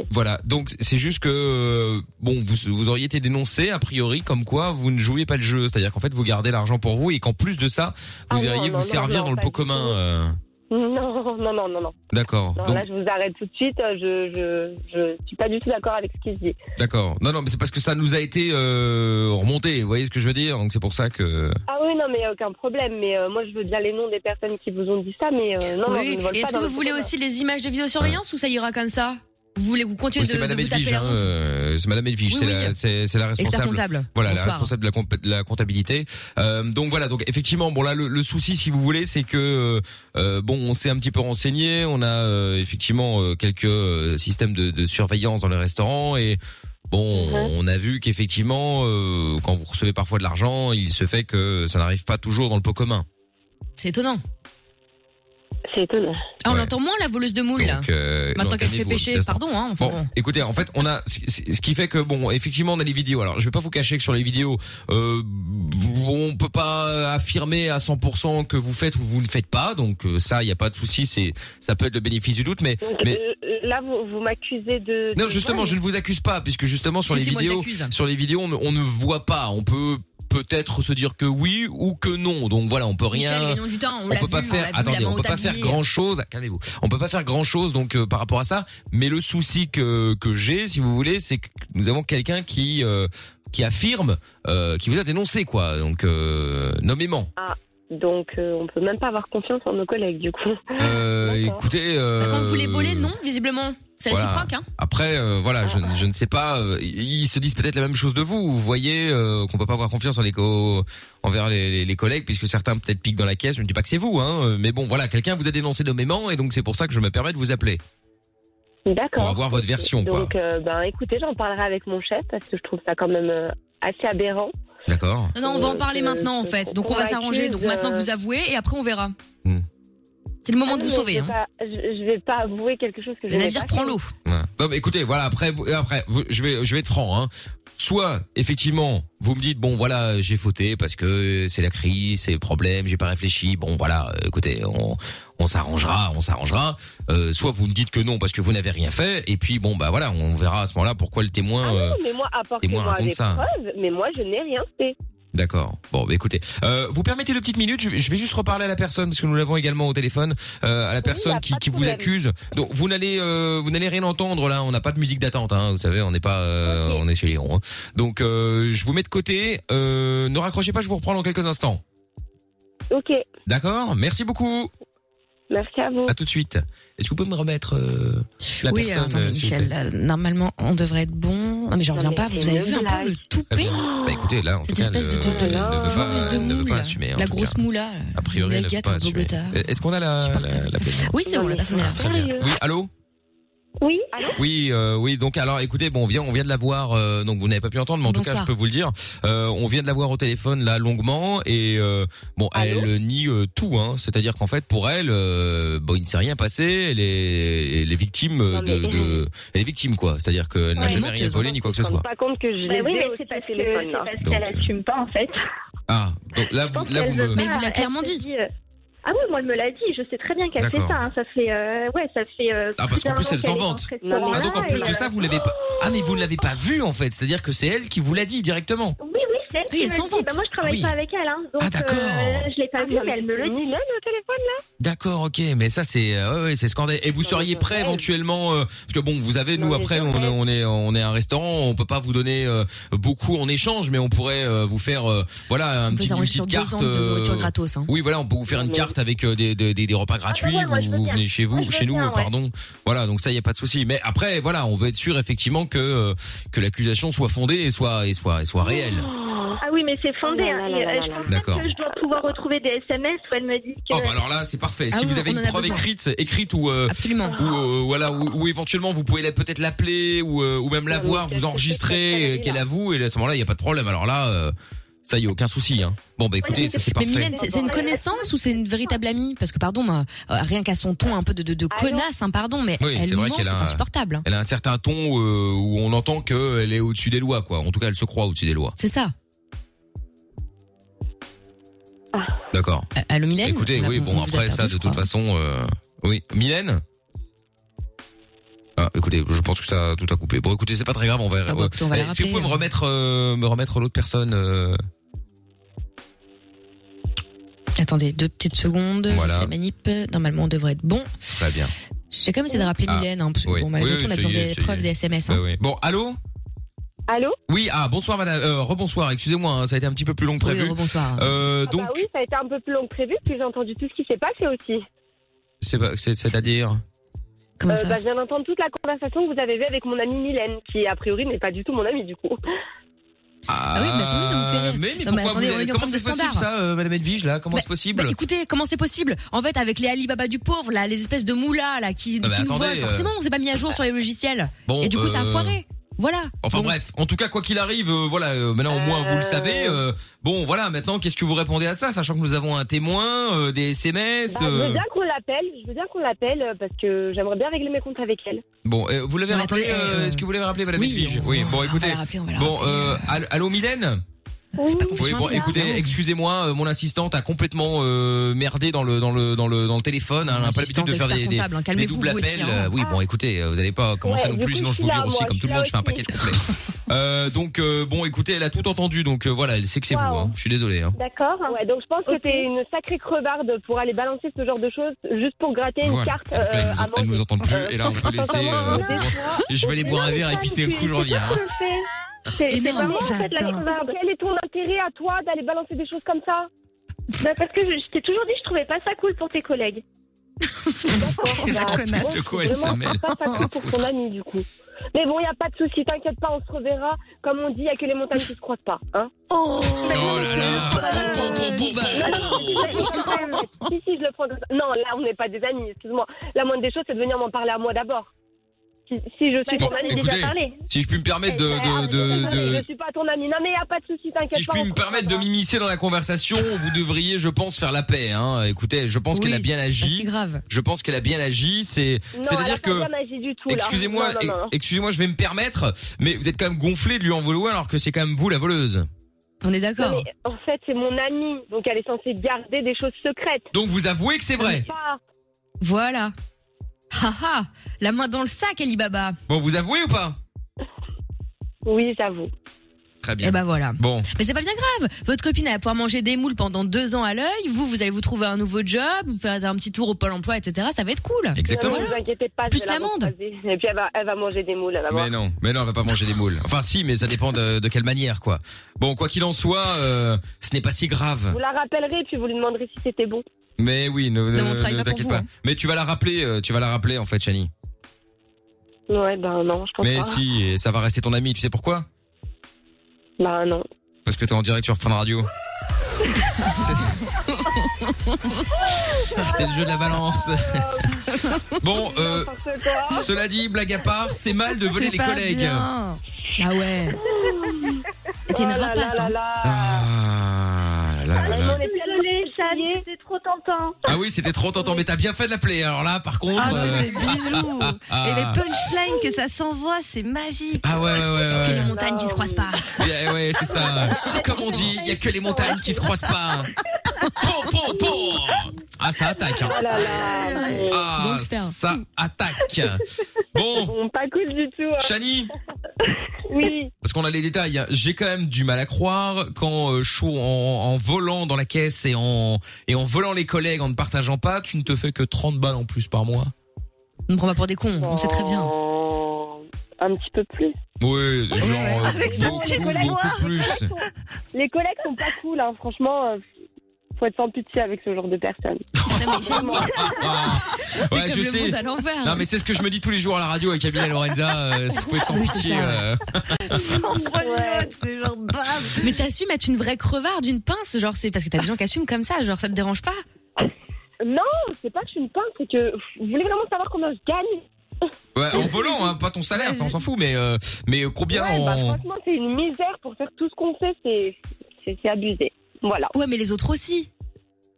B: voilà. Donc c'est juste que euh, bon, vous, vous auriez été dénoncé a priori comme quoi vous ne jouiez pas le jeu, c'est-à-dire qu'en fait vous gardez l'argent pour vous et qu'en plus de ça, vous
K: Ah non,
B: iriez
K: non,
B: vous
K: non,
B: servir
K: non,
B: dans le
K: pas
B: pot
K: du tout.
B: commun. euh,
K: Non, (laughs) bah, non, non, non, non.
B: D'accord.
K: Non,
B: Donc-
K: là, je vous arrête tout de suite. euh, Je, je, je suis pas du tout d'accord avec ce qu'il dit.
B: D'accord. Non, non, mais c'est parce que ça nous a été euh, remonté. Vous voyez ce que je veux dire Donc c'est pour ça que.
K: Ah oui, non, mais aucun problème. Mais euh, moi, je veux bien les noms des personnes qui vous ont dit ça, mais euh, non, non,
D: oui.
K: ils ne volent
D: Et
K: pas
D: est-ce que
K: dans
D: vous
K: le
D: voulez
K: programme.
D: aussi les images de vidéosurveillance ou ça ira comme ça Vous voulez vous continuer
B: Oui,
D: de,
B: c'est
D: de
B: Madame
D: vous taper
B: Edwige,
D: la
B: hein,
D: honte
B: euh, c'est Madame Edwige,
D: Oui,
B: c'est
D: oui,
B: la,
D: euh,
B: c'est- c'est la
D: expert
B: responsable.
D: comptable.
B: Voilà,
D: Bonsoir.
B: la responsable de la, compa- de la comptabilité. Euh, donc voilà, donc effectivement, bon là, le, le souci, si vous voulez, c'est que euh, bon, on s'est un petit peu renseigné, on a euh, effectivement euh, quelques euh, systèmes de, de surveillance dans les restaurants et. Bon,
D: Mhm.
B: on a vu qu'effectivement, euh, quand vous recevez parfois de l'argent, il se fait que ça n'arrive pas toujours dans le pot commun.
D: C'est étonnant.
K: C'est étonnant.
D: Ah, on l'entend moins la voleuse de moules. là.
B: Donc, euh,
D: Maintenant
B: donc,
D: qu'elle se fait
B: calmez-vous,
D: pêcher,
B: petit instant.
D: pardon. Hein, enfin
B: Bon, écoutez, en fait, on a c- c- ce qui fait que bon, effectivement, on a les vidéos. Alors, je vais pas vous cacher que sur les vidéos, euh, on peut pas affirmer à 100% que vous faites ou vous ne faites pas. Donc euh, ça, il y a pas de souci. C'est ça peut être le bénéfice du doute, mais mais
K: Euh, Là, vous, vous m'accusez de.
B: non,
K: de
B: justement,
K: vol.
B: je ne vous accuse pas, puisque justement sur
K: Si,
B: les
K: si, moi, je
B: vidéos,
K: t'accuse.
B: sur les vidéos, on, ne- on ne voit pas. On peut peut-être se dire que oui ou que non. Donc voilà, on peut rien.
D: Michel, gagnant du temps, on
B: on
D: l'a
B: peut pas
D: vu, hein, on
B: faire.
D: l'a vu,
B: attendez,
D: la main
B: on
D: au
B: peut pas faire
D: tablier.
B: grand chose. Calmez-vous. On peut pas faire grand chose donc euh, par rapport à ça. Mais le souci que que j'ai, si vous voulez, c'est que nous avons quelqu'un qui euh, qui affirme, euh, qui vous a dénoncé quoi. Donc euh, nommément.
K: Ah, donc, euh, on (laughs) peut même pas avoir confiance en nos collègues, du coup.
B: Euh, écoutez. euh,
D: Ah, Quand vous les volez, non, visiblement. C'est
B: Voilà.
D: réciproque, hein.
B: Après, euh, voilà, je, ne- je ne sais pas. euh, ils se disent peut-être la même chose de vous. Vous voyez euh, qu'on peut pas avoir confiance en les co- envers les, les- les collègues, puisque certains peut-être piquent dans la caisse. Je ne dis pas que c'est vous, hein, euh, mais bon, voilà, quelqu'un vous a dénoncé nommément, et donc c'est pour ça que je me permets de vous appeler
K: D'accord.
B: pour avoir votre version, quoi.
K: Donc, euh, ben, écoutez, j'en parlerai avec mon chef parce que je trouve ça quand même euh, assez aberrant.
B: D'accord.
D: Non, non, on va en parler
K: Euh,
D: maintenant en fait. Donc on va
K: qu'on
D: s'arranger. Donc
K: accuse,
D: maintenant
K: euh,
D: vous avouez et après on verra.
B: Hmm.
D: C'est le moment
K: Ah
D: de
K: non,
D: vous
K: mais
D: sauver.
K: Je vais,
D: Hein.
K: pas, je, je vais pas avouer quelque chose que
D: Le
K: je n'ai
D: navire
K: pas
D: prend
K: fait.
D: l'eau.
B: Ouais. Non, mais écoutez, voilà, après, vous- euh, après, vous- je vais, je vais être franc, hein. Soit, effectivement, vous me dites, bon, voilà, j'ai fauté parce que c'est la crise, c'est le problème, j'ai pas réfléchi, bon, voilà, euh, écoutez, on, on s'arrangera, on s'arrangera. Euh, soit vous me dites que non parce que vous n'avez rien fait, et puis, bon, bah voilà, on verra à ce moment-là pourquoi le témoin, euh,
K: Non, mais moi,
B: témoin
K: apportez-moi
B: raconte
K: des
B: ça.
K: preuves, mais moi, je n'ai rien fait.
B: D'accord. Bon, bah, écoutez, euh, vous permettez deux petites minutes. Je, vais- je vais juste reparler à la personne parce que nous l'avons également au téléphone, euh, à la personne qui, qui vous accuse. Donc vous n'allez, euh, vous n'allez rien entendre là. On n'a pas de musique d'attente. Hein, vous savez, on n'est pas, euh, on est chez les ronds. hein. Donc euh, je vous mets de côté. Euh, ne raccrochez pas. Je vous reprends dans quelques instants.
K: Ok,
B: D'accord. Merci beaucoup.
K: merci à vous.
B: À tout de suite. Est-ce que vous pouvez me remettre euh, la
D: oui,
B: personne
D: alors, attendez,
B: euh, s'il vous
D: Michel,
B: plaît
D: là, normalement, on devrait être bon. Non, mais j'en
K: Non,
D: reviens
K: mais
D: pas.
K: c'est
D: Vous avez
K: une
D: vu un peu
K: blague.
D: le
B: Très
D: toupé
B: bien. Bah écoutez, là en tout cas,
D: Cette
B: elle,
D: espèce de-
B: euh,
D: de-
B: elle ne veut pas,
D: de
B: elle ne veut
D: moule.
B: pas assumer. hein, en
D: La
B: tout
D: grosse
B: cas.
D: moula. là.
B: A priori, elle ne veut
D: L'agate
B: pas Eh.
D: de
B: assumer.
D: Bogota.
B: Est-ce qu'on a la, la, la personne
D: Oui, c'est bon, la personne est là.
B: Très bien. Oui, allô
K: Oui,
B: Oui, euh, oui. Donc alors, écoutez, bon, on vient, on vient de la voir. euh, donc vous n'avez pas pu entendre, mais en tout cas,
L: Bonsoir.
B: je peux vous le dire. Euh, on vient de la voir au téléphone là longuement et euh, bon, elle nie euh, tout. Hein, C'est-à-dire qu'en fait, pour elle, euh, bon, il ne s'est rien passé. Elle est, elle est victime euh, de, de- elle est victime quoi. C'est-à-dire qu'elle n'a
K: Ouais,
B: jamais
K: menteuse.
B: rien
D: hein.
B: volé ni quoi que ce
K: Je ne
B: soit.
K: pas compte que je
M: Bah
K: l'ai
M: oui,
K: fait
M: mais
K: au
M: c'est parce que-
K: téléphone. hein.
M: c'est
K: là.
M: parce qu'elle assume pas en fait.
B: euh, Ah, donc là, vous, là, vous me.
M: Elle se dit, euh, Ah oui, moi elle me l'a dit. Je sais très bien qu'elle fait
B: D'accord.
M: ça. hein, Ça fait euh, ouais, ça fait. euh,
B: Ah
M: plus
B: parce qu'en
M: d'un
B: plus
M: an
B: elle s'en
M: qu'elle est dans
B: vante.
M: ce restaurant-là,
B: Ah donc en
M: et,
B: plus de
M: euh,
B: ça vous l'avez pas. Ah mais vous ne l'avez pas vue en fait. C'est-à-dire que c'est elle qui vous l'a dit directement.
M: Oui, oui, c'est elle.
D: Oui,
M: qui
D: elle
M: me
D: s'en
M: le dit.
D: vante.
M: Bah, moi je travaille
B: Ah oui.
M: pas avec elle. Hein, donc,
B: d'accord.
M: euh, je l'ai pas vue, mais elle me le dit.
K: Mylène au téléphone là
B: D'accord, ok, mais ça c'est euh, ouais, ouais, c'est scandaleux. Et vous seriez prêt éventuellement euh, parce que bon, vous avez nous après on, on est on est un restaurant, on peut pas vous donner euh, beaucoup en échange, mais on pourrait euh, vous faire euh, voilà un
D: peut
B: petit, une
D: s'arranger
B: petite
D: sur deux
B: carte euh,
D: ans de nourriture gratos, hein.
B: Oui, voilà, on peut vous faire une carte avec euh, des, des, des- des repas gratuits,
D: ouais, moi, je
B: vous,
D: veux
B: vous
D: bien.
B: venez chez vous,
D: Moi, je
B: chez
D: veux
B: nous, euh,
D: bien, ouais.
B: pardon. Voilà, donc ça y a pas de souci, mais après voilà, on veut être sûr effectivement que euh, que l'accusation soit fondée et soit et soit et soit réelle.
M: Ah oui, mais c'est fondé. hein, et, euh, Je pense même
B: D'accord.
M: que je dois pouvoir retrouver des SMS où elle me dit que.
B: Oh bah alors là c'est parfait.
M: Ah
B: si
M: oui,
B: vous avez
M: on en
B: une
M: a
B: preuve
M: besoin.
B: écrite, écrite ou euh,
D: Absolument.
B: ou euh, voilà ou, ou éventuellement vous pouvez la- peut-être l'appeler ou euh, ou même la voir, vous enregistrer euh, qu'elle avoue et à ce moment-là il y a pas de problème. Alors là euh, ça y est aucun souci hein. Bon bah écoutez ça c'est
D: Mais
B: parfait.
D: Mylène, c'est c'est une connaissance ou c'est une véritable amie Parce que pardon, moi, euh, rien qu'à son ton un peu de, de, de connasse, hein, pardon, mais
B: Oui,
D: elle
B: c'est vrai
D: ment,
B: qu'elle
D: c'est
B: a un-
D: insupportable. hein.
B: Elle a un certain ton euh, où on entend qu'elle est au-dessus des lois quoi. En tout cas elle se croit au-dessus des lois.
D: C'est ça.
B: D'accord.
D: Euh, Allô, Mylène
B: Écoutez
D: Voilà,
B: oui
D: on-
B: bon
D: on vous a
B: après ça
D: perdu,
B: de
D: je
B: toute façon euh, oui Mylène. Ah, écoutez, je pense que ça a tout a coupé. Bon, écoutez, c'est pas très grave, on va.
D: bah, écoutez, on va la
B: Eh, si vous
D: rappeler,
B: pouvez me
D: hein.
B: remettre, euh, me remettre l'autre personne. euh,
D: Attendez, deux petites secondes. je
B: Voilà.
D: fais la manip. Normalement, on devrait être bon.
B: Très bien.
D: J'ai quand même essayé de rappeler
B: Ah,
D: Mylène, hein, parce que
B: oui.
D: bon, malgré
B: Oui,
D: tout, on a
B: oui,
D: besoin
B: essayez,
D: des preuves des SMS. hein.
B: Bah oui. Bon, allô
K: Allô
B: Oui, ah, bonsoir madame, euh, rebonsoir, excusez-moi, hein, ça a été un petit peu plus long que prévu.
D: rebonsoir.
B: Euh,
K: Ah
B: donc,
K: bah oui, ça a été un peu plus long que prévu, puis j'ai entendu tout ce qui s'est passé aussi.
B: c'est pas- c'est- c'est-à-dire
K: Euh, bah, Je viens d'entendre toute la conversation que vous avez eue avec mon amie Mylène, qui a priori n'est pas du tout mon amie du coup.
B: Ah,
D: oui, bah, tant mieux, ça vous fait rire.
B: Mais, mais
D: Non, mais
B: pourquoi
D: attendez,
B: vous-
D: on est en
B: Comment
D: forme de
B: c'est possible
D: standard.
B: ça, euh, madame Edwige, là Comment
D: Bah,
B: c'est possible
D: bah, écoutez, comment c'est possible En fait, avec les Alibaba du pauvre, là, les espèces de moulas là qui,
B: Ah bah,
D: qui nous
B: attendez, euh,
D: volent, forcément, on s'est pas mis à jour sur les logiciels.
B: Bon,
D: Et du coup, ça a
B: euh,
D: foiré. Voilà.
B: Enfin bref, en tout cas quoi qu'il arrive, euh, voilà, euh, maintenant au moins vous le
D: Bah,
B: savez. euh, bon voilà, maintenant qu'est-ce que vous répondez à ça, sachant que nous avons un témoin, euh, des SMS.
K: Bah, Je
B: euh,
K: veux bien qu'on l'appelle, je veux bien qu'on l'appelle euh, parce que j'aimerais bien régler mes comptes avec elle.
B: Bon, euh, vous l'avez
K: Non,
B: rappelé.
K: attendez,
B: euh, Est-ce que vous l'avez rappelé, Madame Edwige Oui. Bon, écoutez.
D: hein.
B: bon, euh, allô- allô, Mylène.
K: C'est pas
B: Oui, bon,
K: intime,
B: écoutez,
K: ça.
B: excusez-moi, euh, mon assistante a complètement euh, merdé dans le dans le dans le dans le téléphone. hein, Elle n'a pas l'habitude de faire des, des,
D: expert-comptable, hein,
B: des
D: calmez-vous,
B: doubles
D: vous
B: appels.
D: aussi, hein.
B: euh, Oui, bon, écoutez, euh, vous n'allez pas commencer
D: Ouais,
B: non
D: du
B: plus,
D: coup,
B: sinon je
D: je
B: vous
D: suis
B: vire
D: là,
B: aussi.
D: moi,
B: Comme
D: je
B: tout le
D: suis
B: monde,
D: là
B: je fais un package
K: (laughs)
B: complet. Euh, donc euh, bon, écoutez, elle a tout entendu. Donc euh, voilà, elle sait que c'est vous. hein. Je suis désolé. hein.
K: D'accord. Ouais, donc je pense que t'es une sacrée crevarde pour aller balancer ce genre de choses juste pour gratter une
B: Voilà.
K: carte.
B: Donc là,
K: euh,
B: ils nous,
K: à
B: ent- elle nous entend plus. Et là, on
K: (laughs)
B: peut laisser.
K: Non,
B: euh, (laughs) je vais aller boire un verre et puis c'est le coup, je reviens. hein.
K: C'est- C'est
M: Énorme.
K: vraiment en fait la
M: J'adore.
K: crevarde. Quel est ton intérêt à toi d'aller balancer des choses comme ça
M: Bah, parce que je, je t'ai toujours dit que je trouvais pas ça cool pour tes collègues.
K: D'accord. bah,
B: connasse.
K: bon,
B: De quoi elle
K: vraiment
B: se mêle
K: pas facile
C: (laughs)
K: pour ton ami, du coup. Mais bon, il a pas de souci, t'inquiète pas, on se reverra. Comme on dit, il a que les montagnes qui se croisent pas. Hein
E: oh
B: Oh là là.
K: Ah,
B: bah.
K: (laughs) Si, si, je le prends comme ça. Non, là, on n'est pas des amis, excuse-moi. La moindre des choses, c'est de venir m'en parler à moi d'abord. Si, si je suis
B: Bon,
K: ton ami,
B: écoutez,
K: déjà parlé.
B: si je puis me permettre de,
K: Ah,
B: de,
K: Je
B: de, de-
K: suis pas ton ami. Non, mais il a pas de souci, t'inquiète
B: si je
K: pas. hein.
B: puis
K: on
B: me
K: se
B: permettre de m'immiscer dans la conversation, vous devriez, je pense, faire la paix. Hein. Écoutez, je pense qu'elle a bien agi.
D: Ah, grave.
B: Je pense qu'elle a bien agi. C'est,
K: Non,
B: c'est à
K: elle a
B: dire
K: pas
B: que,
K: bien agi du tout, là.
B: excusez-moi,
K: Non, non, non.
B: e- excusez-moi, je vais me permettre, mais vous êtes quand même gonflé de lui en vouloir alors que c'est quand même vous la voleuse.
D: On est d'accord.
K: Non, mais En fait, c'est mon amie, donc elle est censée garder des choses secrètes.
B: Donc vous avouez que c'est vrai.
K: Pas.
D: Voilà. Haha, la main dans le sac, Alibaba.
B: Bon, vous avouez ou pas
K: Oui, j'avoue.
B: Très bien.
D: Eh ben voilà.
B: Bon.
D: Mais c'est pas bien grave. Votre copine elle va pouvoir manger des moules pendant deux ans à l'œil. Vous, vous allez vous trouver un nouveau job, vous faire un petit tour au pôle emploi, etc. Ça va être cool.
K: Ne vous
D: Voilà.
K: inquiétez pas,
D: Plus
K: je vais la
D: l'amende.
K: recroiser. Et puis elle va, elle va manger des moules, elle va voir.
B: Mais non, mais non, elle va pas manger des moules. Enfin, si, mais ça dépend de, de quelle manière, quoi. Bon, quoi qu'il en soit, euh, ce n'est pas si grave.
K: Vous la rappellerez, puis vous lui demanderez si c'était bon.
B: Mais oui, ne, ne-
K: on travaille
B: ne
K: pas pour
B: t'inquiète
K: vous,
B: pas.
K: hein.
B: Mais tu vas la rappeler, euh, tu vas la rappeler en fait, Chani.
K: Ouais, ben non, je pense
B: Mais
K: pas.
B: si, et ça va rester ton ami. Tu sais pourquoi
K: Bah non.
B: Parce que t'es en direct sur Fun (laughs) Radio. C'était le jeu de la balance. (laughs) bon, euh, cela dit, blague à part, c'est mal de voler les collègues.
K: (laughs)
D: Ah ouais.
K: Oh
D: T'es une rapace. hein.
B: Ah là là là.
M: c'est trop tentant.
B: Ah oui, c'était trop tentant, mais t'as bien fait de l'appeler. Alors là, par contre.
E: Ah,
B: euh,
E: c'était
B: (laughs)
E: bijou.
B: ah,
E: Et les punchlines que ça s'envoie,
B: (laughs)
E: c'est magique.
B: Ah ouais, ouais, ouais.
D: Que les
B: ouais.
D: montagnes qui se croisent pas.
B: Ouais, eh ouais, c'est ça. Comme on dit, il y a que les montagnes qui se croisent pas. hein. Pom, pom, pom. Ah, ça attaque. hein.
K: Oh
B: Ah, ça attaque.
K: (laughs)
B: Bon.
K: pas cool du tout. hein.
B: Chani
K: Oui.
B: Parce qu'on a les détails. hein. J'ai quand même du mal à croire quand euh, Chou, en, en volant dans la caisse et en et en volant les collègues en ne partageant pas, tu ne te fais que 30 balles en plus par mois.
D: On me prend pas pour des cons, on sait très
K: Oh.
D: bien.
K: Euh, Un petit peu plus.
B: Oui, genre euh,
K: Avec ça, on les
B: beaucoup,
K: collègue.
B: beaucoup plus.
K: Les collègues sont pas cool, hein. franchement. euh, Faut être sans pitié avec ce genre de personnes.
B: Ah. Ouais,
D: comme
B: je
D: le
B: sais.
D: monde à l'envers.
B: Non, mais c'est ce que je me dis tous les jours à la radio avec Camille et Lorenza. Euh, si vous pouvez sans
D: Oui, c'est
B: pitié.
D: ça.
B: euh.
D: Mais t'assumes être une vraie crevarde, une pince, genre c'est parce que t'as des gens qui assument comme ça, genre ça te dérange pas
K: Non, c'est pas que je suis une pince, c'est que vous voulez vraiment savoir combien je gagne
B: Ouais, en volant, hein, pas ton salaire, ça on s'en fout, mais euh, mais combien
K: Ouais, bah,
B: en.
K: Franchement, c'est une misère pour faire tout ce qu'on fait, c'est c'est- c'est abusé. Voilà.
D: Ouais, mais les autres aussi.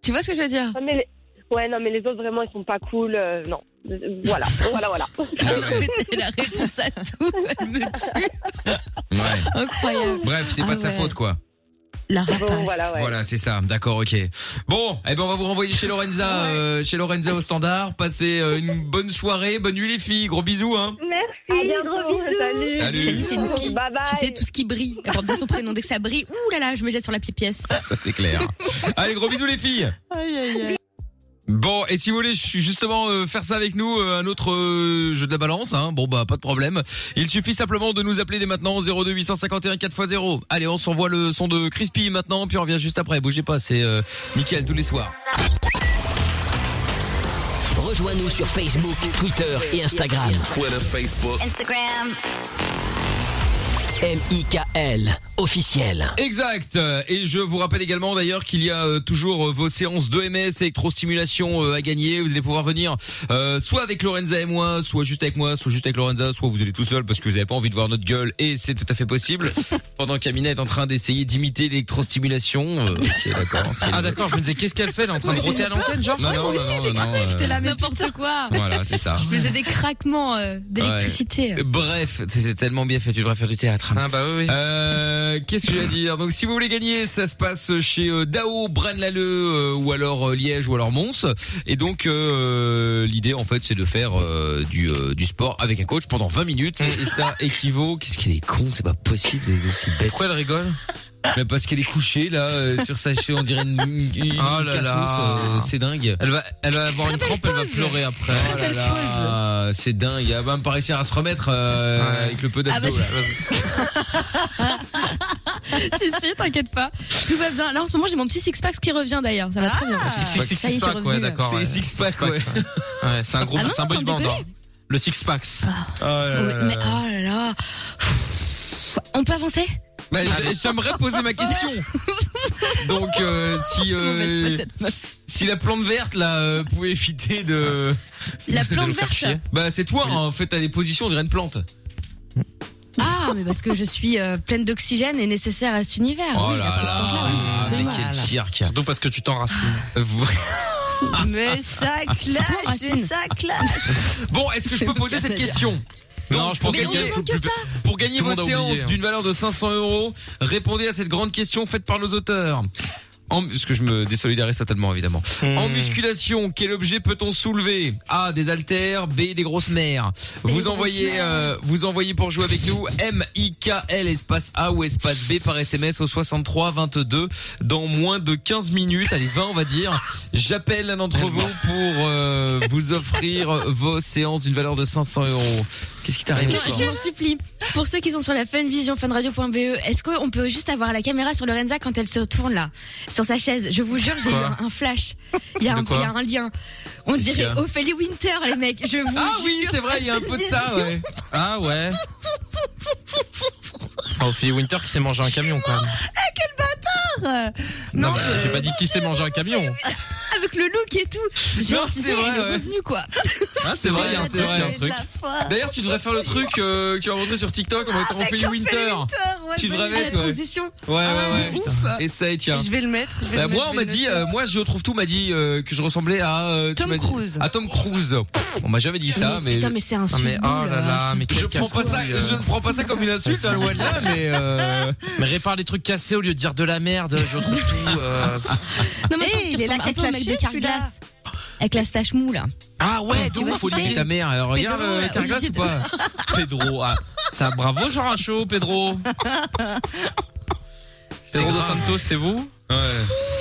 D: Tu vois ce que je veux dire
K: Ouais, mais les- ouais, non, mais les autres vraiment, ils sont pas cool. euh, non, Euh, voilà, (laughs) voilà, voilà.
B: Ah
D: C'était la réponse à tout, elle me tue.
B: Ouais.
D: Incroyable.
B: Bref, c'est
D: Ah
B: pas de sa
D: ouais.
B: faute quoi.
D: La rapace.
B: Voilà, c'est ça. D'accord, ok. Bon, eh ben on va vous renvoyer chez Lorenza, euh, chez Lorenza au standard. Passez euh, une bonne soirée, bonne nuit les filles. Gros bisous, hein.
K: Merci, à bientôt, salut.
B: Salut.
D: Jenny, c'est une pie.
K: Bye bye.
D: Tu sais, tout ce qui brille. Elle porte bien son prénom. Dès que ça brille, ouh là là, je me jette sur la petite pièce.
B: Ça c'est clair. Allez, gros bisous les filles. Bon, et si vous voulez ju- justement euh, faire ça avec nous, euh, un autre euh, jeu de la balance, hein, bon bah pas de problème. Il suffit simplement de nous appeler dès maintenant 02 851 4x0. Allez, on s'envoie le son de Crispy maintenant, puis on revient juste après. Bougez pas, c'est euh, nickel tous les soirs.
A: Rejoins-nous sur Facebook, Twitter et Instagram.
L: Twitter, Facebook.
I: Instagram.
A: M.I.K.L. officiel.
B: Exact. Euh, Et je vous rappelle également d'ailleurs qu'il y a euh, toujours euh, vos séances d'EMS, électrostimulation euh, à gagner. Vous allez pouvoir venir euh, soit avec Lorenza et moi, soit juste avec moi, soit juste avec Lorenza, soit vous allez tout seul parce que vous n'avez pas envie de voir notre gueule et c'est tout à fait possible.
C: (laughs)
B: Pendant qu'Amina est en train d'essayer d'imiter l'électrostimulation. euh, ok, d'accord. si elle
C: Ah
B: veut.
C: d'accord, je me disais qu'est-ce qu'elle fait, elle est en train de roter à l'antenne genre
B: Non, non, non, non, non, non, euh,
D: N'importe quoi.
B: Voilà, c'est ça.
D: Je faisais des craquements euh, d'électricité.
B: Ah. Ouais. Bref, c'est tellement bien fait, tu devrais faire du théâtre. Ah bah oui. Euh, Qu'est-ce que j'ai à dire Donc si vous voulez gagner, ça se passe chez euh, Dao, Braine-l'Alleud euh, ou alors euh, Liège ou alors Mons. Et donc euh, l'idée en fait c'est de faire euh, du, euh, du sport avec un coach pendant 20 minutes et, et ça équivaut... Qu'est-ce qu'il est con, c'est pas possible d'être aussi bête. Pourquoi elle rigole mais parce qu'elle est couchée là euh, sur sa chaise, on dirait une, une- une
C: Oh là
B: cassos,
C: là.
B: euh, c'est dingue. Elle va, elle va avoir une crampe, elle va pleurer après. Oh là là, c'est dingue. Elle va même pas réussir à se remettre euh, avec le peu d'abdos.
D: Ah bah,
B: là.
D: (laughs) si, si, t'inquiète pas. Tout va bien. Là, en ce moment, j'ai mon petit six-pack qui revient d'ailleurs. Ça va très
B: Ah.
D: bien.
C: Six, six,
D: Ça y
C: six
D: est, je suis
C: pack, ouais,
D: revenue.
C: d'accord.
B: C'est six pack, ouais.
C: Ouais, c'est un gros,
D: Ah non,
C: c'est un
D: sans
C: boy band,
D: déconner. Ah.
C: hein. Le six packs. Ah,
D: Ouais,
B: Euh.
D: Mais oh là là. Pff, On peut avancer
B: Bah, j'ai- J'aimerais poser ma
D: (laughs)
B: question. Donc, euh, si
D: bah,
B: euh, si la plante verte là euh, pouvait éviter de
D: La plante
B: de nous faire
D: verte.
B: chier. Bah c'est toi. hein. en fait, t'as des positions de une plante.
D: Ah, mais parce que je suis euh, pleine d'oxygène et nécessaire à cet univers.
B: Oh
D: oui,
B: là là, mais quel cirque.
C: Surtout parce que tu t'enracines.
E: Mais ça clash, et ça clash.
B: Bon, est-ce que je peux poser cette question
C: Non, je pense
B: pour
C: que
B: gagner-
C: quelqu'un-
B: Pour gagner
C: Tout le
B: vos
C: monde a
B: séances
C: oublié, hein.
B: d'une valeur de 500 euros, répondez à cette grande question faite par nos auteurs. En, ce que je me désolidarise totalement, évidemment. En musculation, quel objet peut-on soulever A, des haltères, B, des grosses mères. Vous envoyez, euh, vous envoyez pour jouer avec nous M I K L espace A ou espace B par SMS au 63 22 dans moins de 15 minutes, allez 20 on va dire. J'appelle un d'entre vous pour euh, vous offrir vos séances d'une valeur de 500 euros. Qu'est-ce qui t'arrive
D: Non,
B: encore
D: je vous en supplie. Pour ceux qui sont sur la Funvision, funradio.be, E, est-ce qu'on peut juste avoir la caméra sur Lorenza quand elle se retourne là, sur sa chaise Je vous jure, j'ai eu
B: Quoi
D: un, un flash. Il y, a
B: De
D: un,
B: quoi
D: il y a un lien. On
B: Qu'est-ce qu'il y
D: dirait
B: a
D: Ophélie Winter, les mecs. Je vous
B: Ah oui,
D: jure,
B: c'est vrai, il y a un peu de ça, ouais.
C: Ah ouais. Oh, Ophélie Winter qui s'est mangé un camion, quand même.
E: Ah, quel bâtard
C: Non, bah,
B: Euh,
C: j'ai pas dit qui s'est mangé un camion.
D: Avec le look et tout. Je
B: Non,
D: vous
B: c'est
D: jure,
B: vrai,
D: elle est
B: ouais.
D: revenue, quoi.
B: Ah c'est vrai, hein, c'est vrai.
C: un truc.
B: D'ailleurs, tu devrais faire le truc euh, que tu as montré sur TikTok en mettant Ophélie Winter. Tu devrais
D: à la
B: mettre, ouais.
D: transition.
B: Ouais, ouais,
D: Ah,
B: ouais.
D: de ouf.
B: Essaye, tiens.
E: Je vais le mettre. je vais
B: Bah,
E: le
B: moi,
E: mettre,
B: on
E: je
B: m'a
E: vais le
B: dit,
E: mettre.
B: euh, moi, je retrouve tout m'a dit euh, que je ressemblais à euh, tu
E: Tom
B: m'as dit-
E: Cruise.
B: À Tom Cruise. On m'a jamais dit ça, mais.
D: Putain, mais c'est un hein.
B: Ah, mais-
D: sujet.
B: oh là là, mais je prends pas ça, je ne prends pas ça comme une insulte, hein, loin de
C: (laughs)
B: là, mais. euh,
C: Mais répare les trucs cassés au lieu de dire de la merde, je trouve tout. euh.
D: Non, mais je trouve
E: Eh,
D: que tu
E: il est là
D: ressembles un
E: qu'à
D: peu au mec de
E: clasher, celui-là.
D: Carglass. Avec la stache mou, là.
C: Ah ouais, donc
D: vois,
C: faut
D: c'est-
C: lui
B: ta mère, alors regarde
D: Pedro,
B: euh,
D: là,
B: Carglass
D: Olivier
B: ou pas
D: (laughs)
C: Pedro. Ah, ça, bravo, Jean Rachaud, Pedro. Pedro dos Santos, c'est vous Oh
B: Ouais.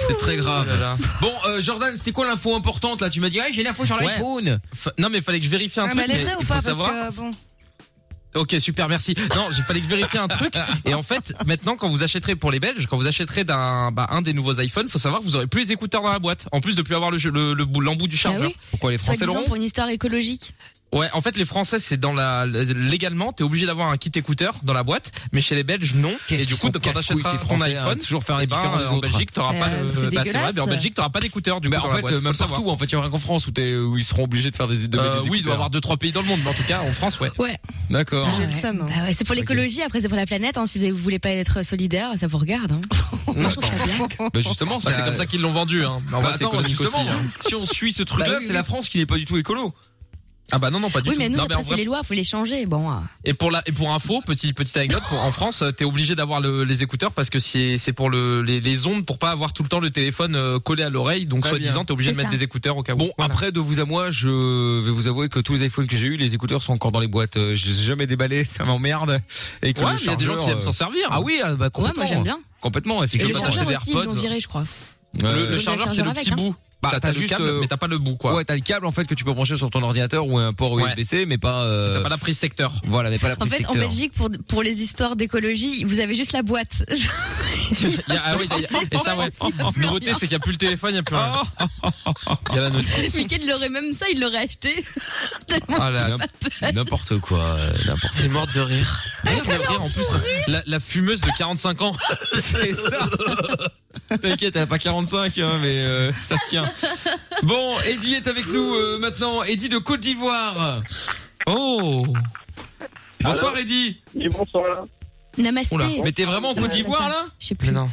B: C'est très grave. Bon, euh, Jordan, c'était quoi l'info importante là Tu m'as dit, ouais, j'ai l'info sur
C: Ouais.
B: l'iPhone.
C: Fa- Non, mais fallait que je vérifie un
E: Ah, mais
C: truc.
E: elle est vraie ou
C: il faut
E: pas Parce
C: savoir.
E: que bon.
C: Ok, super, merci. Non, j'ai fallait que je vérifie un truc. Et en fait, maintenant, quand vous achèterez pour les Belges, quand vous achèterez d'un, bah, un des nouveaux iPhones, faut savoir que vous aurez plus les écouteurs dans la boîte. En plus de plus avoir le, jeu- le, le bout- l'embout du chargeur.
D: Bah oui.
B: Pourquoi les
D: Soit
C: Français l'auront
D: pour une histoire écologique.
C: Ouais, en fait, les Français, c'est dans la légalement, t'es obligé d'avoir un kit écouteur dans la boîte, mais chez les Belges, non.
B: Qu'est-ce
C: Et du
B: qu'ils
C: coup,
B: sont
C: quand
B: casse-couilles,
C: t'achèteras
B: ces
C: ton
B: Français, à
C: iPhone,
B: toujours faire les
C: eh ben,
B: différents des
C: en
B: autres.
C: Belgique, t'auras pas
E: Euh,
C: le-
E: c'est
C: bah, c'est
E: dégueulasse.
C: vrai, mais en Belgique, t'auras pas d'écouteur du coup.
B: Mais
C: dans
B: en
C: la
B: fait,
C: boîte,
B: euh,
C: faut
B: même
C: le savoir.
B: partout, en fait, il y aura qu'en France où, t'es- où ils seront obligés de faire des, de mettre des
C: Euh, oui, il doit y
B: écouteurs.
C: avoir deux trois pays dans le monde, mais en tout cas, en France, ouais.
D: Ouais.
B: D'accord.
E: J'ai le seum. hein.
D: Bah ouais, c'est pour l'écologie, après c'est pour la planète. Hein. Si vous voulez pas être solidaire, ça vous regarde. Hein. (laughs)
B: Bah, justement,
C: Bah, c'est comme ça qu'ils l'ont vendu, hein. Mais en
B: Bah,
C: vrai, c'est
B: attends,
C: économique aussi.
B: justement,
C: hein.
B: si on suit ce truc-là,
D: Bah oui,
B: c'est
D: oui.
B: la France qui n'est pas du tout écolo.
C: Ah bah non, non, pas du
D: Oui,
C: tout.
D: mais nous,
C: Non, mais en
D: après, c'est
C: vrai,
D: les lois, faut les changer. Bon. euh.
C: Et pour la et pour info, petite petite anecdote, pour, en France, euh, t'es obligé d'avoir le- les écouteurs parce que c'est c'est pour le, les, les ondes pour pas avoir tout le temps le téléphone euh, collé à l'oreille. Donc
B: Très
C: soi-disant, t'es obligé
D: C'est
C: de mettre
D: ça.
C: des écouteurs au cas où.
B: Bon,
C: Voilà.
B: après, de vous à moi, je vais vous avouer que tous les iPhones que j'ai eu, les écouteurs sont encore dans les boîtes. Euh, Je les ai jamais déballés, ça m'emmerde. Et que
C: Ouais,
B: le
C: mais il y a des gens
B: chargeur,
C: qui aiment s'en
B: euh,
C: servir.
B: Ah oui, ah, bah,
D: Ouais,
B: complètement.
D: moi j'aime bien.
B: Complètement,
D: Et le
B: effectivement.
C: acheté
D: chargeur
C: des
D: aussi, ils l'ont
C: AirPods.
D: viré, je crois.
B: Euh,
C: Le, le
D: le
C: chargeur, c'est
D: chargeur
C: le
D: avec,
C: petit
D: hein.
C: bout.
B: Bah,
C: t'as,
B: t'as
C: juste,
B: juste,
C: câble,
B: euh,
C: mais t'as pas le bout, quoi.
B: Ouais, t'as le câble, en fait, que tu peux brancher sur ton ordinateur ou un port
C: Ouais.
B: USB-C, mais pas, euh,
C: T'as pas la prise
B: (laughs)
C: secteur.
B: voilà, mais pas la
D: En
B: prise
D: fait, en
B: secteur.
D: Belgique, pour, pour les histoires d'écologie, vous avez juste la boîte. (laughs)
C: Il y a- ah oui, il y a- et
B: (laughs)
C: ça, ouais. Nouveauté, c'est qu'il y a plus le téléphone, il y a plus rien.
B: Oh.
C: Il y a la notice.
D: Mickaël l'aurait même ça, il l'aurait acheté. Tellement
C: Ah là,
B: N'im- N'importe quoi, euh, n'importe
C: elle est morte de rire. Elle est morte de rire, en plus. La, la fumeuse de 45 ans.
B: (laughs) C'est
C: (laughs)
B: ça. T'inquiète, elle a pas 45, hein, mais euh, ça se tient. Bon, Eddy est avec nous euh, maintenant. Eddy de Côte d'Ivoire.
C: Oh.
B: Bonsoir, Eddy.
G: Oui, bonsoir là.
D: Namasté.
C: Oula,
B: Mais t'es vraiment en Côte
D: Ouais,
B: d'Ivoire
D: ça.
B: là
D: Je sais plus.
C: Mais non.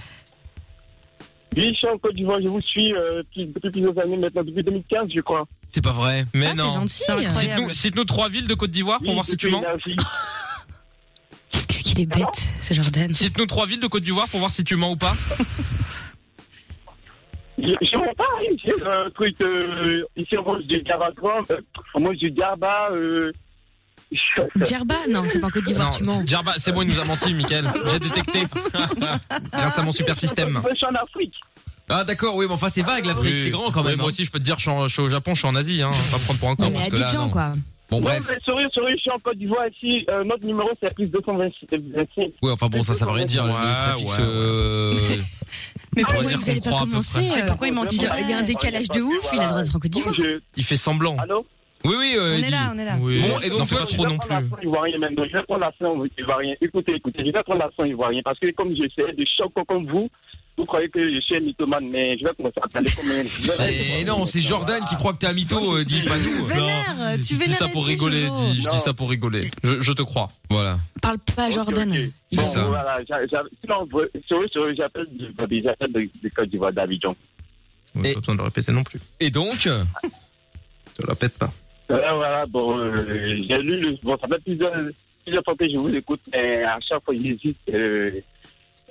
G: Oui, je suis en Côte d'Ivoire, je vous suis euh, depuis, depuis plusieurs années maintenant, depuis 2015 je crois.
B: C'est pas vrai.
C: Mais
D: Ah, c'est
C: non.
D: gentil. hein.
E: incroyable.
C: Cite-nous, cite-nous trois villes de Côte d'Ivoire pour
G: Oui,
C: voir si tu
G: depuis
C: mens.
G: l'énergie.
D: Qu'est-ce qu'il est bête, ce Jordan.
C: Cite-nous trois villes de Côte d'Ivoire pour voir si tu mens ou pas.
G: Je je mens pas, oui, j'ai un truc, euh, ici on mange du garagois, on mange du gaba, euh...
D: Djerba Non, c'est pas en Côte d'Ivoire, tu mens.
C: Non, Djerba, c'est bon, il nous a menti, Michael.
B: (laughs)
C: J'ai détecté. Grâce à mon super système.
G: Je suis en Afrique.
B: Ah d'accord, oui, mais enfin c'est vague l'Afrique,
C: Oui.
B: c'est grand quand
C: Ouais,
B: même.
C: Moi
B: hein.
C: aussi, je peux te dire, je suis, en- je suis au Japon, je suis en Asie, hein. Pas prendre pour un con.
D: Non, mais
B: parce que là,
D: Abidjan,
B: non.
D: quoi.
B: Bon,
G: Non,
B: bref.
G: mais Souris, souris, je suis en Côte d'Ivoire ici. Euh, notre numéro, c'est plus euh, 226.
B: Ouais, enfin bon, ça, ça veut rien dire. le préfixe, euh, on
D: Mais
B: va
D: pourquoi
B: dire
D: vous
B: qu'on
D: n'avez pas
B: croit à peu
D: commencé
B: près.
D: euh, il y a- il y a un décalage de ouf, il a le droit d'être en Côte d'Ivoire.
B: (laughs) Il fait semblant. Oui, oui, euh,
D: On est
B: Eddy.
D: là, on est là.
B: Oui. Bon, et donc, toi, tu-
G: Ivoirien même. Donc, je vais prendre l'accent ivoirien. Écoutez, écoutez, je vais prendre l'accent ivoirien parce que comme j'essaie de choquer comme vous, vous croyez que je suis un mythomane, mais je vais commencer à parler comme un. je vais-
B: Et Eh non, c'est Jordan qui croit que t'es un mytho, euh, dis pas nous.
E: Euh,
D: vénères, tu
B: je dis
D: vénères
B: ça pour
D: Eddy,
B: rigoler,
D: Jojo.
B: dis, je dis ça pour rigoler. Je, je te crois. Voilà.
D: Parle pas à Jordan.
B: C'est
G: Bon,
B: ça.
G: Voilà, j'a- j'a- sinon, vre- souris, souris, j'appelle du- j'appelle de de Côte d'Ivoire d'Abidjan.
C: Pas besoin de le répéter non plus.
B: Et donc
C: Je le répète pas.
G: Voilà, voilà, bon, euh, j'ai lu le. Bon, ça fait plusieurs, plusieurs fois que je vous écoute, mais à chaque fois, j'hésite. Euh,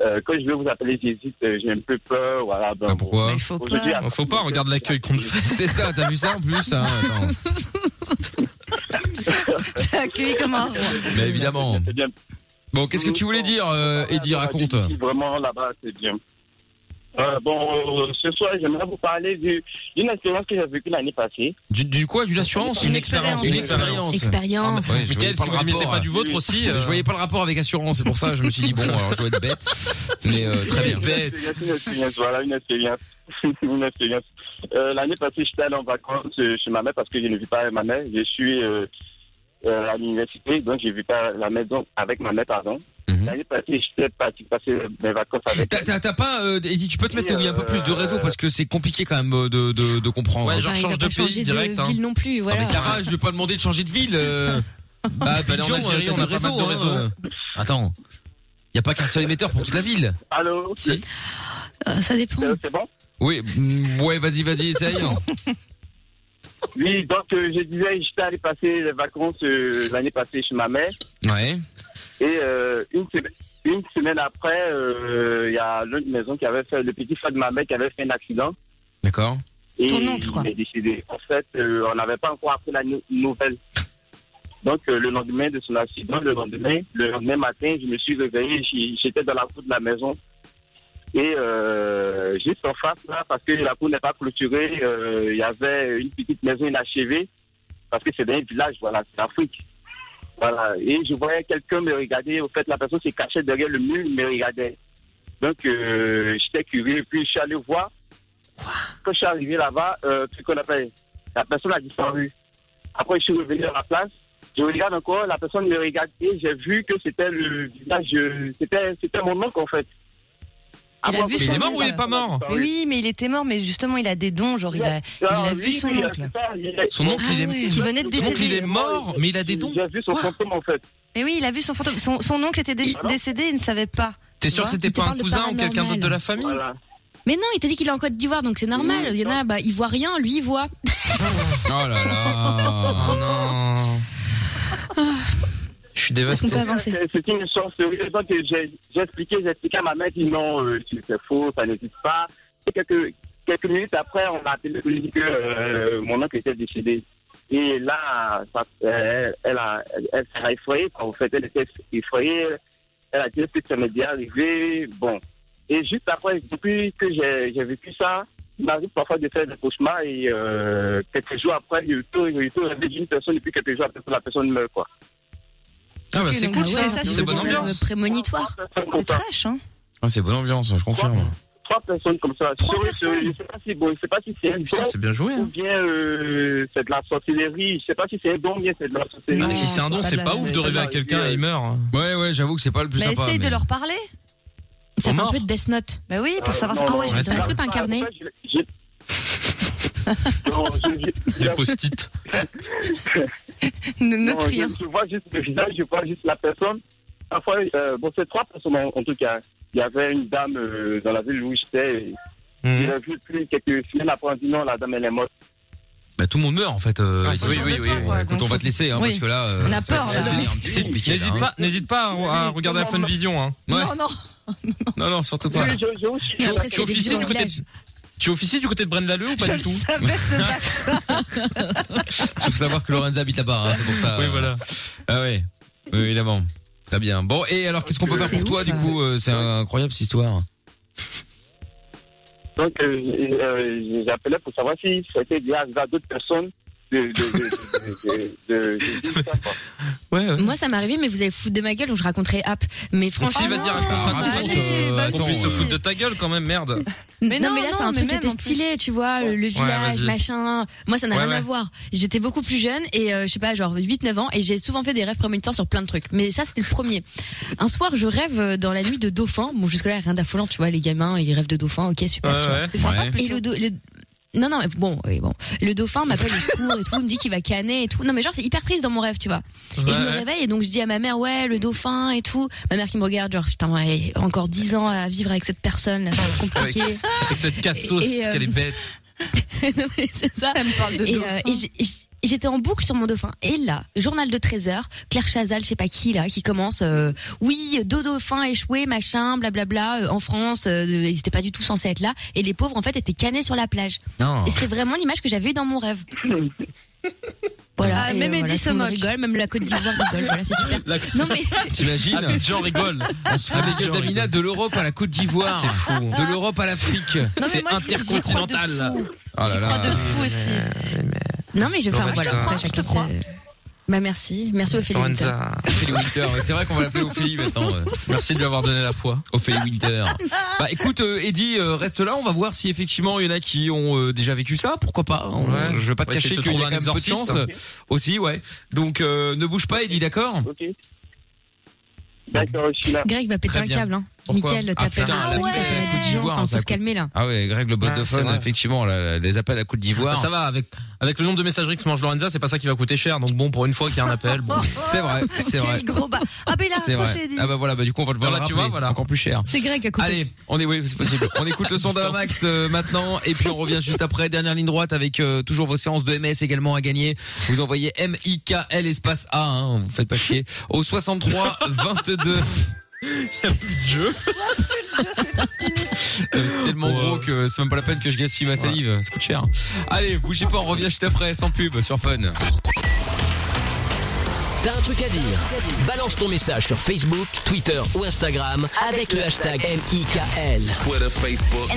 G: euh, quand je vais vous appeler, j'hésite, euh, j'ai un peu peur, voilà. Bon,
B: bah, Ah, pourquoi
G: Il
B: faut pas. Faut pas, regarde l'accueil qu'on te fait. C'est ça, t'as vu ça en plus hein, attends.
E: T'as accueilli comme un roi.
B: (laughs) Mais évidemment. Bon, qu'est-ce que tu voulais dire, euh, Eddy, raconte.
G: Vraiment, là-bas, c'est bien. Euh, bon, euh, ce soir, j'aimerais vous parler du- d'une expérience que j'ai vécue l'année passée.
B: Du, du quoi D'une assurance
G: Une expérience.
B: Une
G: Une
B: expérience.
G: expérience.
B: Ah, bah, ouais, je voyais
C: Mickaël,
B: pas
C: si
B: le
C: vous ne mettez
B: rapport,
C: pas
B: euh.
C: du vôtre aussi, euh.
B: Je voyais pas le rapport avec assurance, c'est pour ça que je me suis dit, bon, alors je dois être bête. Mais euh, très bien.
G: Une expérience, voilà, une expérience. (laughs) une expérience. Euh, L'année passée, j'étais allé en vacances euh, chez ma mère parce que je ne vis pas avec ma mère. Je suis euh, euh, à l'université, donc je ne vis pas à la maison avec ma mère, pardon. L'année passée, j'étais parti passer mes vacances avec
B: Mhm. T'as- T'as t'as pas, euh, Eddy, euh, tu peux te mettre un peu plus de réseau parce que c'est compliqué quand même euh, de, de, de comprendre.
C: Ouais, genre, Enfin, il change va de pas pays changer de direct, hein.
D: ville non plus, voilà.
B: mais ça va, je vais pas demander de changer de ville. euh. Bah,
C: Puis
B: Abidjan,
C: en Algérie,
B: euh,
C: on
B: t'as
C: a
B: du
C: pas mal de
B: hein,
C: réseaux.
B: euh. Attends, y a pas qu'un seul émetteur pour toute la ville.
G: Allô Euh,
B: Si.
D: Euh, ça dépend.
B: Euh,
G: C'est bon
B: Oui, mm, ouais, vas-y, vas-y, essaye.
G: Oui, donc euh, je disais, j'étais allé passer les vacances euh, l'année passée chez ma mère.
B: Ouais.
G: Et euh, une, semaine, une semaine après, euh, il y a l'autre maison qui avait fait, le petit frère de ma mère qui avait fait un accident.
B: D'accord.
G: Et Il est décédé. En fait, euh, on n'avait pas encore appris la nou- nouvelle. Donc, euh, le lendemain de son accident, le lendemain, le lendemain matin, je me suis réveillé, j- j'étais dans la cour de la maison. Et euh, juste en face, là, parce que la cour n'est pas clôturée, euh, il y avait une petite maison inachevée, parce que c'est dans un village, voilà, c'est l'Afrique. Voilà. Et je voyais quelqu'un me regarder. Au fait, la personne se cachait derrière le mur, me regardait. Donc, euh, j'étais curieux. Puis, je suis allé voir. Quand je suis arrivé là-bas, euh, ce qu'on appelle, la personne a disparu. Après, je suis revenu à la place. Je regarde encore, la personne me regarde et j'ai vu que c'était le visage, euh, c'était, c'était mon oncle en fait.
E: Il a
G: Après,
E: vu
G: après,
E: son
G: j'ai-
E: oncle. Mais Oui, mais il était mort, mais justement, il a des dons, genre, il a, il
G: Ah,
E: a
G: oui,
E: vu son
G: oui,
E: oncle.
G: c'est ça, il est-
E: Son oncle, Ah il est- ouais. qui venait de
G: Son oncle,
E: décéder.
G: mort, mais il a des dons. J'ai vu son fantôme en fait.
E: Mais oui, il a vu son fantôme. Son, son oncle était dé- décédé, il ne savait pas.
C: T'es sûr que
E: Tu vois
C: c'était
E: Tu
C: pas un
E: parles de
C: cousin ou quelqu'un d'autre
E: paranormal.
C: de la famille
D: Mais non, il t'a dit qu'il est en Côte d'Ivoire, donc c'est normal. Il y en a, bah, il voit rien, lui, il voit.
B: Oh là là. Oh non.
C: Je suis dévasté.
G: C'est- c'est- C'est une histoire sérieuse. Donc, j'ai j'ai expliqué, j'ai expliqué à ma mère, dit non, euh, c'est c'est faux, ça n'existe pas. Et quelques, quelques minutes après, on m'a appelé pour lui dire que euh, mon oncle était décédé. Et là, ça- euh, elle, elle a- elle- elle s'est effrayée, quoi. En fait, elle était effrayée. Elle a dit que ça m'est déjà arrivé. Bon. Et juste après, depuis que j'ai j'ai vécu ça, il m'arrive parfois de faire des cauchemars et euh, quelques jours après, il est rêvé d'une personne et puis quelques jours après, la personne meurt, quoi.
B: Ah bah
D: Ok,
B: c'est
D: donc,
B: cool
D: ah
B: ça,
D: ouais,
B: c'est bonne
D: des rêves
B: ambiance.
D: Prémonitoire.
G: C'est
E: trash, hein.
B: Ah, c'est bonne ambiance, je confirme.
G: trois personnes comme ça. Sur- sur- je sais pas si bon, je sais pas si c'est un don
C: c'est bien joué,
G: ou bien hein. euh, c'est de la sorcellerie. Je sais pas si c'est un don ou bien c'est de la sorcellerie.
C: Ah, mais si c'est un don, c'est pas ouf de rêver à quelqu'un et il meurt.
B: Ouais, ouais, j'avoue que c'est pas le
C: Bah,
B: plus
E: Mais
B: sympa.
E: essaye
B: mais-
E: de leur parler.
D: Ça fait un peu de Death Note.
E: Bah oui, pour savoir. Ah ouais,
D: Est-ce que t'as un carnet
G: Des
C: (laughs) post-it.
E: ne
G: note rien. Je, je vois juste le visage, je vois juste la personne. Parfois, euh, bon, c'est trois personnes en, en tout cas. Il y avait une dame euh, dans la ville où j'étais.
C: Mhm.
G: Je l'ai vue plus quelques semaines après, on dit non, la dame elle est morte.
B: Bah, tout le monde meurt en fait. euh,
C: Ah,
B: c'est-
C: oui, oui, oui,
B: Bon,
C: ouais,
B: écoute, on va te laisser hein,
C: Oui.
B: parce que là. euh,
C: On a
B: ça
C: peur,
B: va
C: là.
B: te donner un petit coup de piquet, là,
C: N'hésite
B: hein.
C: pas, n'hésite pas à, à regarder la fin de vision. Hein.
B: Non,
E: non.
C: Non, non, surtout pas.
G: Oui, je- je- je-
C: Tu,
G: après,
C: tu
G: c'est des
C: officies
G: vidéos
C: du
G: en
C: côté.
G: village.
C: de- Tu officies du côté de Brandaleu ou pas du tout
B: Sauf savoir que Lorenza habite là-bas, hein, c'est pour ça. Oui, voilà.
C: Euh,
B: Ah ouais, oui, évidemment. Très bien. Bon, et alors qu'est-ce qu'on peut faire pour toi du coup euh, C'est incroyable cette histoire.
G: euh, Donc, euh, euh, j'appelais pour savoir si ça était déjà arrivé à d'autres personnes. de, de, de, de- de- de- de- de-
D: Moi, ça m'est arrivé, mais vous allez foutre de ma gueule, donc je raconterai app. Mais franchement.
C: Si, vas-y, raconte, raconte, euh, qu'on puisse se foutre de ta gueule quand même,
D: (laughs)
C: merde.
D: Mais non, mais là, c'est un truc qui était stylé, tu vois, le, le village,
C: vas-y.
D: machin. Moi, ça n'a
C: Ouais,
D: rien à
C: ouais.
D: voir. J'étais beaucoup plus jeune et, euh, je sais pas, genre 8-9 ans, et j'ai souvent fait des rêves prémonitoires sur plein de trucs. Mais ça, c'était le premier. Un soir, je rêve euh, dans la nuit de dauphin. Bon, jusque-là, rien d'affolant, tu vois, les gamins, ils rêvent de dauphin, ok, super.
C: Euh,
L: Ouais,
D: tu vois.
L: ouais. C'est sympa, Ouais. plutôt.
D: Et le, do- le- non, non, mais bon, oui, bon. Le dauphin m'appelle au secours et tout, il me dit qu'il va canner et tout. Non, mais genre, c'est hyper triste dans mon rêve, tu vois. Et je me
L: Ouais.
D: réveille et donc je dis à ma mère, ouais, le dauphin et tout. Ma mère qui me regarde, genre, putain, ouais, encore 10 ans à vivre avec cette personne, là, ça va être
C: Avec,
D: compliqué.
C: avec cette casse-sauce,
D: Et, euh,
C: qu'elle est bête.
D: (laughs) Non, mais c'est
B: (laughs)
D: ça. et, euh, et j'ai- j'ai- J'étais en boucle sur mon dauphin. Et là, journal de 13 heures, Claire Chazal, je sais pas qui, là, qui commence, euh, oui, deux dauphins échoués, machin, blablabla, euh, en France, euh, ils étaient pas du tout censés être là. Et les pauvres, en fait, étaient canés sur la plage.
L: Non.
B: Oh.
D: Et c'était vraiment l'image que j'avais eue dans
B: (laughs)
D: mon rêve. Voilà.
E: Ah,
D: et,
E: même
D: euh, voilà,
E: Eddie se
D: tout le monde
E: moque.
D: rigole, même la
B: (laughs)
D: Côte d'Ivoire rigole. Voilà, c'est super. Non, mais.
B: T'imagines
D: Ah,
C: Abidjan
B: (laughs)
C: rigole. On se fout
B: Avec
C: des gueules
B: Damina de l'Europe à la Côte d'Ivoire.
C: C'est fou.
B: De l'Europe à l'afrique.
D: mais
B: C'est
D: moi, j'y- j'y crois de
B: intercontinental. Oh là là.
C: euh,
D: Non, mais je vais
B: Lorenza.
D: faire. Voilà, après, chacun ses- Bah, merci. Merci, Ophélie. Winter.
C: Lorenza.
B: Ophélie Winter, ouais, c'est vrai qu'on va l'appeler Ophélie maintenant. euh. ouais.
C: Merci de lui avoir donné la foi.
B: Ophélie Winter. Bah écoute, euh, Eddie, euh, reste là, on va voir si effectivement il y en a qui ont euh, déjà vécu ça, pourquoi pas. on-
C: Ouais.
B: Je vais pas te
C: Ouais,
B: cacher
C: essayer de
B: qu'il y a
C: trouver
B: quand
C: un
B: même peu de chance
C: exorciste.
B: euh, aussi, ouais. Donc euh, ne bouge pas, Eddie, d'accord
G: Ok. D'accord, je suis là.
D: Greg va péter
B: Très
D: un
B: bien.
D: câble, hein.
B: Pourquoi
D: Mickaël,
B: Ah,
D: t'appelles.
B: putain, la
D: Vas-y,
B: Côte
D: t'appelles à
B: d'Ivoire,
D: Dijon, enfin,
B: ça
D: faut se
B: coûte-
D: calmer, là.
B: Ah Ah, ouais, Greg, le boss de
C: c'est
B: fun,
C: vrai.
B: effectivement, là, les appels à Côte d'Ivoire.
C: Ça va, avec, avec le nombre de messageries que se mange Lorenza, c'est pas ça qui va coûter cher. Donc bon, pour une fois qu'il y a un appel, bon.
B: C'est vrai, c'est vrai.
E: Gros bas. Ah, ben il a
B: C'est
E: raccroché,
B: vrai.
E: dit.
B: Ah bah voilà, bah du coup on va le voir.
C: Ah bah, tu vois, voilà.
B: encore plus cher.
D: C'est Greg à côté.
B: Allez, on est oui, c'est possible. On écoute le son d'Avamax euh, maintenant et puis on revient juste après dernière ligne droite avec euh, toujours vos séances de MS également à gagner. Vous envoyez M I K L espace A hein, vous faites pas chier au 63 22.
C: Jeu.
B: (laughs) Euh, C'est tellement gros que c'est même pas la peine que je gaspille ma salive, ça coûte cher. Allez, bougez pas, on revient juste après sans pub sur Fun.
A: T'as un truc à dire Balance ton message sur Facebook, Twitter ou Instagram avec le hashtag MIKL.
N: Twitter, Facebook.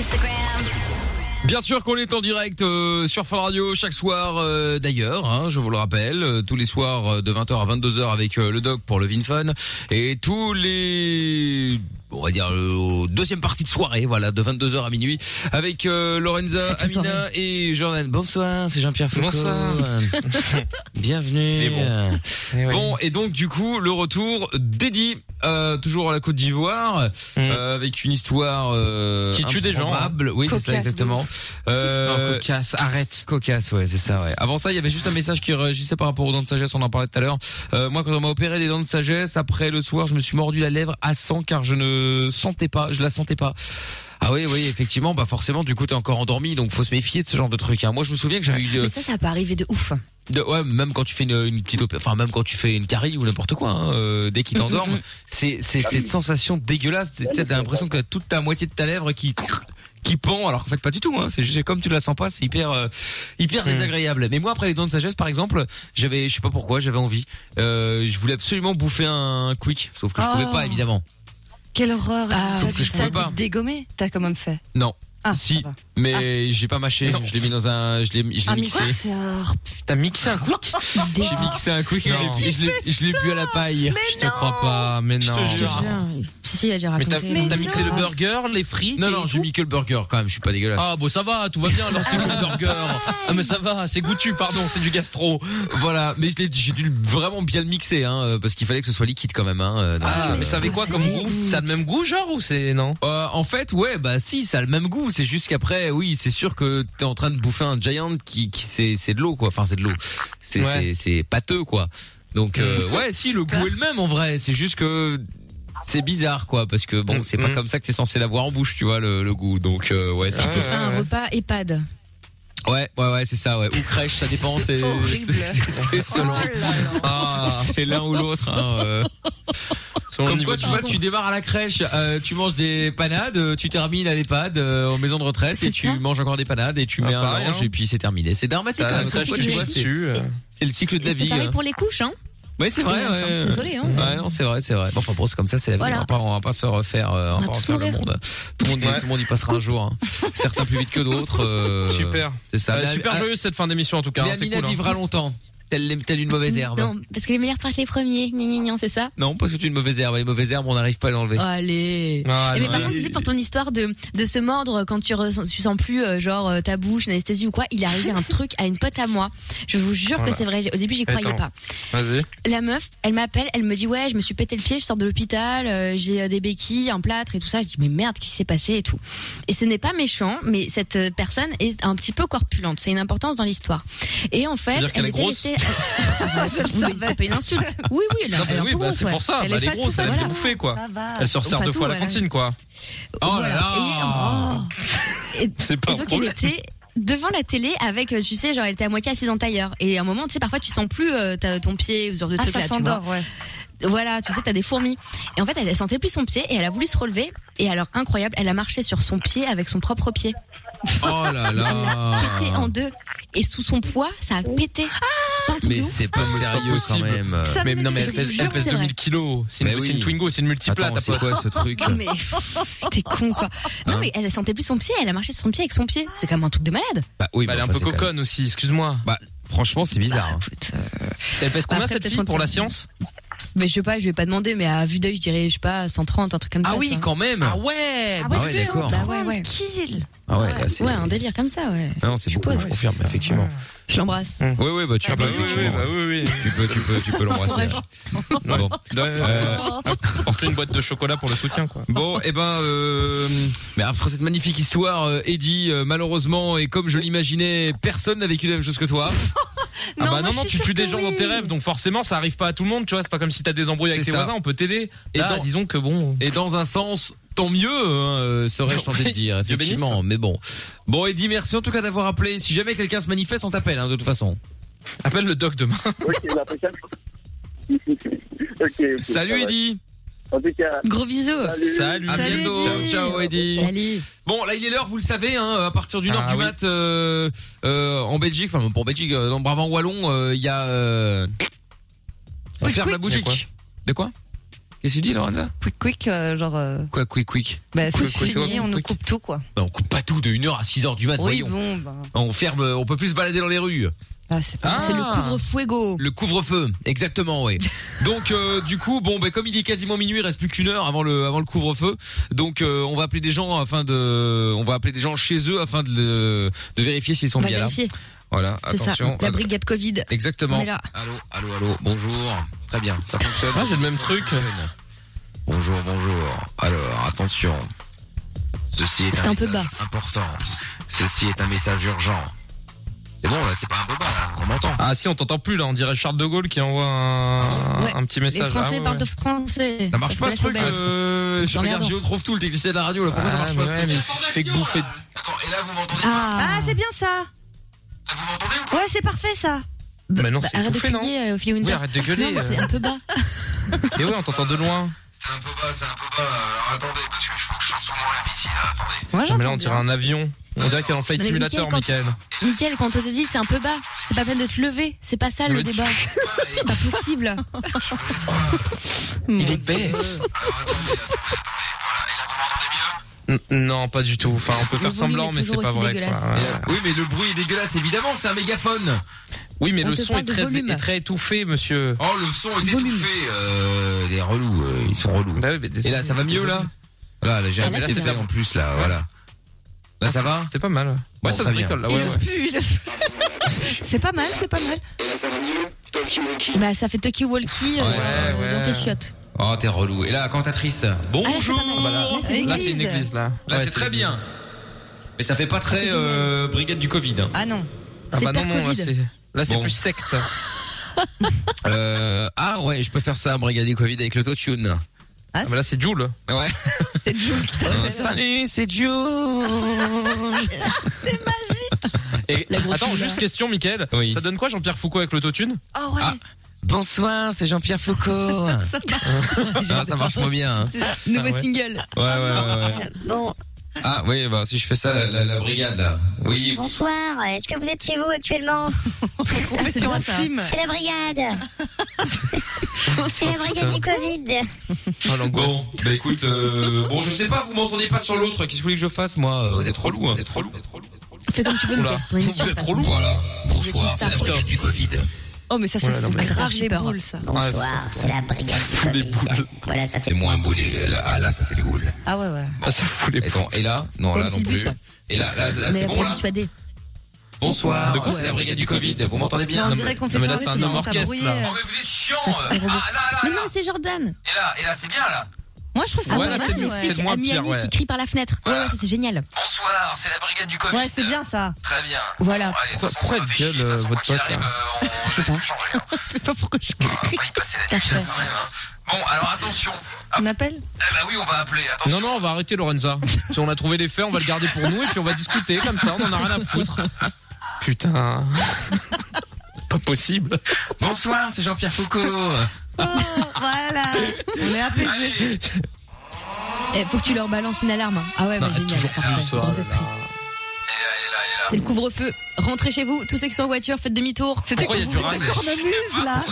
B: Bien sûr qu'on est en direct euh, sur Fun Radio chaque soir euh, d'ailleurs, hein, je vous le rappelle, euh, tous les soirs euh, de 20h à 22h avec euh, le doc pour le VinFun et tous les on va dire euh, au deuxième partie de soirée, voilà, de 22h à minuit avec euh, Lorenza, Amina et Jordan. Bonsoir, c'est Jean-Pierre Foucault.
C: Bonsoir.
B: (laughs) Bienvenue.
C: bon. Eh
B: Bon, et donc du coup, le retour d'Eddy, euh, toujours à la Côte d'Ivoire, euh, avec une histoire euh,
C: Mm. Qui tue des gens.
B: improbable. Oui, c'est ça
C: Cocasse.
B: exactement.
C: Non, cocasse,
B: arrête. Cocasse, ouais, c'est ça, ouais. Avant ça, il y avait juste un message qui réagissait par rapport aux dents de sagesse, on en parlait tout à l'heure. Euh, moi, quand on m'a opéré les dents de sagesse, après le soir, je me suis mordu la lèvre à 100 car je ne sentais pas, je la sentais pas. Ah oui, oui, effectivement, bah forcément, du coup, t'es encore endormi, donc faut se méfier de ce genre de truc. Hein. Moi, je me souviens que j'avais eu... euh,
D: Mais ça, ça va pas arriver de ouf.
B: de- ouais, même quand tu fais une, une petite, opé- enfin même quand tu fais une carie ou n'importe quoi, hein, euh, dès qu'ils t'endorment, c'est c'est cette sensation dégueulasse. Tu sais, T'as l'impression que t'as toute ta moitié de ta lèvre qui qui pend, alors qu'en fait pas du tout. Hein, c'est juste comme tu la sens pas, c'est hyper euh, hyper désagréable. Mais moi après les dents de sagesse, par exemple, j'avais, je sais pas pourquoi, j'avais envie. Euh, je voulais absolument bouffer un quick, sauf que je pouvais
E: Oh.
B: pas évidemment.
E: Quelle horreur.
B: Sauf que je pouvais pas.
E: Dégommé, t'as quand même fait. Ah,
B: Non. si, mais j'ai pas mâché. Je l'ai mis dans Ah. un, je l'ai, je l'ai
E: Un
B: mixé.
E: mixeur.
B: T'as mixé un quick J'ai mixé un quick et
C: Non.
B: je l'ai- je l'ai- je l'ai bu à la paille.
C: Je te crois pas, mais non.
B: Je te jure.
D: Si, si, j'ai raconté. dans le soir.
B: les frites Non, non, j'ai mis que le burger quand même, je suis pas dégueulasse.
C: Ah bon ça va, tout va bien alors
B: (laughs)
C: c'est le burger. Ah mais ça va, c'est goûtu pardon, c'est du gastro.
B: Voilà, mais je l'ai- j'ai dû vraiment bien le mixer, hein, euh, parce qu'il fallait que ce soit liquide quand même. Hein, euh, dans
C: Ah,
B: le-
C: mais ça avait quoi comme goût Ça a le même goût genre ou c'est non
B: Euh, en fait, ouais, bah si, ça a le même goût. C'est juste qu'après, oui, c'est sûr que t'es en train de bouffer un giant qui, qui c'est, c'est de l'eau, quoi. Enfin, c'est de l'eau. C'est,
C: Ouais.
B: c'est,
C: Mm.
B: c'est pâteux, quoi. Donc, euh, ouais, si, le goût est le même en vrai. C'est juste que c'est bizarre, quoi, parce que
C: Mm.
B: bon, c'est pas comme ça que t'es censé l'avoir en bouche, tu vois, le, le goût. Donc, euh, ouais.
D: Tu t'es fait un repas EHPAD.
B: Ouais, ouais, ouais, c'est ça, ouais. Ou crèche, ça dépend. C'est,
D: (laughs)
B: c'est, c'est- c'est selon. Ah, c'est l'un ou l'autre. Hein, euh. Comme quoi, tu vois, tu démarres à la crèche, euh, tu manges des panades, euh, tu termines à l'EHPAD, euh, en maison de retraite, et tu manges encore des panades, et tu mets un
C: pareil,
B: linge,
C: hein.
B: et puis c'est terminé. C'est dramatique.
C: Ça,
B: quand même.
C: ça,
B: Comme quoi,
C: je
B: tu
C: suis
B: vois, c'est
C: dessus, euh.
B: c'est le cycle de la
D: C'est
B: vie.
D: pareil
B: hein.
D: pour les couches, hein
B: Oui, c'est vrai.
D: Et,
B: ouais.
D: enfin, désolé, hein.
B: Ouais, non, c'est vrai, c'est vrai. Bon, Enfin, bon, c'est comme ça, c'est la vie. hein.
D: Voilà.
B: On
D: Bah,
B: va pas- On va pas se refaire, euh, on va
D: On va
B: pas
D: tous
B: refaire le
D: mourir.
B: monde. Tout le monde, tout le monde y passera un jour.
D: (laughs)
B: hein. Certains plus vite que d'autres. euh,
C: Super.
B: C'est ça.
C: Euh,
B: Mais-
C: super
B: ah,
C: joyeuse cette fin d'émission en tout cas.
B: Mais
C: hein, c'est
B: Amina
C: cool, hein.
B: vivra longtemps. Telle, telle une mauvaise herbe.
D: Non, parce que les meilleurs partent les premiers. Gna, gna, gna, c'est ça
B: Non, parce que tu es une mauvaise herbe. Les mauvaises herbes, on n'arrive pas à l'enlever.
D: Allez.
B: Ah,
D: Eh, mais
B: non,
D: par
B: il-
D: contre, tu sais, pour ton histoire de, de se mordre quand tu, ressens, tu sens plus, euh, genre, euh, ta bouche, une anesthésie ou quoi, il est arrivé un truc à une pote à moi. Je vous jure
B: Oh
C: Voilà.
D: que c'est vrai. Au début, j'y croyais
C: Attends.
D: pas.
C: Vas-y.
D: La meuf, elle m'appelle, elle me dit ouais, je me suis pété le pied, je sors de l'hôpital, euh, j'ai euh, des béquilles, un plâtre et tout ça. Je dis mais merde, qu'est-ce qui s'est passé et tout. Et ce n'est pas méchant, mais cette euh, personne est un petit peu corpulente. C'est une importance dans l'histoire. Et en fait,
C: C'est-à-dire qu'elle est
D: était
C: grosse
D: (laughs) restée- Oui, c'est pas une insulte. (laughs) Oui, oui, elle,
C: Non,
D: elle est
C: bah
D: un
C: oui,
D: peu
C: bah,
D: grosse,
C: c'est
D: ouais.
C: pour ça. bah, elle est grosse, elle a
D: voilà.
C: fait bouffer quoi. Elle se resserre deux
D: Fatou,
C: fois la
D: voilà.
C: cantine quoi. Oh là
D: Voilà.
C: là.
D: Et,
C: C'est pas
D: et
C: un
D: donc elle
C: problème.
D: était devant la télé avec, euh, tu sais, genre elle était à moitié assise en tailleur. Et à un moment, tu sais, parfois tu sens plus euh, ta- ton pied ou ce genre de
E: Ah,
D: truc là.
E: ça
D: tu
E: s'endort,
D: vois.
E: ouais.
D: Voilà, tu sais, t'as des fourmis. Et en fait, elle sentait plus son pied et elle a voulu se relever. Et alors, incroyable, elle a marché sur son pied avec son propre pied.
B: Oh là (laughs)
D: Pété en
B: là.
D: deux. Et sous son poids, ça a pété. C'est pas un truc
B: Ah. Mais
D: de ouf.
B: Ah, c'est pas sérieux quand même.
D: Ça
C: Mais
D: me
C: non, mais
D: je
C: elle
D: vous
C: pèse,
D: jure
C: elle
D: que
C: pèse
D: c'est
C: 2000
D: vrai.
C: kilos. C'est une,
B: Mais oui.
C: c'est une Twingo, c'est une multiple.
B: Attends, c'est quoi, ce truc
D: Non, mais (laughs) t'es con quoi.
B: Hein
D: Non mais elle sentait plus son pied, elle a marché sur son pied avec son pied. C'est quand même un truc de malade.
B: Bah oui,
C: Bah, elle
B: mais
C: est un
B: enfin,
C: peu
B: c'est quand
C: coconne aussi, excuse-moi.
B: Bah, franchement, c'est bizarre. hein.
C: Elle pèse combien
D: Après,
C: cette
D: peut-être
C: fille pour
D: qu'on
C: la
D: tient.
C: science
D: euh, Mais je sais pas, je vais pas demander, mais à vue d'œil, je dirais, je sais pas, 130, un truc comme ça.
B: Ah oui,
D: tu vois.
B: quand même. Ah ouais. Ah ouais, d'accord.
D: Bah ouais, ouais.
B: Ah ouais, là, c'est.
D: Ouais, un délire comme ça, ouais.
B: Non, c'est beaucoup, je confirme, effectivement.
D: Je l'embrasse.
B: Oui, oui, bah tu peux, effectivement. Tu peux, tu peux, tu peux l'embrasser. hein. (laughs) Bon. Euh,
C: Porter une boîte de chocolat pour le soutien quoi.
B: Bon, et ben, euh, mais après cette magnifique histoire, euh, Eddie, euh, malheureusement et comme je l'imaginais, personne n'a vécu la même chose que toi.
C: Ah bah non, non, tu tues des gens dans tes rêves, donc forcément ça arrive pas à tout le monde, tu vois. C'est pas comme si t'as des embrouilles avec
B: C'est
C: tes
B: ça.
C: voisins, on peut t'aider.
B: Et
C: Et
B: dans-
C: disons que bon.
B: Et dans un sens, tant mieux, hein, euh, serais-je tenté de dire,
C: Dieu bénisse.
B: effectivement. Mais bon, bon, Eddie, merci en tout cas d'avoir appelé. Si jamais quelqu'un se manifeste, on t'appelle, hein, de toute façon.
C: Appelle le doc demain.
B: (laughs) Salut, Eddie.
G: En tout cas,
D: Gros bisous.
B: Salut. À bientôt. Ciao, ciao, Eddie.
D: Salut.
B: Bon, là il est l'heure, vous le savez, hein, à partir d'une heure
C: Ah
B: du
C: oui.
B: mat euh, euh, en Belgique, enfin pour Belgique, euh, dans Brabant Wallon, euh, il y a. Euh, on ferme la
C: quick.
B: boutique. De quoi Qu'est-ce que tu dis, Lorenza
E: Quick, quick, euh, genre. euh,
B: Quoi, quick, quick
E: bah, c'est
B: Quick, quick,
E: fini,
B: quick.
E: on nous coupe tout, quoi.
B: Bah, on coupe pas tout de 1h à 6h du mat,
E: Oui,
B: voyons.
E: bon, bah.
B: On ferme, euh, on peut plus se balader dans les rues. Ah.
D: C'est le couvre-fuego.
B: Le couvre-feu, exactement,
D: (laughs)
B: oui. Donc euh, du coup, bon, ben comme il est quasiment minuit, il reste plus qu'une heure avant le avant le couvre-feu. Donc euh, on va appeler des gens afin de, on va appeler des gens chez eux afin de le- de vérifier s'ils sont
D: On va
B: bien
D: vérifier.
B: là. Voilà,
D: C'est ça.
B: attention.
D: La brigade Covid.
B: Exactement.
D: On est là.
B: Allô, allô, allô. Bonjour. Très bien, ça fonctionne.
C: Ah, j'ai le même truc.
B: Bonjour, bonjour. Alors, attention. Ceci est
D: C'était
B: un,
D: un peu
B: message important. Ceci est un message urgent. C'est bon, là, c'est pas un peu bas, là. On m'entend.
C: Ah si, on t'entend plus là, on dirait Charles de Gaulle qui envoie un,
D: Ouais.
C: un petit
D: Les
C: message. Ah,
D: Français
C: ouais,
D: parlent
C: ouais.
D: de français.
B: Ça marche pas ce
D: fait
B: truc.
D: la sauberge.
B: Euh, je
D: C'est
B: regarde
D: emmerdant.
B: Géo trouve tout le technicien de la radio. Là, pourquoi ça marche
C: Ah,
B: pas
C: mais
B: ce
C: ouais,
B: truc
C: mais fait que bouffer. de-
D: Ah.
E: Ah, c'est bien ça. Ouais, c'est parfait ça.
C: Mais non,
D: Bah,
C: c'est
D: arrête de
C: bouffé non
D: crier, euh, Ophélie Winter.
C: Oui, arrête de gueuler,
D: Non, mais c'est
C: euh.
D: un peu bas.
C: Mais ouais, on t'entend de loin.
B: C'est un peu bas, c'est un peu bas. Alors, attendez, parce que je faut que je chasse tout mon rêve ici, là. Attendez.
E: Moi,
C: Non, mais là,
E: j'entends
C: on dirait
E: bien.
C: un avion. On dirait que t'es dans Flight
D: Mais
C: Simulator, Michael.
D: Mickaël, Mickaël, quand on te dit c'est un peu bas, c'est pas peine de te lever. C'est pas ça
C: Mais-
D: le débat. C'est pas possible.
C: Il est bête. N- Non, pas du tout. Enfin, on peut
D: Le
C: faire
D: volume
C: semblant,
D: est
C: mais c'est
D: toujours
C: pas
D: aussi
C: vrai.
D: dégueulasse.
C: quoi.
B: Et là- Oui, mais le bruit est dégueulasse, évidemment, c'est un mégaphone.
C: Oui, mais
D: On
C: le
D: te
C: son
D: parle
C: est
D: de
C: très,
D: volume.
C: est très étouffé, monsieur.
B: Oh, le son est
D: Volume.
B: étouffé. Euh, les relous, euh, ils sont relous.
C: Bah oui, mais
B: Et là, ça va mieux, là Là, là, j'ai
D: Ah,
B: un
D: là,
B: petit
D: c'est
B: effet
C: bien.
B: en plus, là, voilà. Là, ça va
C: C'est pas mal. Ouais,
B: Bon,
C: ça se
B: très bien.
C: bricole, là.
E: Il
C: Ouais,
E: ose
C: ouais.
E: plus, il ose plus. C'est pas mal, c'est pas mal.
D: Bah, ça fait talkie walkie euh,
B: Ouais,
C: ouais.
D: dans tes chiottes.
B: Oh, t'es relou. Et là, cantatrice. Bonjour
D: Ah,
B: Là,
D: Là, c'est
E: Église.
C: Là, c'est une église, là. Ouais,
B: c'est très bien. Mais ça fait
D: Ah,
B: pas très euh, brigade du Covid. hein.
E: Ah non.
C: Ah,
D: C'est
C: bah non,
D: hyper
C: non, là,
D: Covid.
C: c'est. Là, c'est
B: Bon.
C: plus secte.
B: Euh, ah ouais, je peux faire ça, brigade du Covid, avec l'autotune.
E: Ah,
C: Ah, bah là, c'est Joule.
B: Ouais.
E: c'est Jules qui t'a fait.
B: Salut, c'est Joe.
C: Et
D: La grosse
C: attends,
D: Joule,
C: juste
D: là.
C: question, Michael.
B: Oui.
C: Ça donne quoi, Jean-Pierre Foucault, avec l'autotune
E: Ah ouais.
B: Ah. Bonsoir, c'est Jean-Pierre Foucault.
E: Ça marche.
B: Ah, ça marche moins bien. hein.
E: C'est ça.
D: Nouveau single.
B: Ouais, ouais, ouais, ouais.
I: Bon,
B: Ah oui, bah si je fais ça, la, la- la brigade là. Oui.
I: Bonsoir, est-ce que vous êtes chez vous actuellement
E: C'est bien ça.
I: C'est la brigade. C'est la brigade du Covid.
C: Ah,
B: bon, bah écoute, euh, bon je sais pas, vous m'entendez pas sur l'autre. Qu'est-ce que vous voulez que je fasse moi Vous êtes trop lourd, hein. Vous êtes trop lourd.
D: Fais comme tu veux, Mickaël, c'est ton émission. de toute façon.
B: Voilà. Bonsoir,
D: une
B: c'est
D: star.
B: la brigade du Covid.
E: Oh, mais ça, c'est
B: Voilà, non, mais-
E: c'est grave les boules, ça.
I: Bonsoir, c'est la brigade du Covid. Voilà, ça fait.
B: C'est moins beau les- là, ah, là ça fait des boules.
E: Ah ouais, ouais.
C: bah,
B: Ah ça fout les Attends, et là Non,
D: Même
B: là non
D: s'il
B: plus.
D: bute.
B: Et là, là, là, c'est
D: Mais
B: bon
D: pour
B: là
D: dissuader.
B: Bonsoir,
C: De quoi
B: c'est la brigade du Covid, vous m'entendez bien
C: Non, on dirait qu'on fait
B: là
C: ça
B: c'est
C: en
B: un homme
C: rythme, t'as
B: orchestre
C: brouillé,
B: là.
C: euh.
B: Oh, mais vous êtes chiant
D: Ça fait
B: euh.
D: robot.
B: Ah là là
D: Mais non, c'est Jordan.
C: Ah
D: Ah,
B: Et là, et là c'est bien là
E: Moi, je trouve
D: ça
B: Ouais,
D: pas
B: là,
D: mal,
B: c'est-
D: les
B: c'est
D: flics
B: le moins
D: à Miami
B: pire, ouais.
D: qui crient par la fenêtre. Ouais, ouais, ça c'est génial.
B: Bonsoir, c'est la brigade du Covid
E: Ouais, c'est bien ça.
B: Très bien
D: Voilà.
B: Pourquoi, pourquoi elle gueule, euh, votre pote là Je sais pas.
D: Je sais pas pourquoi je
B: hein. On va y passer la nuit là quand même. hein. Bon, alors attention
E: On appelle
B: Eh ben oui, on va appeler, attention
C: (laughs) Non, non, on va arrêter Lorenza. Si on a trouvé les faits, on va le garder pour nous et puis on va discuter comme ça, on en a rien à foutre. Putain. (laughs) Pas possible.
B: Bonsoir, c'est Jean-Pierre
C: (laughs)
B: Foucault
E: voilà. On est apaisé.
D: Eh, faut que tu leur balances une alarme. hein. Ah ouais,
C: Non,
D: bah, génial.
C: toujours
D: parfait.
C: plus, oh
D: Gros
C: là
D: esprit. C'est le couvre-feu. Rentrez chez vous, tous ceux qui sont en voiture, faites demi-tour.
C: C'était Pourquoi il y a du couvre-feu, râle
E: On amuse, là.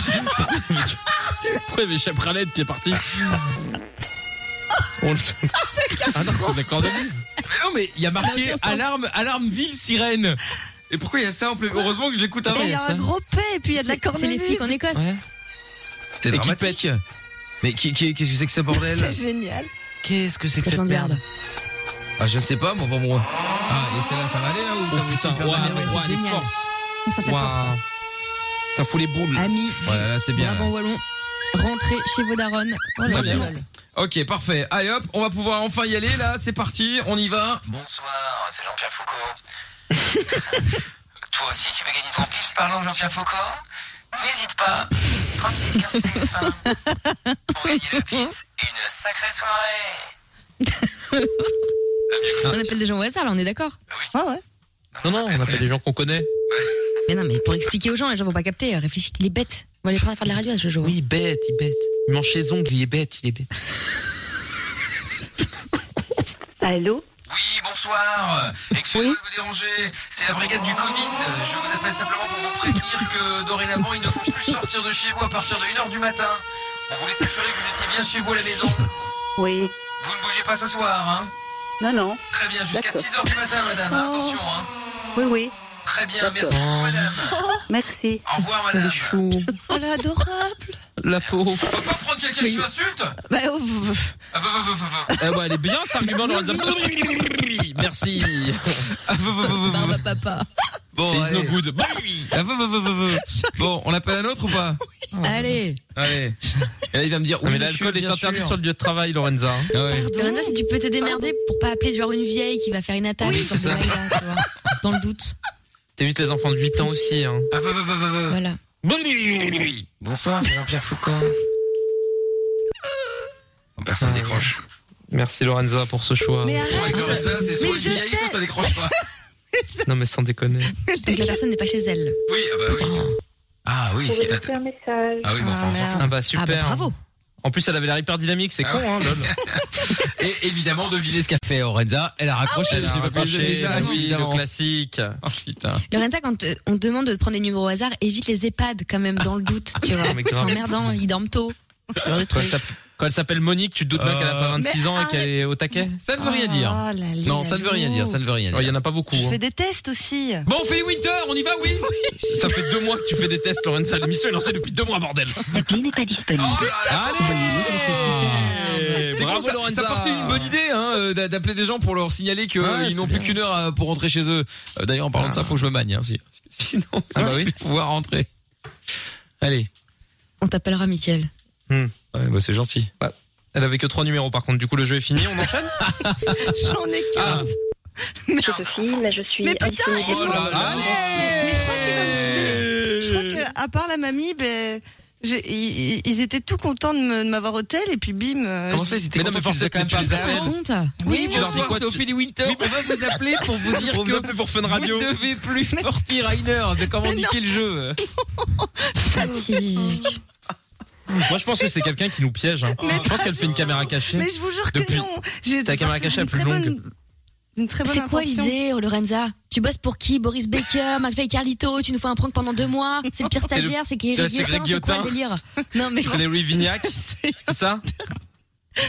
C: Pourquoi il y avait Chapralette qui est parti On le- Ah non, c'est de la cornemuse.
B: Mais non, mais il y a marqué
C: Ça n'a aucun sens.
B: alarme, alarme ville sirène. Et pourquoi il y a ça en plus Heureusement que je l'écoute avant.
E: Et il y a un gros P, et puis il y a de la
D: C'est les
E: cornemuse.
D: flics en Écosse.
B: C'est dramatique. Mais qui, qui- qu'est-ce que c'est que ce
E: C'est
B: bordel
E: génial.
B: (laughs) Qu'est-ce que c'est que
D: C'est
B: cette
D: plein de
B: merde
D: garde.
B: Ah, je ne sais pas, moi, pour moi. Ah, et celle-là, ça va aller là ou
C: Oh
B: ça peut
C: putain,
B: se faire
C: ouah,
B: mal
C: mais ouah, elle est
D: génial.
C: forte.
E: Ça fait peur.
C: Ouah. Ça fout les boules.
D: Amis,
B: Voilà, là, c'est bien. là.
D: Brabant Wallon, rentrez chez vos darons.
E: Oh là
B: Très
E: là.
B: bien. Ok, parfait. Allez hop, on va pouvoir enfin y aller là, c'est parti, on y va. Bonsoir, c'est Jean-Pierre Foucault. (laughs) Toi aussi, tu veux gagner ton pils parlant Jean-Pierre Foucault N'hésite pas, 36 15 (laughs) TF1. Pour gagner le pils, une sacrée soirée. Ah.
D: On appelle des gens au hasard, là, on est d'accord.
E: Ouais, ouais.
C: Non, non, on appelle des gens qu'on connaît.
D: Mais non, mais pour expliquer aux gens, les gens vont pas capter. Euh, Réfléchis qu'il est bête. On va aller prendre à faire de la radio à ce jour.
C: Oui, bête, il bête. Il mange ses ongles, il est bête, il est bête.
H: Allô
B: Oui, bonsoir. Excusez-moi de vous déranger. C'est la brigade du Covid. Je vous appelle simplement pour vous prévenir que dorénavant, il ne faut plus sortir de chez vous à partir de 1h du matin. On voulait s'assurer que vous étiez bien chez vous à la maison.
H: Oui.
B: Vous ne bougez pas ce soir, hein
H: Non, non.
B: Très bien, jusqu'à
H: D'accord. Oh.
B: 6h du matin, madame. Attention, hein
H: Oui, oui.
B: Très bien, merci beaucoup, madame.
H: Merci.
B: Au revoir, madame.
E: Oh, elle est adorable.
C: La pauvre.
B: On peut pas prendre quelqu'un qui m'insulte Ah,
E: Bah, oh, v- v-
B: bah, bah, bah, bah,
C: Eh ouais, elle est bien,
B: (laughs)
C: cet argument, Lorenza. Merci.
B: bah.
D: Barba papa.
B: Bon,
C: C'est is no
B: allez.
C: good.
B: Ah, bah, bah, bah, bah,
C: (laughs)
B: bah. Bon, on appelle un autre ou pas
D: Allez.
B: Allez. Et là, il va me dire
C: Non, mais
B: oui,
C: l'alcool
B: monsieur,
C: est
B: bien
C: interdit
B: sûr.
C: sur le lieu de travail, Lorenza.
B: Ah
C: (laughs)
B: ouais.
D: Lorenza, si tu peux te démerder pour pas appeler genre une vieille qui va faire une attaque, une sorte de Maïla, tu vois. Dans
B: (laughs)
D: le doute.
C: T'évites les enfants de 8 ans aussi. Hein.
B: Ah, bah, bah, bah, bah, bah.
D: Voilà.
B: Bonsoir, c'est Jean-Pierre Foucault. Oh, Personne
C: Ah.
B: décroche.
C: Merci, Lorenza, pour ce choix.
E: Mais arrête.
B: Ouais, Lorenza, c'est soit
E: Mais
B: une
E: je
B: vieille, soit ça décroche pas.
C: Non, mais sans déconner.
D: Donc la personne n'est pas chez elle.
B: Oui, ah bah oui. Ah oui,
M: Vous
B: c'est
M: voulez laisser un message
B: Ah oui, bon,
E: Ah,
B: enfin, on s'en fout.
E: merde.
C: Ah bah,
D: Ah bah
C: super.
D: bravo.
C: En plus, elle avait l'air hyper dynamique, c'est
B: Ah
C: con,
B: ouais.
C: hein, lol.
B: (laughs) Et évidemment, devinez ce qu'a fait Orenza. Elle a raccroché.
C: Ah Elle a raccroché, bah oui, le classique.
B: Oh putain.
D: Lorenza, quand euh, on te demande de prendre des numéros au hasard, évite les EHPAD quand
C: (laughs)
D: même dans le doute, tu vois.
C: Non, Ah, mais
D: C'est
C: grave.
D: emmerdant, ils dorment tôt. Ce genre de
C: Quand
D: truc.
C: elle s'appelle- quand elle s'appelle Monique, tu te doutes bien qu'elle a pas 26 ans et qu'elle est au taquet
B: Ça ne veut rien dire.
E: Oh là là.
B: Non, ça ne veut rien dire. Ça ne veut Ah. rien
C: Oh, Il y
B: dire.
C: en a pas beaucoup.
E: Je
C: hein.
E: fais des tests aussi.
B: Bon, on fait les Winter, on y va, oui.
C: Ça fait deux mois que tu fais des tests, Lorenza. L'émission est lancée depuis deux mois, bordel.
H: L'appli n'est pas disponible.
B: Oh là là.
C: Allez
B: C'est con,
C: Bravo,
B: ça,
C: Lorenza.
B: ça partait d'une bonne idée hein, euh, d'a- d'appeler des gens pour leur signaler qu'ils
C: Ouais, c'est
B: n'ont plus
C: bien.
B: qu'une heure euh, pour rentrer chez eux. Euh, D'ailleurs, en parlant de ça, faut que je me magne. Hein, si- Sinon,
C: Ah
B: je
C: bah
B: vais
C: oui.
B: plus pouvoir rentrer. Allez,
D: On t'appellera Mickaël.
B: ouais, bah, c'est gentil.
C: Elle avait que trois numéros, par contre. Du coup, le jeu est fini, on enchaîne
E: J'en ai
B: Ah.
E: qu'un.
M: C'est Sophie, mais je suis
E: Mais putain,
M: indisponible.
E: Oh là là.
B: Allez
E: Mais je crois qu'ils veulent- Je crois que, à part la mamie, ben, j'ai- ils ils- ils étaient tout contents de me- de m'avoir au tel, et puis bim. euh,
B: Comment ça, ils étaient
C: Mais non, mais
B: contents, tu les as
C: forcément,
B: quand même
C: tu
B: pas
C: les
B: appelés
D: Par
C: appelles.
D: contre,
B: Oui,
C: tu leur dis
B: bonsoir,
C: quoi,
B: c'est
C: tu-
B: Ophélie Winter. on va vous appeler (laughs) pour vous dire
C: On vous
B: que
C: appelle pour Fun Radio.
B: vous ne devez plus sortir à une heure. Mais comment niquer le jeu
D: fatigue.
C: Moi, je pense que c'est quelqu'un qui nous piège. hein.
E: Mais
C: Je pense qu'elle fait une caméra cachée.
E: Mais je vous jure
C: Depuis-
E: que non. J'ai
C: Ta caméra cachée la
E: une
C: plus
E: très
C: longue.
E: bonne- d'une très bonne
D: C'est quoi
E: intention.
D: l'idée, oh, Lorenza Tu bosses pour qui Boris Baker, McFly Carlito Tu nous fais un prank pendant deux mois C'est
C: (laughs)
D: le pire stagiaire, c'est qui
C: Toi,
D: Eric
C: c'est Greg
D: Guillotin C'est quoi le
C: Guillotin.
D: délire
C: (laughs)
D: Non mais
C: Tu connais Louis Vignac C'est ça
D: Oh,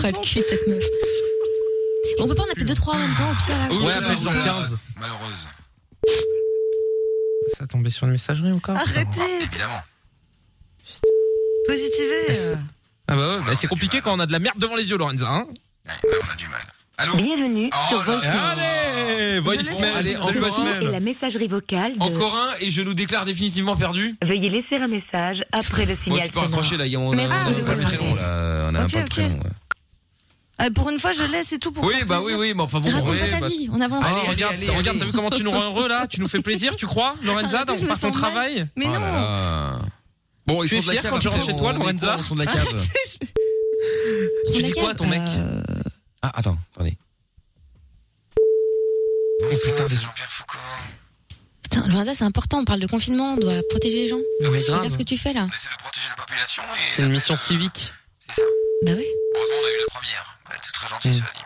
D: le cul de cette meuf. On peut pas en appeler deux trois en même temps au pire là.
C: Ouais, bah, appelle-en 15.
B: Malheureuse.
C: Ça a tombé sur une messagerie encore
M: Ah,
E: Arrêtez
B: Évidemment.
E: Positiver
C: Ah bah ouais, bah c'est compliqué quand on a de la merde devant les yeux, Lorenza. Hein
B: on a du mal. Allô
L: Bienvenue sur
C: Allez Voicemail Ah, Allez,
L: en
C: encore
L: et la
C: un
L: messagerie vocale. de-
B: Encore un et je nous déclare définitivement perdu.
L: Veuillez laisser un message après le
B: Bon,
L: signal.
B: tu peux raccrocher là, on a, euh, on a
E: ah, oui,
B: pas
E: oui,
B: le
E: oui.
B: prénom là. On a
E: Ok,
B: pas le
E: ok.
B: prénom. ouais.
E: Ah, Pour une fois, je laisse et tout pour
B: Oui,
E: faire
B: bah oui,
E: plaisir.
B: oui, mais enfin bon.
E: Raconte
B: ouais,
E: pas ta
B: bah-
E: vie, on avance.
C: Ah,
E: Allez,
C: regarde,
E: allez,
C: regarde,
E: allez.
C: t'as vu comment tu nous rends heureux là Tu nous fais plaisir, tu crois, Lorenza,
E: Arrêtez, je
C: dans,
E: me
C: par ton
E: sens mal.
C: travail
E: Mais
B: Oh là
E: non.
B: là. Bon, ils
C: Tu
B: sont
C: es
B: de la
C: fier
B: cave.
C: quand tu
B: putain,
C: rentres chez
B: on-
C: toi,
B: on est quoi,
C: Lorenza
B: Ils sont de la cave.
D: Sur
C: Tu
D: la
C: dis quoi à
D: cave,
C: ton mec
D: euh,
B: Ah, attends, attendez. Oh putain, des gens.
D: Putain, Lorenza, c'est important. On parle de confinement, on doit protéger les gens.
C: Mais
D: Regarde
B: Ah,
C: grave.
D: ce que tu fais là.
C: C'est une mission civique.
D: Bah oui.
B: Heureusement, on a eu la première. Elle était très gentille, cela dit.
C: Mmh.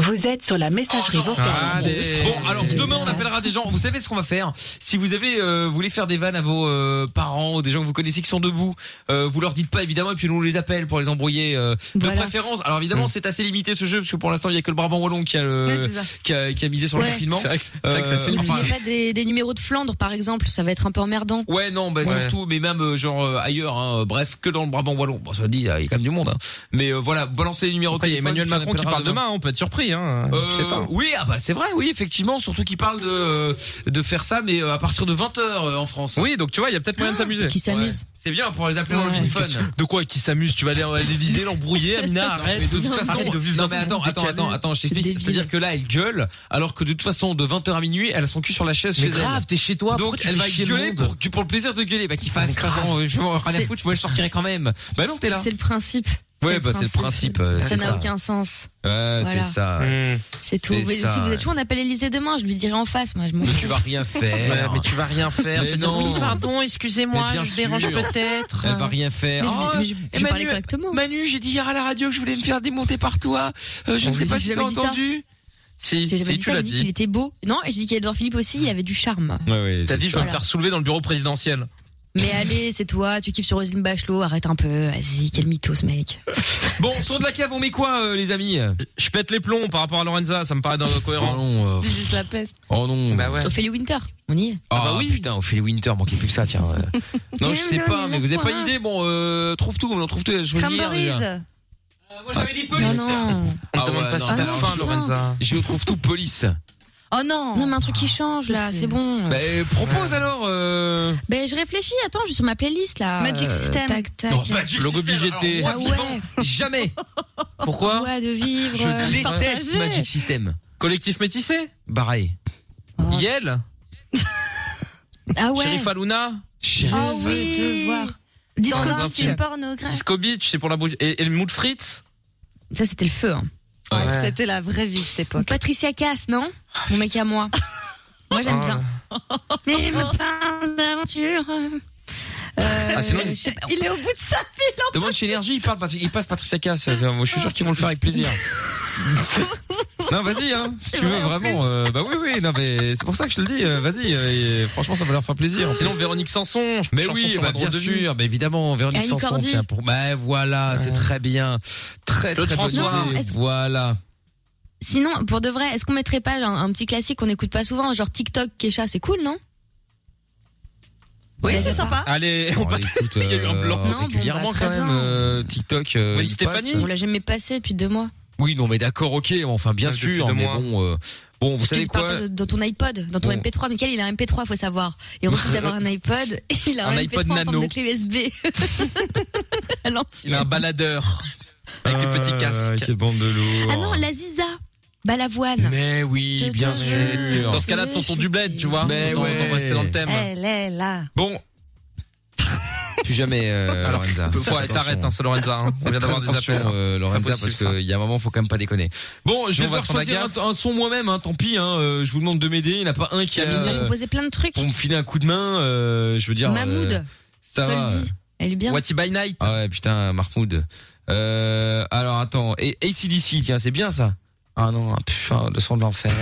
L: Vous êtes sur la messagerie vocale.
B: Ah, Allez. Bon, alors demain on appellera des gens. Vous savez ce qu'on va faire Si vous avez euh, vous voulez faire des vannes à vos euh, parents ou des gens que vous connaissez qui sont debout, euh, vous leur dites pas évidemment et puis nous on les appelle pour les embrouiller euh, de préférence. Alors évidemment
C: Mm.
B: c'est assez limité ce jeu parce que pour l'instant il y a que le Brabant wallon qui a le-
D: Ouais, c'est ça.
B: qui, a, qui a misé sur le
D: Ouais.
B: confinement.
C: C'est vrai que- c'est vrai que c'est assez
B: enfin,
D: N'oubliez pas des, des numéros de Flandre, par exemple. Ça va être un peu emmerdant.
B: Ouais non bah
C: Ouais.
B: surtout mais même euh, genre euh, ailleurs hein, euh, bref que dans le Brabant wallon bon ça dit il y a quand même du monde hein. mais euh, voilà balancez les numéros
C: Après, il y a
B: téléphone,
C: Emmanuel
B: puis on
C: Macron qui
B: appellera
C: parle demain, on peut être surpris. Hein.
B: euh,
C: Je sais pas.
B: Oui, ah bah c'est vrai, oui, effectivement, surtout qu'il parle de de faire ça, mais euh, à partir de 20 h en France.
C: Oui, donc tu vois, il y a peut-être moyen de s'amuser.
D: Qui s'amuse.
B: Ouais. C'est bien pour les appeler dans
D: Ah, Ouais.
B: le fun.
C: De quoi Qui s'amuse Tu vas aller à l'Élysée, l'embrouiller, Amina,
B: Mais
C: arrête.
B: de toute façon,
C: arrête de vivre
B: non
C: dans
B: mais
C: un
B: attends,
C: monde
B: attends,
C: décalé.
B: attends, attends, je t'explique. C'est-à-dire que là, elle gueule, alors que de toute façon, de 20 h à minuit, elle a son cul sur la chaise
C: Mais
B: chez
C: grave, t'es chez toi.
B: elle. Donc
C: pourquoi tu
B: elle
C: fais
B: va
C: chier le
B: gueuler
C: monde Ah,
B: pour, que- pour le plaisir de gueuler. Bah qu'il fasse,
C: Mais
B: de toute façon, je m'en rien à foutre, moi je sortirai quand même. Bah non, t'es là.
D: C'est le principe.
B: Ouais, bah c'est le principe, euh,
D: Ça
B: c'est
D: n'a
B: ça.
D: aucun sens.
B: Ouais, c'est
D: Voilà.
B: ça.
C: Mmh.
D: C'est tout.
B: C'est
D: Mais
B: ça,
D: si vous
B: ouais.
D: êtes chaud, on appelle Élysée demain. Je lui dirai en face. Moi, je m'en
B: (laughs) Mais
D: fous.
B: tu vas rien
C: Ouais,
B: faire.
C: mais tu vas rien faire.
B: Mais
C: Tu vas dire,
B: non.
C: oui, pardon, excusez-moi,
B: Mais bien
C: je vous dérange
B: sûr.
C: peut-être.
B: Elle va rien faire.
D: Mais je-
B: Oh,
D: mais je- je parlais correctement.
B: Manu, j'ai dit hier à la radio que je voulais me faire démonter par toi. Euh, je ne sais
D: Oui.
B: pas
D: J'ai
B: si t'as
D: jamais dit ça.
B: entendu.
C: Si,
D: J'ai jamais
C: (laughs) si,
D: dit
C: tu
D: ça,
C: l'as
D: j'ai dit qu'il
C: dit.
D: était beau. Non, et j'ai dit qu'Edouard Philippe aussi, il avait du charme.
B: Ouais, ouais,
C: T'as dit, je vais me
D: Voilà.
C: faire soulever dans le bureau présidentiel.
B: (laughs)
D: Mais allez, c'est toi, tu kiffes sur Roselyne Bachelot, arrête un peu, vas-y, quel mytho ce mec.
B: Bon, son de la cave, on met quoi, euh, les amis
C: Je pète les plombs par rapport à Lorenza, ça me paraît dans-
B: Oh
C: cohérent.
B: non. euh,
E: C'est juste la peste.
B: Oh non.
C: Bah ouais.
D: Ophélie Winter, on y est.
B: Ah
C: bah oui.
B: oui. putain, on fait les Winter, manquait plus que ça, tiens. (laughs) euh. non, je sais pas, mais vous avez pas une idée. Bon, euh, trouve tout, on en trouve tout. Je choisis hier,
E: Cranberries.
B: déjà.
C: Moi j'avais dit
D: Non, non.
C: On
B: Ah
C: te demande
B: ouais,
C: pas si
B: non,
C: t'as
B: non,
C: faim,
B: je-
C: Lorenza.
B: Je trouve tout (laughs) police.
E: Oh non.
D: Non, mais un truc qui change là, c'est bon.
B: Bah, euh, propose alors. Euh...
D: Ben, je réfléchis, attends, je suis sur ma playlist là. Euh,
E: Magic System.
D: Tac, tac.
B: Non, Magic
C: Logo
B: System,
C: BGT.
B: alors,
D: Ah
B: moi, vivant, (laughs) Jamais.
C: Pourquoi
D: Joie de vivre.
B: Je déteste
E: Partagez.
B: Magic System.
C: Collectif métissé
B: Pareil.
E: Oh.
C: Yel
D: Ah ouais.
C: Sheriff Aluna
E: Ah oui.
D: Te voir.
E: Discord
C: Dans
E: un
C: un
E: film pornographe.
C: Disco Beach, c'est pour la bouche. Et, et le mood Fritz
D: Ça, c'était le feu. Hein.
E: Ouais, C'était la vraie vie cette
D: Ou
E: époque.
D: Patricia Cass, non Mon mec à moi. Moi, j'aime
C: Ah.
D: bien. Mais me parle d'aventure. Euh,
C: Ah, sinon, il-
D: je sais pas.
E: Il est au bout de sa file.
B: Demande chez Énergie, il parle, parce- il passe Patricia Cass. euh, Moi, je suis sûr qu'ils vont le faire avec
C: (laughs)
B: plaisir. non, vas-y, hein. Si
D: C'est
B: tu veux
D: vrai, en
B: vraiment, euh, bah oui, oui, non, mais c'est pour ça que je te le dis. euh, vas-y, euh, et franchement, ça va leur faire plaisir.
C: Sinon Véronique Sanson.
B: Mais
C: Ah, chanson
B: oui,
C: sur
B: bah,
C: la
B: bien
C: drogue de vue.
B: sûr, mais évidemment, Véronique
D: Annie
B: Sanson,
D: Cordy.
B: tiens, pour, bah, voilà, c'est très bien. Très,
C: Ah Claude
B: très bonne
C: François.
B: idée,
D: Non, est-ce-
B: Voilà.
D: Sinon, pour de vrai, est-ce qu'on mettrait pas genre, un petit classique qu'on n'écoute pas souvent, genre TikTok, Kesha, c'est cool, non
E: Oui,
D: Ouais,
E: c'est
D: ça
E: sympa.
C: Allez,
B: Bon,
C: on passe.
B: écoute,
C: (laughs) Il y a eu un
B: euh,
C: blanc.
D: Non, bon,
B: régulièrement
D: bah, très
B: quand même,
D: bien.
B: euh, Tiktok. euh,
C: Oui,
B: il
C: Stéphanie.
B: passe.
D: On l'a jamais passé depuis deux mois.
B: Oui, non, mais d'accord, ok, enfin, bien
C: Ouais, depuis
B: sûr,
C: deux
B: mais
C: mois.
B: bon, euh, bon, vous
D: Je te
B: savez
D: dis, parle
B: quoi?
D: pas de- dans ton iPod, dans ton
B: Bon.
D: MP3. Michael, il a un MP3, faut savoir. Il refuse d'avoir un iPod. Il a un,
C: Un
D: MP3
C: iPod
D: en forme
C: nano.
D: de clé USB. (laughs) À l'ancienne.
C: Il a un baladeur. Avec le petit casque.
B: Euh, Quelle bande de lourds.
D: Ah non, la Ziza. Bah, Balavoine.
B: Mais oui,
E: Je
B: bien
E: te
B: sûr.
E: jure.
C: Dans ce cas-là, tonton du bled, tu vois.
B: Mais
C: Autant-
B: ouais.
C: autant rester dans le thème.
E: Elle est là.
B: Bon. Plus jamais, (laughs) euh,
C: Alors,
B: Lorenza.
C: faut- faut- T'arrêtes, hein, c'est Lorenza. hein. On vient d'avoir des appels.
B: euh, Lorenza,
C: Impossible,
B: parce qu'il y a un moment, faut quand même pas déconner. Bon, je vais
C: On va
B: devoir
C: sans la
B: choisir un, un son moi-même, hein, tant pis. Hein, euh, je vous demande de m'aider. Il n'y en a pas un qui a...
D: Il a
B: euh,
D: proposé plein de trucs.
B: pour me filer un coup de main, euh, je veux dire... euh,
D: Mahmoud,
B: ça va.
D: Soldi. Elle est bien.
C: What by night.
B: Ah ouais, putain, Mahmoud. Euh, alors, attends. Et ACDC, tiens, c'est bien ça Ah non, putain, le son de
D: (laughs)
B: l'enfer,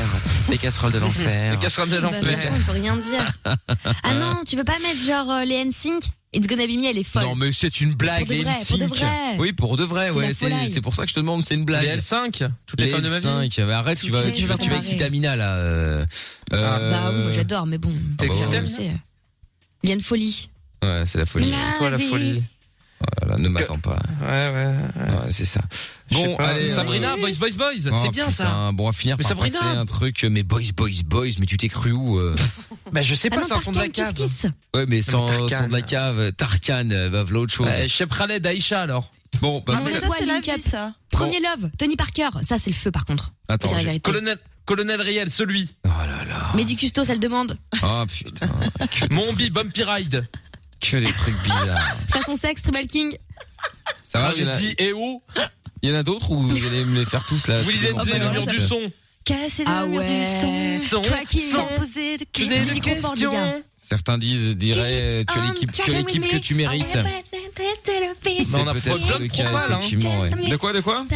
B: les casseroles de l'enfer.
C: Les casseroles de
D: Bah, franchement, on peut rien dire. Ah non, tu peux pas mettre genre euh, les NSYNC It's Gonna Be Me, elle est folle.
B: Non mais c'est une blague,
D: Pour de
B: les
D: vrai, pour de
B: NSYNC.
D: vrai.
B: Oui, pour de vrai,
D: C'est
B: ouais,
D: la
B: c'est
D: folie.
B: c'est pour ça que je te demande, c'est une blague.
C: Les L5, toutes les femmes de ma vie. hein.
B: L5, bah, arrête, tu vas
D: les
B: tu vas tu vas
D: comparer.
B: exciter Amina là. euh,
C: Ah,
B: euh,
D: Bah oui, moi j'adore, mais bon.
B: T'es excité,
D: Tu sais, euh, Il y a une folie.
B: euh, Ouais, c'est la folie.
D: La C'est toi, la vie. folie.
B: Voilà, ne m'attends pas.
C: Ouais, ouais.
B: ouais c'est ça. euh,
C: Je sais pas, Oh, Sabrina, Boys, Boys, Boys, c'est bien, ça.
B: oh, putain, Bon, on va finir
C: Mais
B: par
C: Sabrina.
B: passer un truc, euh, mais boys, boys, boys, mais tu t'es cru où
C: (laughs)
B: euh
C: Bah, je sais
D: Ah
C: pas,
D: non,
C: c'est un son de la
D: Tarkan,
C: cave.
D: Kiss Kiss.
B: Ouais, mais sans,
C: Tarkan.
B: sans de la cave, euh, Tarkan, euh, bah, voilà autre chose.
C: Euh, Chef Khaled, Aïcha, alors.
B: Bon, bah,
D: Mon
B: mais-
D: étoile, Link Up. Premier love, Tony Parker. Ça, c'est le feu, par contre.
B: Attends,
D: Faut dire la
B: j'ai-
D: vérité.
C: Colonel, Colonel
B: (laughs)
C: Riel, celui.
D: Mehdi Custos, elle demande.
B: Ah, putain. (laughs)
C: Mombi, Bumpy Ride.
B: Que des trucs bizarres.
D: Façon sexe, Tribal King.
B: Ça va,
C: J'ai
B: il y en a-
C: dit, eh oh.
B: Il y en a d'autres ou vous allez me les faire tous là
C: Willy
B: tout le
C: Denzel,
B: monde
C: le mur du
B: bah,
C: son.
E: Casser le
D: Ah
E: mur
D: ouais.
E: du son.
D: Son, Tracking. son.
E: Sans poser de
D: Poser de
E: questions.
D: questions.
B: Certains disent, diraient, euh, tu as
I: Um,
B: l'équipe que
I: Dragon
B: l'équipe
I: Wing
B: que tu
I: Wing.
C: Ah,
B: mérites.
C: Bah, on a fait plein de
B: cas,
C: propos, là, hein.
B: effectivement, ouais. De quoi, de quoi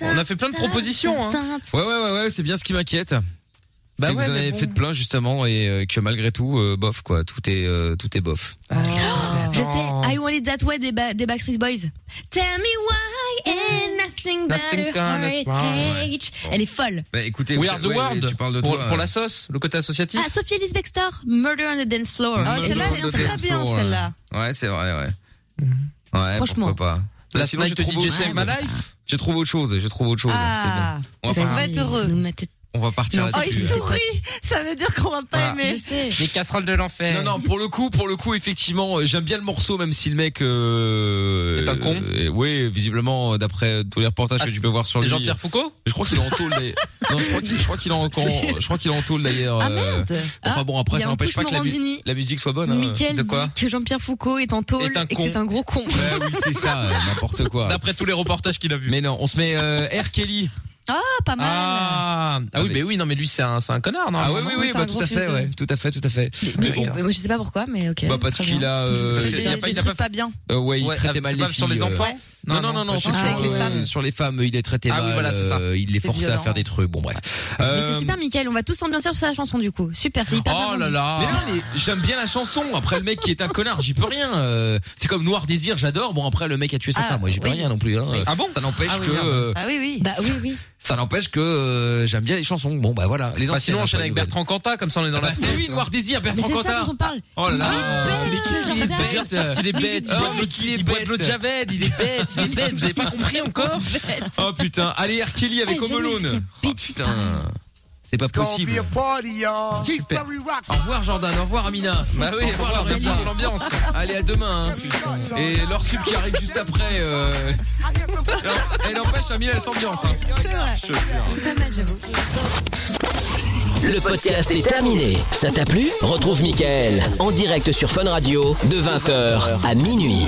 C: On a fait plein de propositions, hein.
B: Ouais, ouais, ouais, ouais, c'est bien ce qui m'inquiète.
C: Bah
B: c'est que
C: ouais,
B: vous en
C: mais
B: avez
C: bon.
B: fait plein justement et euh, que malgré tout, euh, bof quoi, tout est euh, tout est bof.
E: Oh,
D: Je sais, I Want It That Way des, Ba- des Backstreet Boys. Tell me why and nothing but
C: Nothing
D: a
C: but a-
D: heritage. Elle est folle.
B: Bah écoutez,
C: We
B: vous-
C: are the
B: ouais,
C: world.
B: ouais, tu parles de
C: pour,
B: toi,
C: pour
B: euh.
C: la sauce, le côté associatif.
D: Ah, Sophie Elise Bextor, Murder on the Dance Floor.
E: Ah, celle-là, elle est très bien, celle-là.
B: Ouais, c'est vrai, Mm-hmm. ouais. Ouais,
D: Franchement.
B: pourquoi pas.
C: La
B: Là, sinon,
C: Snipe
B: j'ai
C: de
B: trouvé
C: DJ
B: autre
C: Save
B: chose. hein.
C: My Life.
B: J'ai trouvé autre chose, j'ai trouvé autre chose. hein,
E: Ah,
B: bah, c'est bien. On va,
E: ça va être heureux.
B: on va partir
E: Non, oh, il
B: là-dessus.
E: sourit. Ça veut dire qu'on va pas
B: Voilà.
E: aimer.
C: Les casseroles de l'enfer.
B: Non non pour le coup pour le coup effectivement euh, j'aime bien le morceau même si le mec euh,
C: Est un con.
B: euh, oui visiblement euh, d'après euh, tous les reportages que tu peux voir sur
C: C'est
B: lui.
C: Jean-Pierre Foucault
B: Je crois qu'il est en tôle d'ailleurs. Non, je crois qu'il- je crois qu'il est en je crois qu'il est en tôle d'ailleurs. Ah merde. Enfin bon après
D: Ah, il y a
B: ça
D: un
B: n'empêche
D: push
B: pas que la, mu-
D: Morandini.
B: la musique soit bonne. hein.
D: Mickaël
B: de quoi
D: dit que Jean-Pierre Foucault est en tôle
B: Est un
D: et que
B: con.
D: c'est un
B: (laughs)
D: gros con.
B: Ouais, oui, c'est ça, euh, n'importe quoi.
C: D'après tous les reportages qu'il a vus.
B: Mais non, on se met euh, R Kelly.
E: Ah, pas mal.
C: Ah, ah oui, mais oui, non, mais lui, c'est un, c'est un connard, non
B: Ah oui oui oui,
E: c'est
B: bah,
E: un
B: tout
E: gros
B: à
E: fils
B: fait
E: de-
B: ouais, tout à fait tout à fait.
D: Mais bon, mais moi, je sais pas pourquoi, mais ok.
B: Bah parce
D: très
B: qu'il
D: bien.
B: a euh,
E: Il y a
C: pas-
E: des
C: il a
E: trucs
C: pas-
E: pas bien.
B: euh, ouais, il
C: Ouais, ah,
B: traitait
C: c'est
B: mal les
C: pas
B: filles,
C: sur les
B: euh,
C: enfants.
B: Non, non, non, non,
C: c'est
B: sur,
E: pas
C: sûr.
E: avec les
B: euh,
E: femmes.
B: sur les femmes, il les traitait
C: Ah oui,
B: mal,
C: voilà, c'est ça.
B: euh, il les
E: C'est
B: forçait à
E: violent.
B: faire des trucs, bon bref.
D: Mais
B: Euh,
D: c'est super, Mickaël. On va tous s'ambiancer sur sa chanson du coup. Super, c'est hyper bien
C: Oh là
D: vendu.
B: Mais non,
C: là.
B: mais j'aime bien la chanson. Après, le mec qui est un connard, j'y peux rien. Euh, c'est comme Noir Désir, j'adore. Bon, après, le mec a tué sa
E: Ah,
B: femme, moi, j'y peux
E: oui.
B: rien non plus. Hein.
C: Ah bon
B: Ça n'empêche
C: Ah oui,
B: que,
C: merde.
B: euh,
E: Ah oui, oui.
D: Bah oui, oui.
B: ça n'empêche que euh, j'aime bien les chansons. Bon, bah voilà. Les
C: Bah, sinon, on
B: anciennes,
C: enchaîne avec
B: pas les
C: Bertrand Cantat, comme ça on est dans
B: nouvelles. Ah
C: la
B: bah, c'est lui, Noir Désir,
D: Ah, Mais
B: Bertrand
D: c'est ça
B: Cantat.
D: dont on parle. Ah,
B: Oh là là,
D: Il
B: mais
D: est bête,
B: qu'est-ce qu'il est
D: Jordan.
B: bête,
C: Il est bête.
B: Oh,
C: Oh, mais
B: qu'il est
C: Il boit de l'eau de
B: bête.
C: Javel, il est
B: (laughs)
C: bête, il est bête. Vous avez pas compris
D: (laughs)
C: encore
B: Oh putain, allez R. Kelly avec
D: Ah, j'aime les
B: Omelone.
D: bêtises,
B: Putain, c'est pas possible. Oh, Super. Au revoir Jordan, au revoir Amina.
C: Bah oui,
B: au revoir
C: voilà,
B: Lorraine.
C: merci pour l'ambiance.
B: Allez à demain. hein. Et leur sub qui arrive juste après. euh, (laughs) Alors, elle empêche Amina elle s'ambiance. Hein.
D: Pas mal, j'avoue.
A: Le podcast est terminé. Ça t'a plu Retrouve Mickaël en direct sur Fun Radio de 20h à minuit.